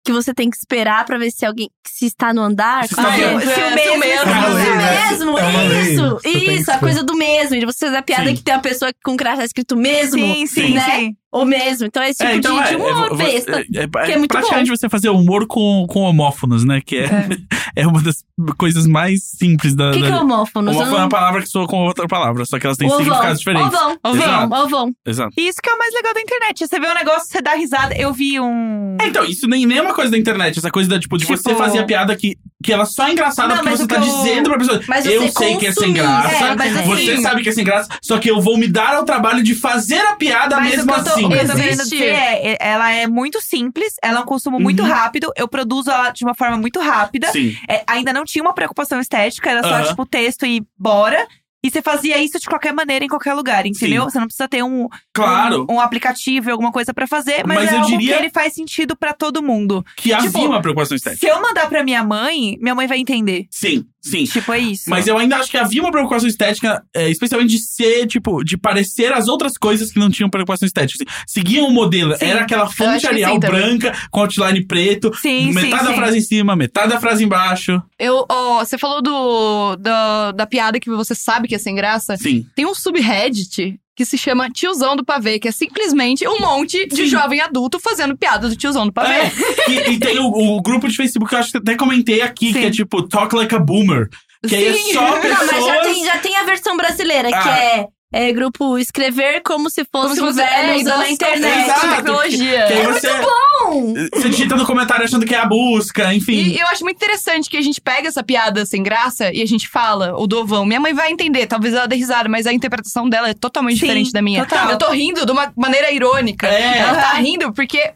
Que você tem que esperar pra ver se alguém se está no andar. Se como está é? vendo. É, Se o se o mesmo. mesmo. está no É uma lei, andar. né? mesmo. É uma lei. Isso, Você tem que isso, a ser. coisa do mesmo. De você fazer a piada Sim. que tem uma pessoa com crachá escrito mesmo. Sim, sim, né? sim. Ou mesmo. Então é esse tipo É, então de, é, de humor é, vo- é, besta. é, que é muito praticamente você fazer humor com, com homófonos, né? Que é, é. uma das coisas mais simples da. O que, que é da... homófono? Homófono é Não- uma palavra que soa com outra palavra, só que elas têm Ovão. significados diferentes. Ovão, Exato. ovão, ovão. Exato. E isso que é o mais legal da internet. Você vê um negócio, você dá risada. Eu vi um. É, então, isso nem, nem é uma coisa da internet, essa coisa da, tipo, de Tipo- você fazer a piada que, que ela só é engraçada Não, porque mas você o tá que eu- dizendo pra pessoa. Mas eu você sei que é sem consumir, graça. é, mas assim- você sabe que é sem graça, só que eu vou me dar ao trabalho de fazer a piada Mas mesmo o que eu tô, assim. o que eu tô querendo Existe. dizer é, e- ela é muito simples, ela é um consumo muito Uhum. rápido, eu produzo ela de uma forma muito rápida. Sim. É, ainda não tinha uma preocupação estética, era só, Aham. tipo, texto e bora. E você fazia isso de qualquer maneira, em qualquer lugar, entendeu? Você não precisa ter um, Claro um, um aplicativo, alguma coisa pra fazer, mas, Mas é eu algo diria- que ele faz sentido pra todo mundo. que havia tipo, uma preocupação estética. Se eu mandar pra minha mãe, minha mãe vai entender. Sim, sim. Tipo, é isso. Mas eu ainda acho que havia uma preocupação estética, é, especialmente de ser, tipo, de parecer as outras coisas que não tinham preocupação estética. Assim, seguiam o modelo, Sim. era aquela acho que fonte Arial sim também. branca, com outline preto, Sim, sim, metade da sim. frase em cima, metade da frase embaixo. Eu, ó, você falou do, da- da piada que você sabe que é sem graça. Sim. Tem um subreddit que se chama Tiozão do Pavê, que é simplesmente um monte de Sim. jovem adulto fazendo piada do tiozão do pavê. É. E, e tem o, o grupo de Facebook que eu acho que até comentei aqui, Sim. que é tipo Talk Like a Boomer. Que aí é Sim. só Não, mas já tem, pessoas. já tem a versão brasileira, que Ah. é, é grupo escrever como se Como fosse se um fosse velho é, usando a idosos internet. É, com Exato. tecnologia. É Que é aí você, Bom, você digita no comentário achando que é a busca, enfim. E eu acho muito interessante que a gente pega essa piada sem graça e a gente fala, o Dovão. Minha mãe vai entender, talvez ela dê risada, mas a interpretação dela é totalmente Sim, diferente da minha. total. Eu tô rindo de uma maneira irônica. É. Ela tá rindo porque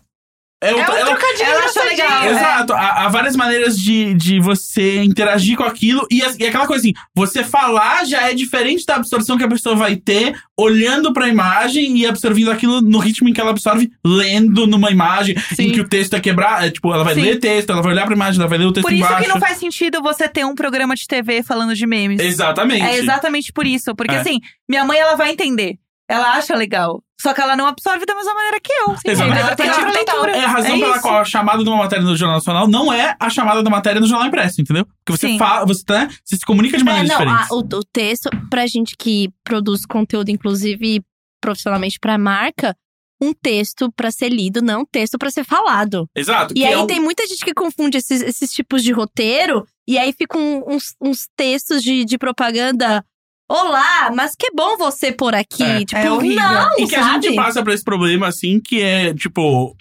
É, o- é um é o- trocadilho ela achou engraçadinho. legal, É. Exato, há, há várias maneiras de, de você interagir com aquilo e, as- e aquela coisa assim, você falar já é diferente da absorção que a pessoa vai ter olhando pra imagem e absorvendo aquilo no ritmo em que ela absorve, lendo numa imagem, Sim. em que o texto é quebrado, é, tipo, ela vai Sim. ler texto, ela vai olhar pra imagem, ela vai ler o texto Por isso embaixo. que não faz sentido você ter um programa de TV falando de memes. Exatamente. É exatamente por isso. Porque É. assim, minha mãe ela vai entender. Ela acha legal. Só que ela não absorve da mesma maneira que eu. Exatamente. Ela tem Ela tipo tem leitura. É a razão É pela isso. qual a chamada de uma matéria no Jornal Nacional não é a chamada da matéria no Jornal Impresso, entendeu? Porque você Sim. fala, você, tá, você se comunica de é, maneira não, diferente. a- o, o texto, pra gente que produz conteúdo, inclusive profissionalmente pra marca, um texto pra ser lido, não um texto pra ser falado. Exato. E que aí é o- tem muita gente que confunde esses, esses tipos de roteiro, e aí ficam uns, uns textos de, de propaganda. Olá, mas que bom você por aqui. É. tipo, É horrível. não, E que a sabe? gente passa por esse problema, assim, que é, tipo,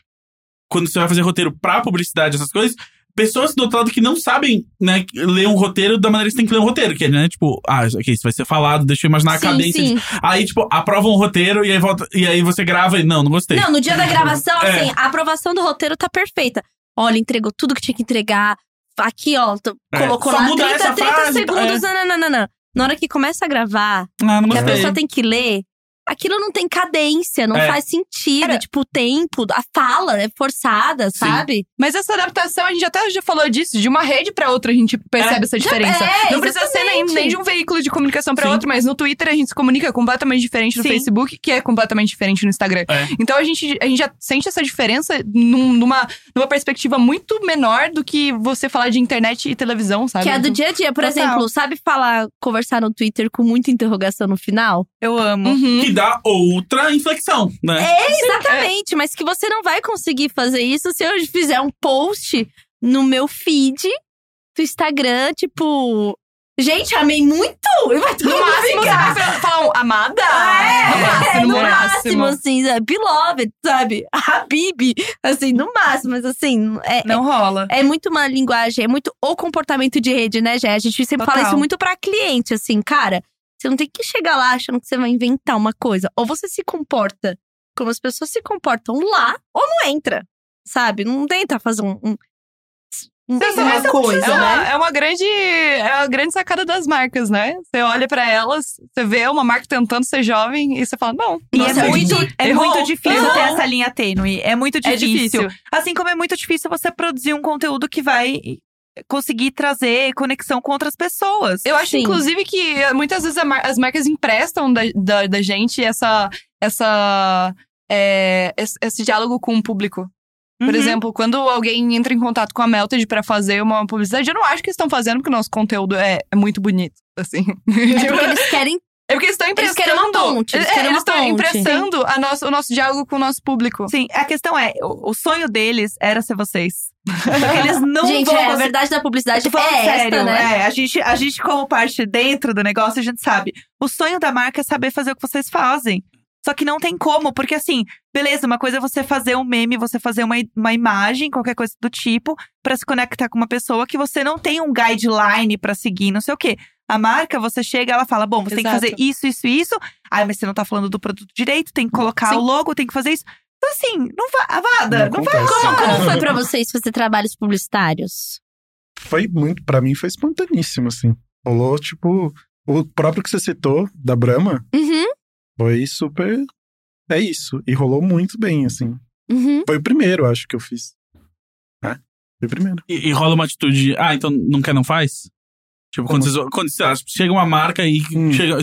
quando você vai fazer roteiro pra publicidade, essas coisas, pessoas do outro lado que não sabem, né, ler um roteiro da maneira que você tem que ler um roteiro, que é, né, tipo, ah, ok, isso vai ser falado, deixa eu imaginar a sim, cadência. sim. Aí, tipo, aprova um roteiro e aí volta, e aí você grava e não, não gostei. Não, no dia da gravação, É. assim, a aprovação do roteiro tá perfeita. Olha, entregou tudo que tinha que entregar. Aqui, ó, tô- É, colocou só lá muda 30, essa é. 30 frase, segundos. Não, não, não, não, não. Na hora que começa a gravar, Ah, não que a gostei. pessoa tem que ler, aquilo não tem cadência, não É. faz sentido. Cara- Tipo, o tempo, a fala é forçada, sabe? Mas essa adaptação, a gente até já falou disso, de uma rede pra outra a gente percebe essa diferença. é, não precisa ser nem, exatamente. nem de um veículo de comunicação pra Sim. outro, mas no Twitter a gente se comunica completamente diferente no Sim. Facebook, que é completamente diferente no Instagram. É. Então a gente, a gente já sente essa diferença num- numa, numa perspectiva muito menor do que você falar de internet e televisão, sabe? Que é do dia a dia. Por Total. exemplo, sabe falar, conversar no Twitter com muita interrogação no final? Eu amo. Uhum. Que dá outra inflexão, É, né? É, Exatamente, mas que você não vai conseguir fazer isso se eu fizer um post no meu feed do Instagram, tipo. Gente, amei muito! E vai todo No mundo máximo, você ficar. vai fa- falar um, amada? É, no máximo, no máximo, assim, sabe? beloved, sabe? Habib, assim, no máximo, mas assim, é, Não rola. é muito uma linguagem, é muito o comportamento de rede, né, Gé? A gente sempre fala Total. isso muito pra cliente, assim, cara. Você não tem que chegar lá achando que você vai inventar uma coisa. Ou você se comporta como as pessoas se comportam lá, ou não entra, sabe? Não tenta fazer um. um, um Você só vai uma ser coisa, É uma, né? é uma grande é uma grande sacada das marcas, né? Você olha pra elas, você vê uma marca tentando ser jovem e você fala, não. tá E nossa, é muito, é errou. muito difícil Errou. ter essa linha tênue. É muito É difícil. Assim como é muito difícil você produzir um conteúdo que vai conseguir trazer conexão com outras pessoas. Eu acho, Sim. inclusive, que eh, muitas vezes a mar- as marcas emprestam da, da, da gente essa, essa, eh, esse, esse diálogo com o público. Por Uhum. exemplo, quando alguém entra em contato com a Melted pra fazer uma publicidade, eu não acho que eles estão fazendo porque o nosso conteúdo é, é muito bonito, assim. É porque eles querem. É porque eles estão Eles emprestando. querem uma ponte, eles É, querem uma estão ponte. emprestando a nosso- o nosso diálogo com o nosso público. Sim, a questão é, o, o sonho deles era ser vocês. Porque eles não gente, vão é, a conseguir- verdade da publicidade Tô falando é sério, esta, né? é, a gente, a gente como parte dentro do negócio, a gente sabe. O sonho da marca é saber fazer o que vocês fazem. Só que não tem como, porque assim, beleza, uma coisa é você fazer um meme, você fazer uma, i- uma imagem, qualquer coisa do tipo, pra se conectar com uma pessoa que você não tem um guideline pra seguir, não sei o quê. A marca, você chega, ela fala: bom, você tem que Exato. fazer isso, isso, e isso. Ai, mas você não tá falando do produto direito, tem que colocar Sim. o logo, tem que fazer isso. Então, assim, não vai. Avada, não, vai. acontece. Como, como foi pra vocês fazer trabalhos publicitários? Foi muito, pra mim foi espontaníssimo, assim. Rolou, tipo, o próprio que você citou, da Brahma, Uhum, foi super. É isso. E rolou muito bem, assim. uhum. Foi o primeiro, acho, que eu fiz. É, foi o primeiro. E, e rola uma atitude, ah, então não quer, não faz? Tipo, quando, vocês, quando sei lá, chega uma marca e, Hum. chega,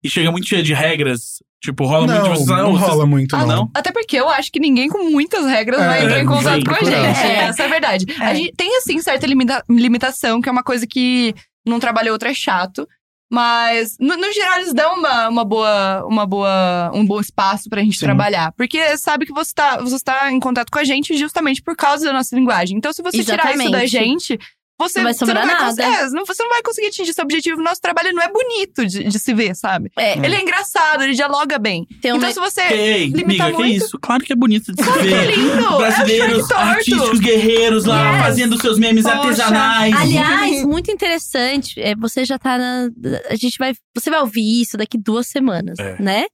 e chega muito cheia de regras, tipo, rola não, muito. Vocês, não vocês- rola muito, Ah, não. não? Até porque eu acho que ninguém com muitas regras É, vai entrar em vai contato com a procurar. gente. É. Essa é a verdade. A É. gente tem, assim, certa limita- limitação, que é uma coisa que num trabalho ou outro é chato. Mas, no, no geral, eles dão uma, uma boa, uma boa, um bom espaço pra gente Sim. trabalhar. Porque sabe que você tá, você tá em contato com a gente justamente por causa da nossa linguagem. Então, se você tirar isso da Exatamente. gente, você Não vai você sobrar não cons- nada. é, não- você não vai conseguir atingir seu objetivo. Nosso trabalho não é bonito de, de se ver, sabe? É, Ele é engraçado, ele dialoga bem. tem um Então, se você Ei, Limita amiga, que muito. isso? Claro que é bonito de se que ver. lindo! Brasileiros, É um short torto. artísticos, guerreiros lá, Yes. é fazendo seus memes Poxa. artesanais. Aliás, muito interessante. É, você já tá na. A gente vai. Você vai ouvir isso daqui duas semanas, É. né?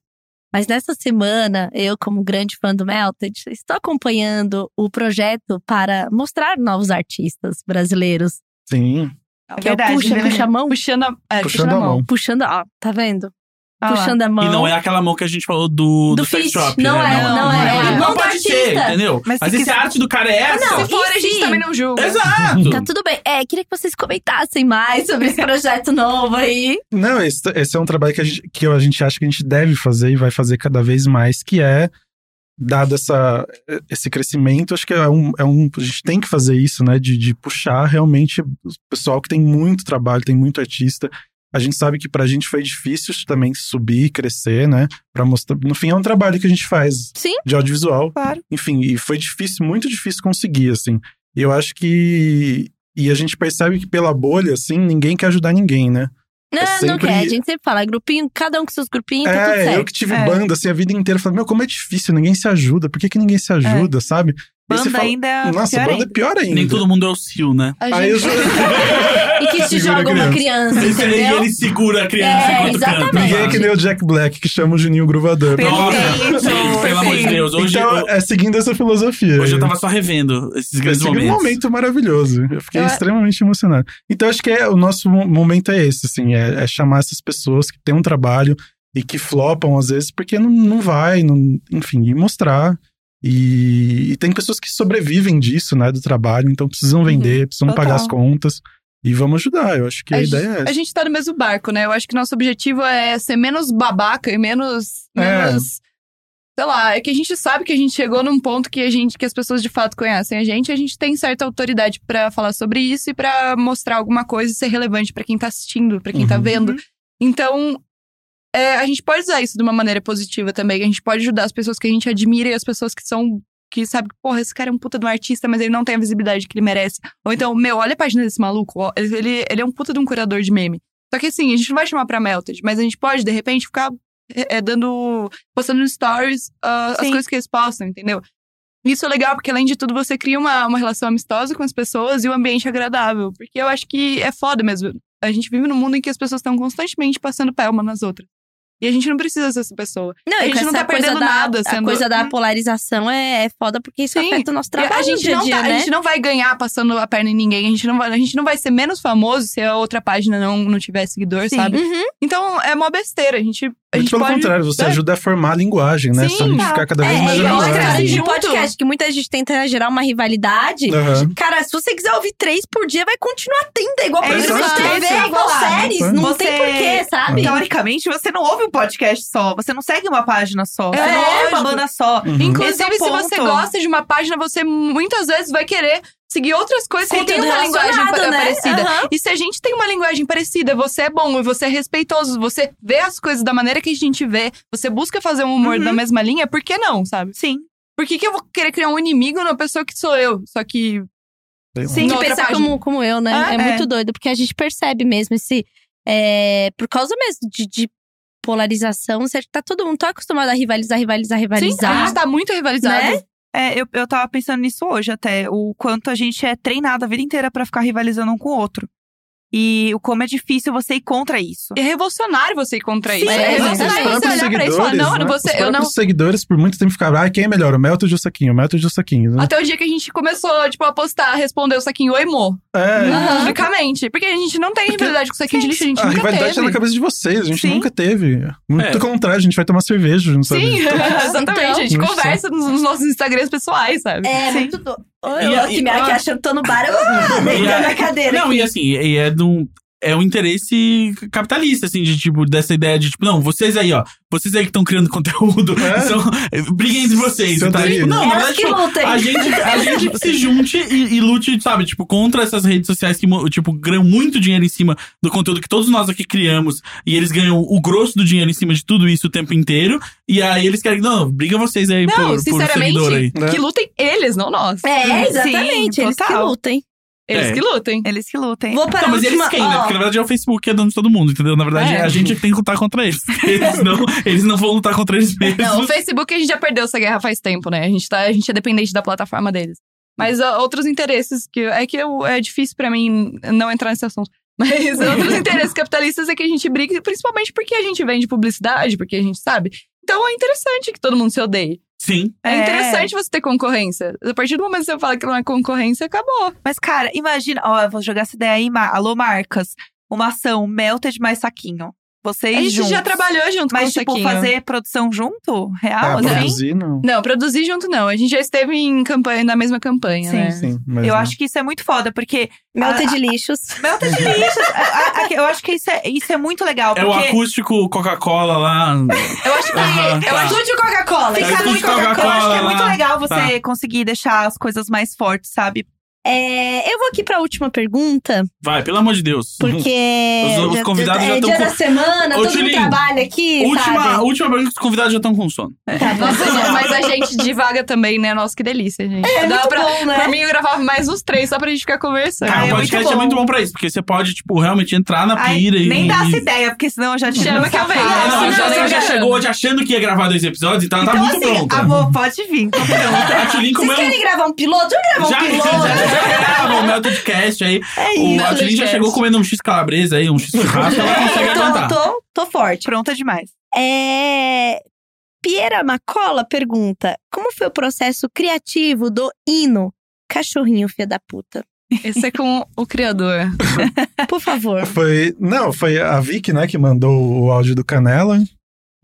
Mas nessa semana, eu, como grande fã do Melted, estou acompanhando o projeto para mostrar novos artistas brasileiros. Sim, Que é o puxa, né? puxa a mão. Puxando a, é, puxando a mão. Puxando, ó, tá vendo? Ah lá. puxando a mão. E não é aquela mão que a gente falou do, do, Do sex Fist. shop. Não né? é, não é. É a Não, mão do pode ser, artista. entendeu? Mas Mas, se esse quiser- a arte do cara é essa. não, Se for, e a gente se- também não julga. Exato. Tá tudo bem. É, queria que vocês comentassem mais sobre esse projeto novo aí. Não, esse, esse é um trabalho que a, gente, que a gente acha que a gente deve fazer e vai fazer cada vez mais, que é, dado essa, esse crescimento, acho que é um, é um. A gente tem que fazer isso, né? De, de puxar realmente o pessoal que tem muito trabalho, tem muito artista. A gente sabe que pra gente foi difícil também subir, crescer, né? Pra mostrar. No fim, é um trabalho que a gente faz Sim. de audiovisual. Claro. Enfim, e foi difícil, muito difícil conseguir, assim. E eu acho que. E a gente percebe que pela bolha, assim, ninguém quer ajudar ninguém, né? Não, não sempre- quer. A gente sempre fala, é grupinho, cada um com seus grupinhos, tá tudo É, certo. eu que tive É. banda assim a vida inteira, falando, meu, como é difícil, ninguém se ajuda, por que, que ninguém se ajuda, sabe? Aí você Banda fala, ainda é Nossa, pior banda ainda. é pior ainda. Nem todo mundo é o Sil, né? A Aí gente- E que te Segura a joga uma criança, Ele, entendeu? ele segura a criança É, enquanto canta. exatamente. Ninguém é que nem o Jack Black, que chama o Juninho Gruvador. Pelo- Nossa, Perfeito, gente, pelo amor de perfeito. Deus. Hoje, então, é seguindo essa filosofia. hoje eu tava só revendo esses Esse grandes momentos. um momento maravilhoso. Eu fiquei Eu- extremamente emocionado. Então, acho que é, o nosso mo- momento é esse, assim. É, é chamar essas pessoas que têm um trabalho e que flopam, às vezes, porque não, não vai, não- enfim, e mostrar. E, e tem pessoas que sobrevivem disso, né, do trabalho. Então, precisam vender, precisam total. pagar as contas. E vamos ajudar. Eu acho que a, A ideia é essa. A gente tá no mesmo barco, né? Eu acho que nosso objetivo é ser menos babaca e menos. É. menos- sei lá, é que a gente sabe que a gente chegou num ponto que a gente, que as pessoas de fato conhecem a gente, a gente tem certa autoridade pra falar sobre isso e pra mostrar alguma coisa e ser relevante pra quem tá assistindo, pra quem tá Uhum. vendo. Uhum. Então, é, a gente pode usar isso de uma maneira positiva também. A gente pode ajudar as pessoas que a gente admira e as pessoas que são. Que sabe que, porra, esse cara é um puta de um artista, mas ele não tem a visibilidade que ele merece. Ou então, meu, olha a página desse maluco. ó, Ele, ele- ele é um puta de um curador de meme. Só que assim, a gente não vai chamar pra Melted, mas a gente pode, de repente, ficar é, é, dando. postando no stories ah, as Sim. coisas que eles postam, entendeu? Isso é legal, porque além de tudo, você cria uma, uma relação amistosa com as pessoas e um ambiente agradável. Porque eu acho que é foda mesmo. A gente vive num mundo em que as pessoas estão constantemente passando pé uma nas outras. E a gente não precisa ser essa pessoa. Não, A e gente com não essa tá coisa perdendo da- nada A sendo- coisa da polarização é, é foda porque isso Sim. afeta o nosso trabalho a gente no dia a não dia, tá- né? a gente não vai ganhar passando a perna em ninguém. A gente não vai, a gente não vai ser menos famoso se a outra página não, não tiver seguidor, Sim. sabe? Uhum. Então é mó besteira. A gente, a Muito gente pelo pode. contrário, você é. ajuda a formar a linguagem, né? Sim, Só a gente tá. ficar cada É, vez mais é igual organizado. as caras de Junto. podcast, que muita gente tenta gerar uma rivalidade. Aham. Cara, se você quiser ouvir três por dia, vai continuar tendo. É igual É programa isso de aí, isso TV, que eu Então, é ia igual falar. séries. Não Você- tem porquê, sabe? Teoricamente, você não ouve um podcast só, você não segue uma página só, você É, não ouve lógico. uma banda só. Uhum. Inclusive, Esse é um se você ponto. gosta de uma página, você muitas vezes vai querer seguir outras coisas que têm Conteúdo uma linguagem relacionado, pa- né? parecida. Aham. E se a gente tem uma linguagem parecida, você é bom e você é respeitoso, você vê as coisas da maneira que a gente vê, você busca fazer um humor Uhum. da mesma linha, por que não, sabe? Sim. Por que, que eu vou querer criar um inimigo na pessoa que sou eu? Só que. Sei lá. Tem que Na outra pensar página. como, como eu, né? Ah, é, é. muito doido, porque a gente percebe mesmo esse. é, por causa mesmo de, de polarização, certo? Tá todo mundo tão acostumado a rivalizar, rivalizar, Sim, a rivalizar. gente tá muito rivalizado. Né? É, eu, eu tava pensando nisso hoje até, o quanto a gente é treinado a vida inteira pra ficar rivalizando um com o outro. E o como é difícil você ir contra isso. É revolucionário você ir contra isso. Sim, é é, Não, os revolucionário você próprios olhar pra isso e falar: seguidores, não, né? você, Os eu não. próprios seguidores por muito tempo ficaram, ah, quem é melhor, o Melto ou o Saquinho? O Melto ou o Saquinho, né? Até o dia que a gente começou, tipo, a postar, responder o saquinho Oi, Mo. É, Aham. Publicamente. Porque a gente não tem Porque- rivalidade com o saquinho de lixo, a gente a nunca rivalidade teve. tá na cabeça de vocês, a gente Sim. nunca teve. É. Muito pelo contrário, a gente vai tomar cerveja, não sabe? Sim, exatamente. a gente Então, conversa nos, nos nossos Instagrams pessoais, sabe? É, Sim. muito doido. E Eu, a- eu que e- me aqui ah. achando que tô no bar, eu ah, deitando a cadeira. Não, e assim, e é de um. É um interesse capitalista, assim, de tipo, dessa ideia de, tipo, não, vocês aí, ó, vocês aí que estão criando conteúdo, É. são, briguem entre vocês, Se tá? odeiem, Tipo, né? não, na Elas verdade, que tipo, lutem. a gente, a gente que se junte e, e lute, sabe, tipo, contra essas redes sociais que, mo- tipo, ganham muito dinheiro em cima do conteúdo que todos nós aqui criamos, e eles ganham o grosso do dinheiro em cima de tudo isso o tempo inteiro, e aí eles querem, não, briga vocês aí não, por, por sinceramente, seguidor aí. né? que lutem eles, não nós. É, exatamente. Sim, eles que total. lutem. Eles É. que lutem. Eles que lutem. Vou parar Não, mas de eles ma- quem, né? ó, Porque na verdade é o Facebook que é dono de todo mundo, entendeu? Na verdade, É. a gente é que tem que lutar contra eles. Eles não, eles não vão lutar contra eles mesmos. Não, o Facebook a gente já perdeu essa guerra faz tempo, né? A gente, tá, a gente é dependente da plataforma deles. Mas ó, outros interesses que. É que eu- é difícil pra mim não entrar nesse assunto. Mas outros interesses capitalistas é que a gente briga, principalmente porque a gente vende publicidade, porque a gente sabe. Então é interessante que todo mundo se odeie. Sim. É, É. interessante você ter concorrência. A partir do momento que você fala que não é concorrência, acabou. Mas, cara, imagina. Ó, eu vou jogar essa ideia aí, Mar... Alô, Marcas. Uma ação melted mais saquinho. Vocês a gente juntos. já trabalhou junto com Mas, o tipo, Saquinho. fazer produção junto? Ah, Real, assim? produzir, não. Não, produzir junto não. A gente já esteve em campanha, na mesma campanha, Sim. né? Sim, mas Eu não. acho que isso é muito foda, porque. Melta de lixos. Melted tá de lixo. a- a- a- eu acho que isso é, isso é muito legal. É o porque... acústico Coca-Cola lá. Eu acho que. Aham, eu tá. acho o Coca-Cola. Fica- Ficar Aí no tudo Coca-Cola, Coca-Cola eu acho que é lá. Tá. muito legal você conseguir deixar as coisas mais fortes, sabe? É, eu vou aqui pra última pergunta, Vai, pelo amor de Deus. porque. Os- os já- convidados já é tão dia com- da semana, Ô, todo mundo Julinho, trabalha aqui. Última, sabe? última pergunta que os convidados já estão com sono. Tá bom. Nossa, gente, mas a gente divaga também, né? Nossa, que delícia, gente. É Dá muito pra, bom, né? pra mim, eu gravava mais os três, só pra gente ficar conversando. Cara, é muito o podcast é bom. muito bom pra isso, porque você pode, tipo, realmente entrar na Ai, pira e. nem dá essa e... ideia, porque senão eu já te Chama que é eu venho. Ah, não, Não, a Jana não, já não. chegou hoje achando que ia gravar dois episódios, então ela tá Então, muito assim, pronta. É amor, pode vir. tô pronta. A Tulin comeu. Vocês querem gravar um piloto? Vamos Já, gravar um já, piloto. né? já, já grava o meu podcast aí. É O, isso. a Tulin já gente. chegou comendo um X calabresa aí, um X churrasco, ela consegue tô, aguentar. tô, tô forte. Pronta demais. É. Piera Macola pergunta: Como foi o processo criativo do hino Cachorrinho Fia da Puta? Esse é com o criador. Por favor. Foi. Não, foi a Vicky, né, que mandou o áudio do Canela.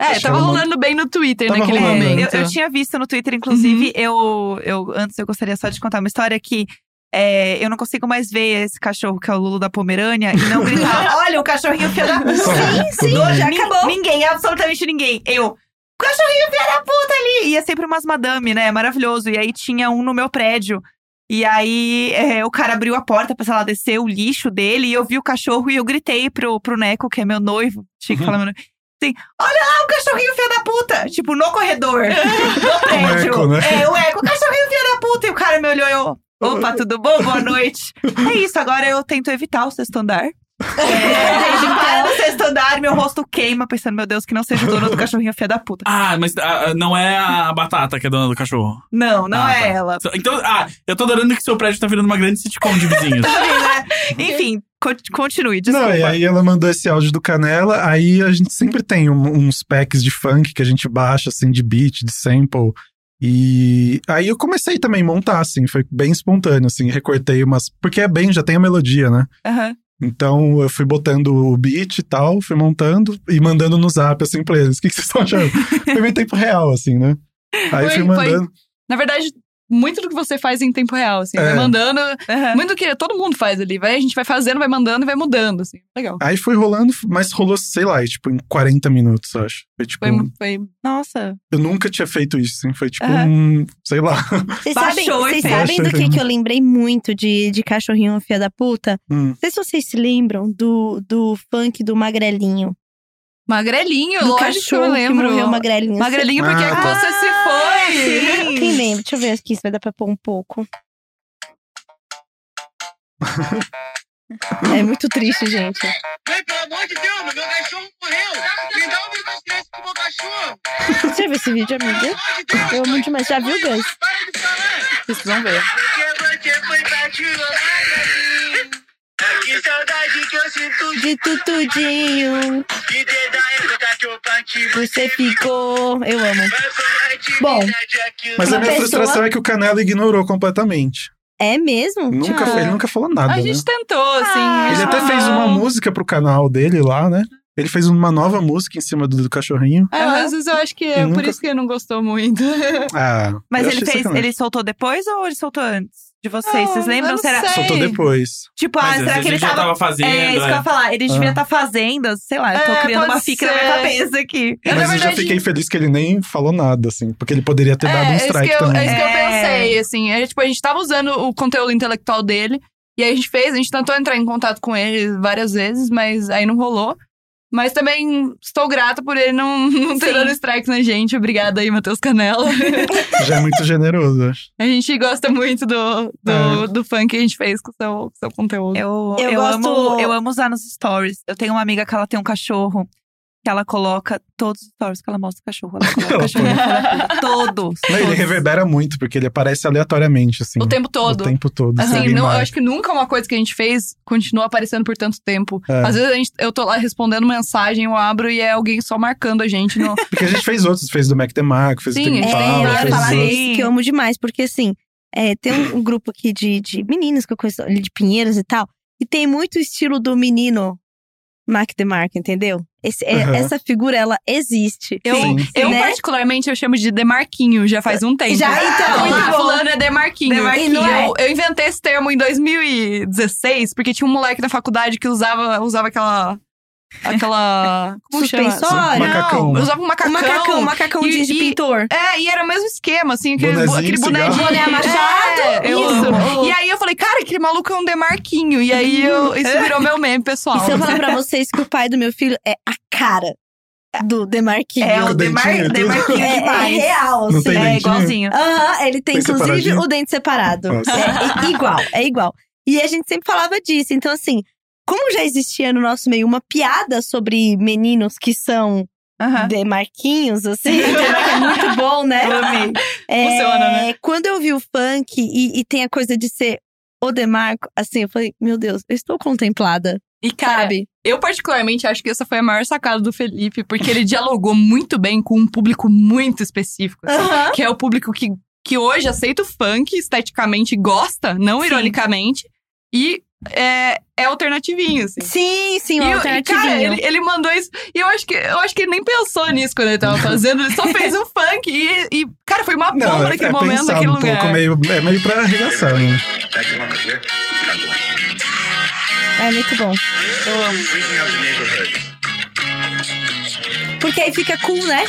É, Chama tava uma- rolando bem no Twitter Tava naquele rolando, É, né? eu, Um momento. Uhum. eu tinha visto no Twitter, inclusive, eu, eu antes eu gostaria só de contar uma história que é, eu não consigo mais ver esse cachorro que é o Lulu da Pomerânia e não gritar: olha o cachorrinho filho da puta. Sim, sim, Hoje, já nin- acabou. Ninguém, absolutamente ninguém. Eu. Cachorrinho filho da puta ali! E é sempre umas madame, né? Maravilhoso. E aí tinha um no meu prédio. E aí é, o cara abriu a porta pra, sei lá, descer o lixo dele. E eu vi o cachorro e eu gritei pro, pro Neco, que é meu noivo. Tinha Uhum. que falar meu noivo. Assim, olha lá o cachorrinho filho da puta! Tipo, no corredor. no prédio. eco, né? É, o eco, cachorrinho filho da puta! E o cara me olhou e eu... Opa, tudo bom? Boa noite. É isso, agora eu tento evitar o sexto andar. É, desde então, no sexto andar, meu rosto queima, pensando, meu Deus, que não seja o dono do cachorrinho filho da puta. Ah, mas ah, não é a batata que é dona do cachorro. Não, não Ah, é tá. ela. Então, ah, eu tô adorando que seu prédio tá virando uma grande sitcom de vizinhos. né? Enfim, con- continue, desculpa. Não, e aí ela mandou esse áudio do Canela, aí a gente sempre tem um- uns packs de funk que a gente baixa, assim, de beat, de sample. E aí eu comecei também a montar, assim, foi bem espontâneo, assim, recortei umas. Porque é bem, já tem a melodia, né? Aham. Então eu fui botando o beat e tal, fui montando e mandando no zap, assim, pra eles. O que, que vocês estão achando? foi meio tempo real, assim, né? Aí Foi- fui foi. mandando. Na verdade, muito do que você faz em tempo real, assim. É. Vai mandando. aham. Muito do que todo mundo faz ali. Vai, a gente vai fazendo, vai mandando e vai mudando, assim. Legal. Aí foi rolando, mas rolou, sei lá, tipo, em 40 minutos, eu acho. Foi tipo. Foi, um- foi Nossa. Eu nunca tinha feito isso, assim. Foi tipo Aham. um. Sei lá. Vocês sabem, Baixou e vocês fez. sabem do que, que eu lembrei muito de, de Cachorrinho Fia da Puta? Hum. Não sei se vocês se lembram do, do funk do Magrelinho. magrelinho, do lógico que eu que lembro. morreu Magrelinho. Magrelinho, porque é que Ah, você se foi. Quem lembra? Deixa eu ver aqui se vai dar pra pôr um pouco. é muito triste, gente. Vem, pelo amor de Deus, meu cachorro morreu. Me dá um minuto de silêncio pro meu cachorro. Você já viu esse vídeo, Pelo amiga? amor de Deus. Eu amo demais. Já viu, Gans? Para de falar. Vocês vão ver. Porque você foi pra te roubar. Que saudade que eu sinto De tutudinho, de ter da época que eu parti. você ficou. Eu amo. Vai parar de Bom, verdade aqui. Mas Uma a minha pessoa- frustração é que o Canela ignorou completamente. É mesmo? Nunca, Ah. fe- ele nunca falou nada, A né? gente tentou, assim. Ah. mas Ele até não. fez uma música pro canal dele lá, né? Ele fez uma nova música em cima do, do cachorrinho. É, Aham. Às vezes eu acho que é Eu por nunca- isso que ele não gostou muito. Ah, Mas eu ele achei fez, sacanagem. ele soltou depois ou ele soltou antes? De vocês, Não, vocês eu lembram? não Será? sei. Soltou depois. Tipo, ah, Mas às será vezes que ele ele já tava. tava fazendo. é, isso que eu ia é. falar. Ele devia estar fazendo, sei lá, eu tô Ah. É, criando uma pode fica na minha ser. cabeça aqui. Eu, na Mas eu já verdade, fiquei feliz que ele nem falou nada, assim. Porque ele poderia ter dado um isso que strike eu, também. É isso que eu É. pensei, assim. É, tipo, a gente tava usando o conteúdo intelectual dele. E aí a gente fez, a gente tentou entrar em contato com ele várias vezes, mas aí não rolou. Mas também estou grata por ele não, não ter Sim. dado strikes na gente. Obrigada aí, Matheus Canela. Já é muito generoso, eu acho. a gente gosta muito do, É. do, do funk que a gente fez com o seu, com o seu conteúdo. Eu, Eu eu, gosto- amo, eu amo usar nos stories. Eu tenho uma amiga que ela tem um cachorro que ela coloca todos os stories que ela mostra o cachorro. Ela coloca o Ela cachorro ela coloca todos. Não, ele todos. reverbera muito, porque ele aparece aleatoriamente, assim. o tempo todo. O tempo todo. Assim, sabe? não, eu Mas- acho que nunca uma coisa que a gente fez continua aparecendo por tanto tempo. É. Às vezes a gente- eu tô lá respondendo mensagem, eu abro e é alguém só marcando a gente. No... Porque a gente fez outros. Fez do Mac DeMarco, fez Sim, do Tim é, eu Power, ia vários fez os falar outros. outros. disso que eu amo demais, porque assim, é, tem um, um grupo aqui de, de meninas que eu conheço, ali de Pinheiros e tal, e tem muito o estilo do menino Mac DeMarco, entendeu? Esse- é- Aham. Essa figura, ela existe. Eu, Sim. eu Né? particularmente, eu chamo de Demarquinho, já faz um tempo. Já, então, Ah, muito bom. fulano é Demarquinho. Demarquinho. Eu, eu inventei esse termo em 2016, porque tinha um moleque na faculdade que usava, usava aquela... Aquela... Como chama? Suspensório? Macacão, Não, né? usava um O macacão. macacão, o macacão E- de, de e- pintor. É, e era o mesmo esquema, assim, aquele, bo- Bonezinho aquele de bonezinho. cigarro. Boné amachado, É, eu isso. amo. E E aí eu falei, cara, aquele maluco é um demarquinho. E aí eu, isso virou meu meme, pessoal. E se eu falar pra vocês que o pai do meu filho é a cara do Demarquinho. É o o dentinho, Demar, tudo. Demarquinho É- é demais. real, assim. Não né, tem É dentinho? igualzinho. Aham, ele tem, Tem inclusive separadinho? o dente separado. Nossa. É, é igual, é igual. E a gente sempre falava disso. Então, assim, como já existia no nosso meio uma piada sobre meninos que são Aham. demarquinhos, assim, que é muito bom, né? Eu amei. É, Funciona, né? Quando eu vi o funk e, e tem a coisa de ser o Demarco, assim, eu falei, meu Deus, eu estou contemplada, E, cara, sabe? Eu, particularmente, acho que essa foi a maior sacada do Felipe, porque ele dialogou muito bem com um público muito específico. assim, Aham. Que é o público que, que hoje aceita o funk esteticamente, gosta, não Sim. ironicamente, e é, é alternativinho, assim. Sim, sim, o E eu- e, alternativinho. cara, ele, ele mandou isso. E eu acho, que, eu acho que ele nem pensou nisso quando ele tava fazendo. Ele só fez um funk. E, e, cara, foi uma bomba Não, é, naquele é momento, pensar naquele um lugar. pouco, meio, é meio pra arregaçar, né? É muito bom. Eu amo. Porque aí fica cool, né?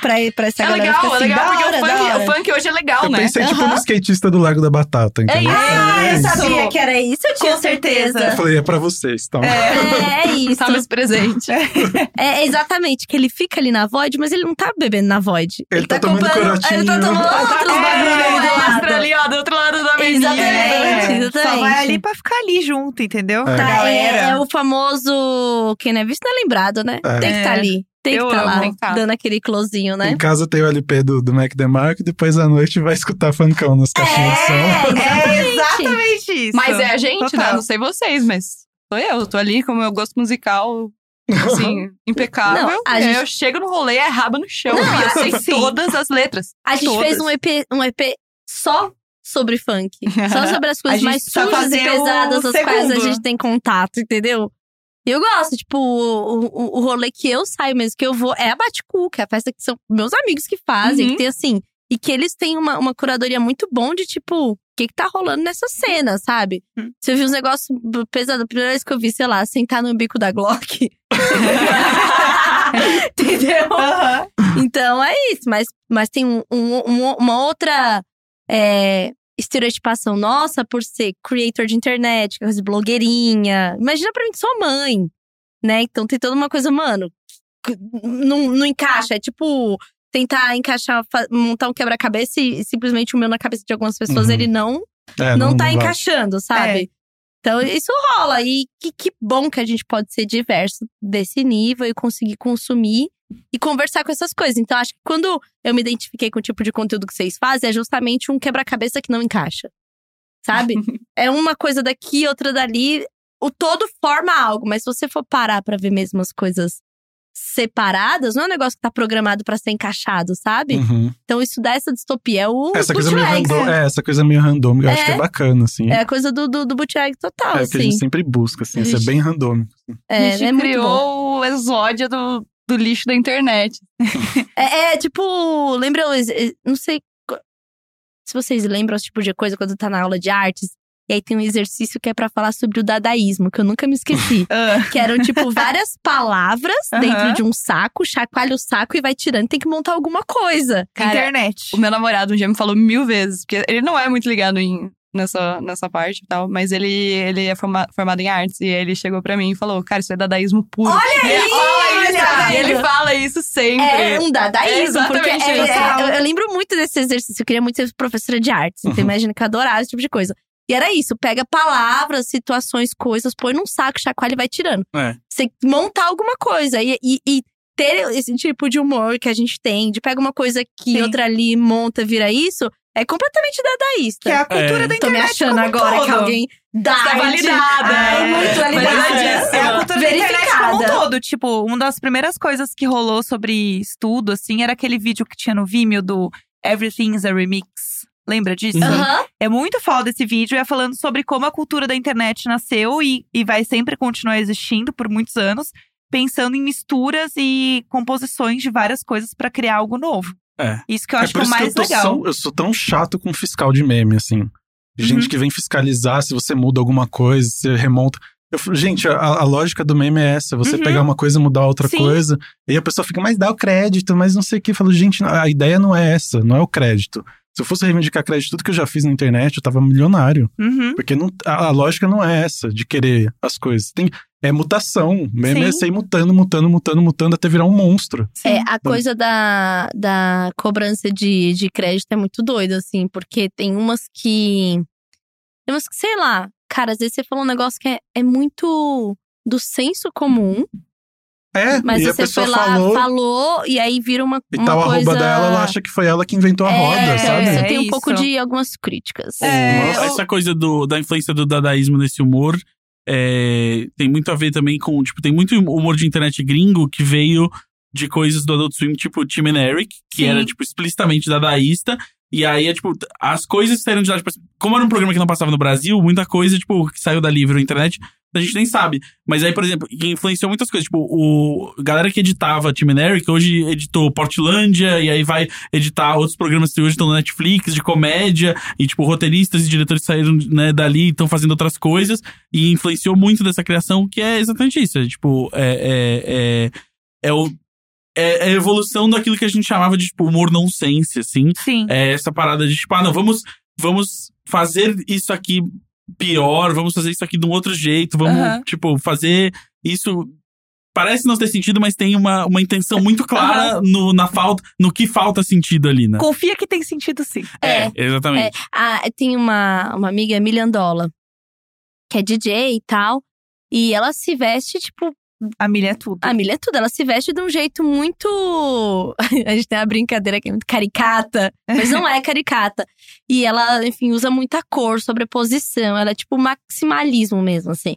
Pra, pra essa É galera legal, fica é assim, legal, da porque hora, o da funk, hora. o funk hoje é legal, Eu né? pensei tipo Aham. no skatista do Lago da Batata, entendeu? "É isso. Ah, eu isso. sabia que era isso, eu tinha Com certeza. Eu falei, é pra vocês, então. É, é isso. Sabe esse tá presente. É exatamente, que ele fica ali na Void, mas ele não tá bebendo na Void. Ele tá tomando comprando- corotinho. Ele tá tomando outros É, bagulho ele ali do lado. mostra ali, ó, do outro lado da avenida. Exatamente, É, Só exatamente. vai ali pra ficar ali junto, entendeu? É. Tá, Galera. é, é o famoso. Quem não é visto não é lembrado, né? É. Tem que estar É. ali. Tem que Eu estar amo, lá, tem que tá. dando aquele closinho, né? Em casa tem o LP do, do Mac DeMarco e depois à noite vai escutar funkão nas caixinhas de som. É exatamente isso. Tá, Mas é a gente, né? Total. Não sei vocês, mas sou eu. Tô ali com o meu gosto musical, É, assim, impecável. Uhum. Não, a E aí gente- Eu chego no rolê, é raba no chão. e eu sei sim. todas as letras. A gente Todas. fez um EP, um EP só sobre funk. Só sobre as A coisas gente mais precisa sujas e fazer pesadas, o as quais a segundo. gente tem contato, entendeu? E eu gosto, tipo, o, o, o rolê que eu saio mesmo, que eu vou, é a Baticu, que é a festa que são meus amigos que fazem, Uhum. que tem assim. E que eles têm uma, uma curadoria muito bom de, tipo, o que, que tá rolando nessa cena, sabe? Uhum. Se eu vi uns negócios b- pesados, a primeira vez que eu vi, sei lá, sentar no bico da Glock. entendeu? Aham. Então é isso, mas, mas tem um- um- um- uma outra é, estereotipação nossa por ser creator de internet, que é coisa de blogueirinha. Imagina pra mim que sou mãe, né? Então tem toda uma coisa, mano, que não, não encaixa. É tipo tentar encaixar, fa- montar um quebra-cabeça e, e simplesmente o meu na cabeça de algumas pessoas, Uhum. ele não, É, não, tá vai. encaixando, sabe? É. Então isso rola. E que, que bom que a gente pode ser diverso desse nível e conseguir consumir e conversar com essas coisas. Então acho que quando eu me identifiquei com o tipo de conteúdo que vocês fazem, é justamente um quebra-cabeça que não encaixa. Sabe? é uma coisa daqui, outra dali. O todo forma algo, mas se você for parar pra ver mesmo as coisas separadas, não é um negócio que tá programado pra ser encaixado, sabe? Uhum. Então isso dá essa distopia, é o Essa, coisa meio bootleg. né? random, é, essa coisa meio randômica, eu acho É. que é bacana, assim. É a coisa do, do, do bootleg total, É o que a assim. gente sempre busca, assim, A isso é gente- bem randômico. É, a gente é muito bom. criou o exódio do, do lixo da internet. É, é, tipo, lembra, o ex- ex- não sei qu- se vocês lembram esse tipo de coisa quando tá na aula de artes. E aí tem um exercício que é pra falar sobre o dadaísmo, que eu nunca me esqueci. Ah. que eram, tipo, várias palavras Aham. dentro de um saco, chacoalha o saco e vai tirando, tem que montar alguma coisa. Internet. O meu namorado um dia me falou mil vezes, porque ele não é muito ligado em, nessa, nessa parte e tal, mas ele, ele é forma- formado em artes, e aí ele chegou pra mim e falou, cara, isso é dadaísmo puro. Olha ele aí, fala isso, olha! e ele fala isso sempre. É um dadaísmo, É porque exatamente é- isso. é- eu, eu lembro muito desse exercício. Eu queria muito ser professora de artes. Então Uhum. imagina que eu adorava esse tipo de coisa. E era isso, pega palavras, situações, coisas, põe num saco, chacoalha e vai tirando. É. Você montar alguma coisa e, e- e ter esse tipo de humor que a gente tem, de pega uma coisa aqui, Sim. outra ali, monta, vira isso, é completamente dadaísta. Que é a cultura É. da Tô me internet. achando como um agora que todo. alguém dá Tá arte. validada. Ai, muito validada. Validadíssima. É a cultura da internet Verificada. como um todo. Tipo, uma das primeiras coisas que rolou sobre estudo, assim, era aquele vídeo que tinha no Vimeo do Everything's a Remix. Lembra disso? Aham. É muito foda esse vídeo, é falando sobre como a cultura da internet nasceu e, e vai sempre continuar existindo por muitos anos, pensando em misturas e composições de várias coisas pra criar algo novo. É. Isso que eu acho é que é por o isso mais que eu, tô legal. só- eu sou tão chato com fiscal de meme, assim. Uhum. Gente que vem fiscalizar se você muda alguma coisa, se remonta. Eu falo, gente, a, a lógica do meme é essa: você Uhum. pegar uma coisa e mudar outra Sim. coisa. E a pessoa fica, mas dá o crédito, mas não sei o que. Eu falo, gente, a ideia não é essa, não é o crédito. Se eu fosse reivindicar crédito de tudo que eu já fiz na internet, eu tava milionário. Uhum. Porque não, a, a lógica não é essa de querer as coisas. Tem, é mutação. Meme Sim. é você ir mutando, mutando, mutando, mutando até virar um monstro. É, a coisa da, da cobrança de, de crédito é muito doida, assim, porque tem umas que. Tem umas que, sei lá, cara, às vezes você falou um negócio que é, é muito do senso comum, É, mas e a você pessoa foi lá, falou, falou, e aí vira uma, e uma tal coisa. arroba dela, ela acha que foi ela que inventou a É, roda, sabe? Você tem um É pouco isso. de algumas críticas. É, eu- Essa coisa do- da influência do dadaísmo nesse humor é, tem muito a ver também com. Tipo, tem muito humor de internet gringo que veio de coisas do Adult Swim, tipo Tim and Eric, que Sim. era, tipo, explicitamente dadaísta. E aí é tipo, as coisas saíram de lá. Tipo, como era um programa que não passava no Brasil, muita coisa, tipo, que saiu da livre na internet, a gente nem sabe. Mas aí, por exemplo, que influenciou muitas coisas. Tipo, o a galera que editava Tim and Eric hoje editou Portlandia, e aí vai editar outros programas que hoje estão na Netflix, de comédia, e tipo, roteiristas e diretores saíram né, dali e estão fazendo outras coisas, e influenciou muito dessa criação, que é exatamente isso. É, tipo, é, é, é, é, o, é, é a evolução daquilo que a gente chamava de tipo, humor nonsense, assim. Sim. É essa parada de tipo, ah, não, vamos, vamos fazer isso aqui pior, vamos fazer isso aqui de um outro jeito, vamos, Aham. tipo, fazer isso. Parece não ter sentido, mas tem uma, uma intenção muito clara no, na falta, no que falta sentido ali, né? Confia que tem sentido sim. É. Exatamente. Ah, tem uma, uma amiga, Emília Andola, que é DJ e tal, e ela se veste, tipo, A milha é tudo. A Milha é tudo, ela se veste de um jeito muito. A gente tem uma brincadeira que é muito caricata, mas não é caricata. E ela, enfim, usa muita cor, sobreposição, ela é tipo maximalismo mesmo, assim.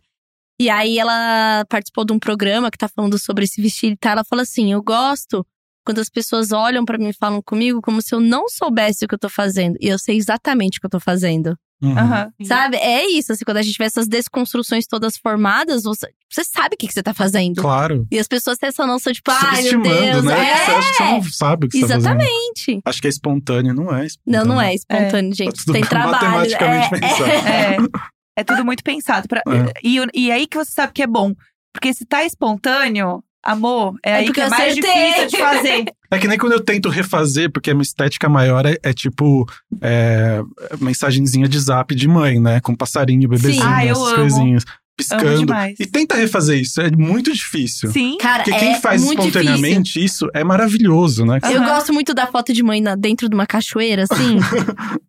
E aí ela participou de um programa que tá falando sobre esse vestido e tal. Ela fala assim: Eu gosto quando as pessoas olham pra mim e falam comigo como se eu não soubesse o que eu tô fazendo. E eu sei exatamente o que eu tô fazendo. Uhum. Aham. Sabe? É isso, assim, quando a gente vê essas desconstruções todas formadas, você, você sabe o que, que você tá fazendo. Claro. E as pessoas têm essa noção, tipo, ai meu Subestimando, Deus, né? é. Você acha que você não sabe o que você tá fazendo. Exatamente. Acho que é espontâneo, não é Não, espontâneo. não é espontâneo, Tá gente. tudo Tem trabalho. matematicamente pensado. É. É tudo muito pensado. Pra, É. E, e aí que você sabe que é bom. Porque se tá espontâneo, amor, é, É aí porque que é eu mais acertei. difícil de fazer. É que nem quando eu tento refazer, porque a minha estética maior é, é tipo é, mensagenzinha de zap de mãe, né? Com passarinho, bebezinho, Sim. Ah, eu essas amo. coisinhas. Amo Piscando. demais. E tenta refazer isso, é muito difícil. Sim. Cara, Porque é quem faz muito espontaneamente isso é maravilhoso, né? difícil. Eu Aham. gosto muito da foto de mãe na- dentro de uma cachoeira, assim.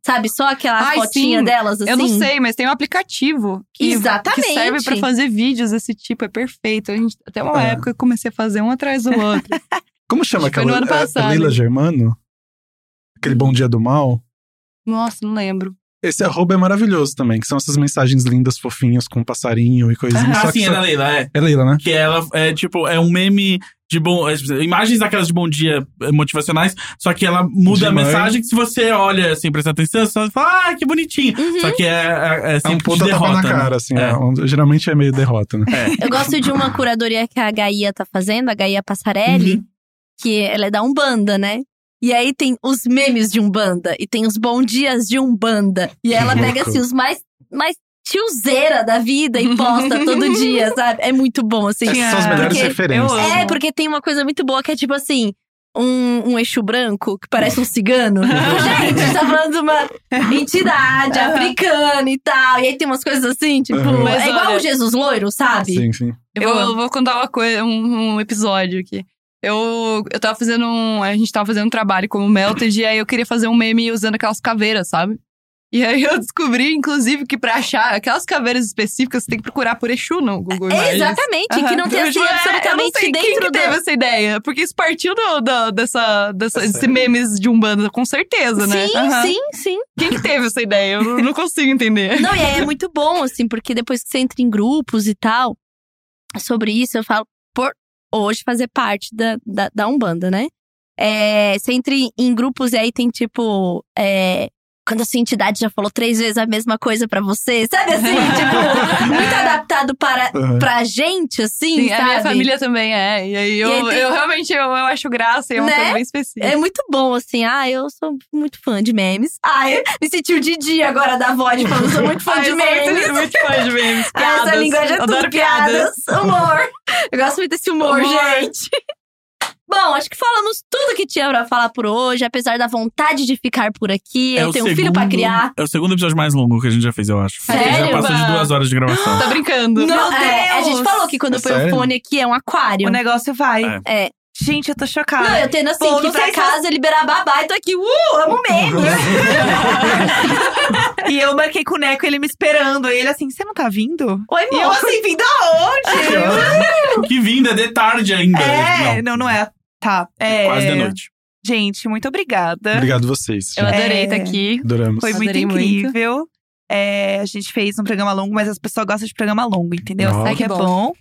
sabe? Só aquela Ai, fotinha sim. delas, assim. Eu não sei, mas tem um aplicativo que, Exatamente. que serve pra fazer vídeos desse tipo, é perfeito. A gente, até uma É. época eu comecei a fazer um atrás do outro. Como chama Acho que foi aquela? no ano é- é passado. Leila Germano? Aquele Bom Dia do Mal? Nossa, não lembro. Esse arroba é maravilhoso também, que são essas mensagens lindas, fofinhas, com passarinho e coisinha. Ah, só que sim, é só- da Leila, é. É Leila, né? Que ela é tipo, é um meme de bom. é, Imagens daquelas de bom dia é, motivacionais, só que ela muda a Demais. mensagem que se você olha assim, prestar atenção, você fala, ah, que bonitinho. Uhum. Só que é, é, é É um sempre de puta tapa derrota. na né? cara, assim. É. é um- geralmente é meio derrota, né? Eu gosto de uma curadoria que a Gaia tá fazendo, a Gaia Passarelli, Uhum. que ela é da Umbanda, né? E aí tem os memes de Umbanda, e tem os bom dias de Umbanda. E ela Que pega, louco. assim, os mais, mais tiozeira da vida e posta todo dia, sabe? É muito bom, assim. Tinha- São as melhores Porque- referências. eu amo. É, porque tem uma coisa muito boa que é tipo assim. Um, um eixo branco que parece um cigano. Gente, a gente tá falando de uma entidade africana e tal. E aí tem umas coisas assim, tipo. É. Uhum. Mas É igual olha- o Jesus Loiro, sabe? Sim, sim. Eu, Eu amo. vou contar uma coisa, um, um episódio aqui. Eu, eu tava fazendo um. A gente tava fazendo um trabalho como Melted, e aí eu queria fazer um meme usando aquelas caveiras, sabe? E aí eu descobri, inclusive, que pra achar aquelas caveiras específicas, você tem que procurar por Exu no Google Imagens. Exatamente, que não tem Aham. assim Tipo, é, eu não absolutamente sei quem dentro que teve do. essa ideia, porque isso partiu do, do- dessa, dessa, desse memes de Umbanda, com certeza, né? Sim, Aham. sim, sim. Quem que teve essa ideia? Eu não- não consigo entender. Não, e aí é muito bom, assim, porque depois que você entra em grupos e tal, sobre isso, eu falo, por hoje fazer parte da, da, da Umbanda, né? É, você entra em- em grupos e aí tem tipo. é, quando a sua entidade já falou três vezes a mesma coisa pra você, sabe assim? tipo, muito adaptado para, Uhum. pra gente, assim, Sim, sabe? a minha família também é. E aí eu, aí tem- um eu realmente eu, eu acho graça, e é uma Né? coisa bem específica. É muito bom, assim. Ah, eu sou muito fã de memes. Ah, eu me senti o Didi agora da voz, falando, sou muito fã Ai, de Ah, eu sou Muito, memes. muito fã de memes. Ah, Essa Piadas. linguagem é Adoro tudo piadas. Humor. Eu gosto muito desse humor, Humor. gente. Bom, acho que falamos tudo que tinha pra falar por hoje, apesar da vontade de ficar por aqui. É eu o tenho um filho pra segundo- criar. É o segundo episódio mais longo que a gente já fez, eu acho. Sério? Já passou de duas horas de gravação. Tá brincando. Não, Meu é, a Deus! gente falou que quando É põe o sério? fone aqui é um aquário. O negócio vai. É. É. Gente, eu tô chocada. Não, eu tendo assim, Pô, que não pra sei se casa liberar babá e tô aqui, uh, amo meme. E eu marquei com o Neco, ele me esperando. E ele assim, você não tá vindo? Oi, E eu amor. assim, vindo aonde? que vinda, é de tarde ainda. é, Não, não, não é. Tá. É, Quase de noite. Gente, muito obrigada. Obrigado vocês. Eu gente. adorei É. estar aqui. Adoramos. Foi muito Adorei muito. incrível. É, a gente fez um programa longo, mas as pessoas gostam de programa longo, entendeu? Ó. Ai, que é bom.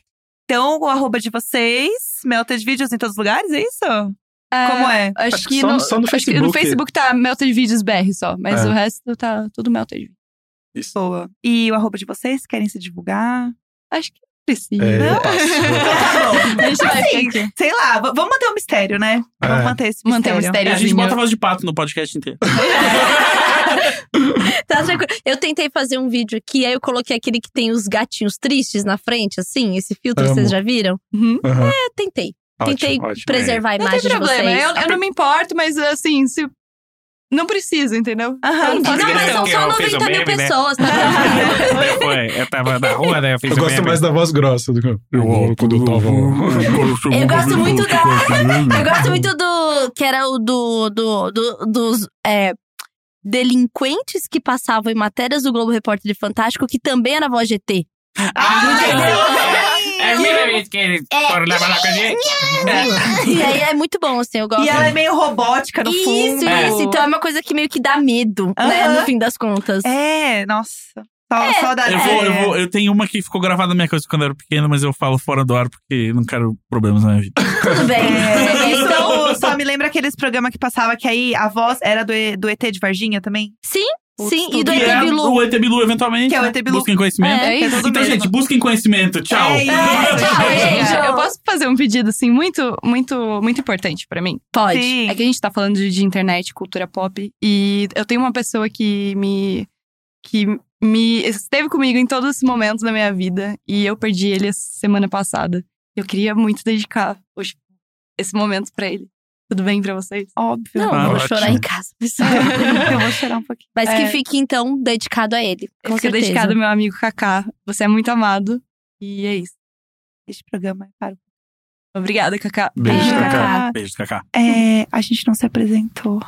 Então, o arroba de vocês, Melted Vídeos em todos os lugares, é isso? Ah. Como é? Acho, Acho que que, só- no, só no acho que no Facebook. Facebook tá Melted Vídeos BR só, mas É. o resto tá tudo Melted Vídeos. Boa. E o arroba de vocês, querem se divulgar? Acho que precisa. É, eu passo. Tá A gente vai Assim, ficar aqui. sei lá, v- vamos manter o mistério, né? Vamos É. manter esse Manter o mistério. mistério. a gente bota a voz de pato no podcast inteiro. Tá tranquilo. Eu tentei fazer um vídeo aqui, aí eu coloquei aquele que tem os gatinhos tristes na frente, assim, esse filtro, Amo. vocês já viram? Uhum. Aham. Eu tentei. Ótimo, tentei ótimo. é. preservar a Não tem imagem de problema. vocês. Eu, eu não me importo, mas assim, se. Não precisa, entendeu? Aham. Não, Não, mas são que só eu fiz o 90 mil meme, né? pessoas, tá tranquilo. Foi, eu É, tava na rua, né? fiz Eu gosto mais da voz grossa do que eu. quando eu tava. Eu Eu gosto muito da. Eu gosto muito do. Que era o do. do, do- dos. é, delinquentes que passavam em matérias do Globo Repórter de Fantástico, que também era voz GT. É muito que eles foram lá falar com a gente. e aí é muito bom, assim, eu gosto. E ela é meio robótica no isso, fundo. isso. Então é uma coisa que meio que dá medo, né? Aham. No fim das contas. É, nossa. Só, É. Saudade. Eu vou, É. eu vou, eu tenho uma que ficou gravada na minha coisa quando eu era pequeno, mas eu falo fora do ar porque não quero problemas na minha vida. Tudo bem, tudo É, bem. Então, isso só me lembra aqueles programas que passava que aí a voz era do, E- do ET de Varginha também? sim, Putz, sim. E tudo do Que ET é Bilu. o ET Bilu, eventualmente. né? Que é o ET Bilu. Busquem conhecimento. Né? É, Que é isso. tudo Então, mesmo. gente, busquem conhecimento. Tchau. É isso. Ah, Tchau, Gente, gente. Ah, eu posso fazer um pedido, assim, muito, muito, muito importante pra mim. Pode. Sim. É que a gente tá falando de, de internet, cultura pop, e eu tenho uma pessoa que me. que me esteve comigo em todos os momentos da minha vida, e eu perdi ele essa semana passada. Eu queria muito dedicar hoje esse momento pra ele. Tudo bem pra vocês? Óbvio. Não, Ah, eu vou ótimo. chorar em casa. Eu vou chorar um pouquinho. Mas que É. fique, então, dedicado a ele. Com Fica certeza. dedicado ao meu amigo Kaká. Você é muito amado, e é isso. Este programa é para o. Obrigada, Kaká. Beijo, Kaká. Ah, Beijo, Cacá. é, a gente não se apresentou.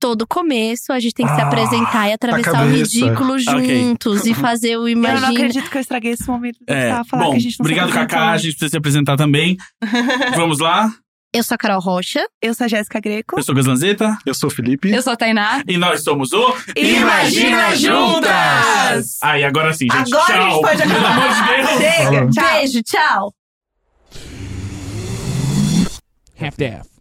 Todo começo a gente tem que se Ah, apresentar e atravessar o cabeça. ridículo juntos e fazer o Eu não imagina. acredito que eu estraguei esse momento. de É, precisar falar bom, que a gente não se obrigado, apresentou. Cacá. A gente precisa se apresentar também. Vamos lá. Eu sou a Carol Rocha. Eu sou a Jéssica Greco. Eu sou Gazlanzeta. Eu sou o Felipe. Eu sou a Tainá. E nós somos o Imagina Juntas! Aí, agora sim, gente. Agora Tchau. a gente pode Pelo acabar. amor de Deus. Chega, Falou. tchau. Beijo, tchau. half-daff.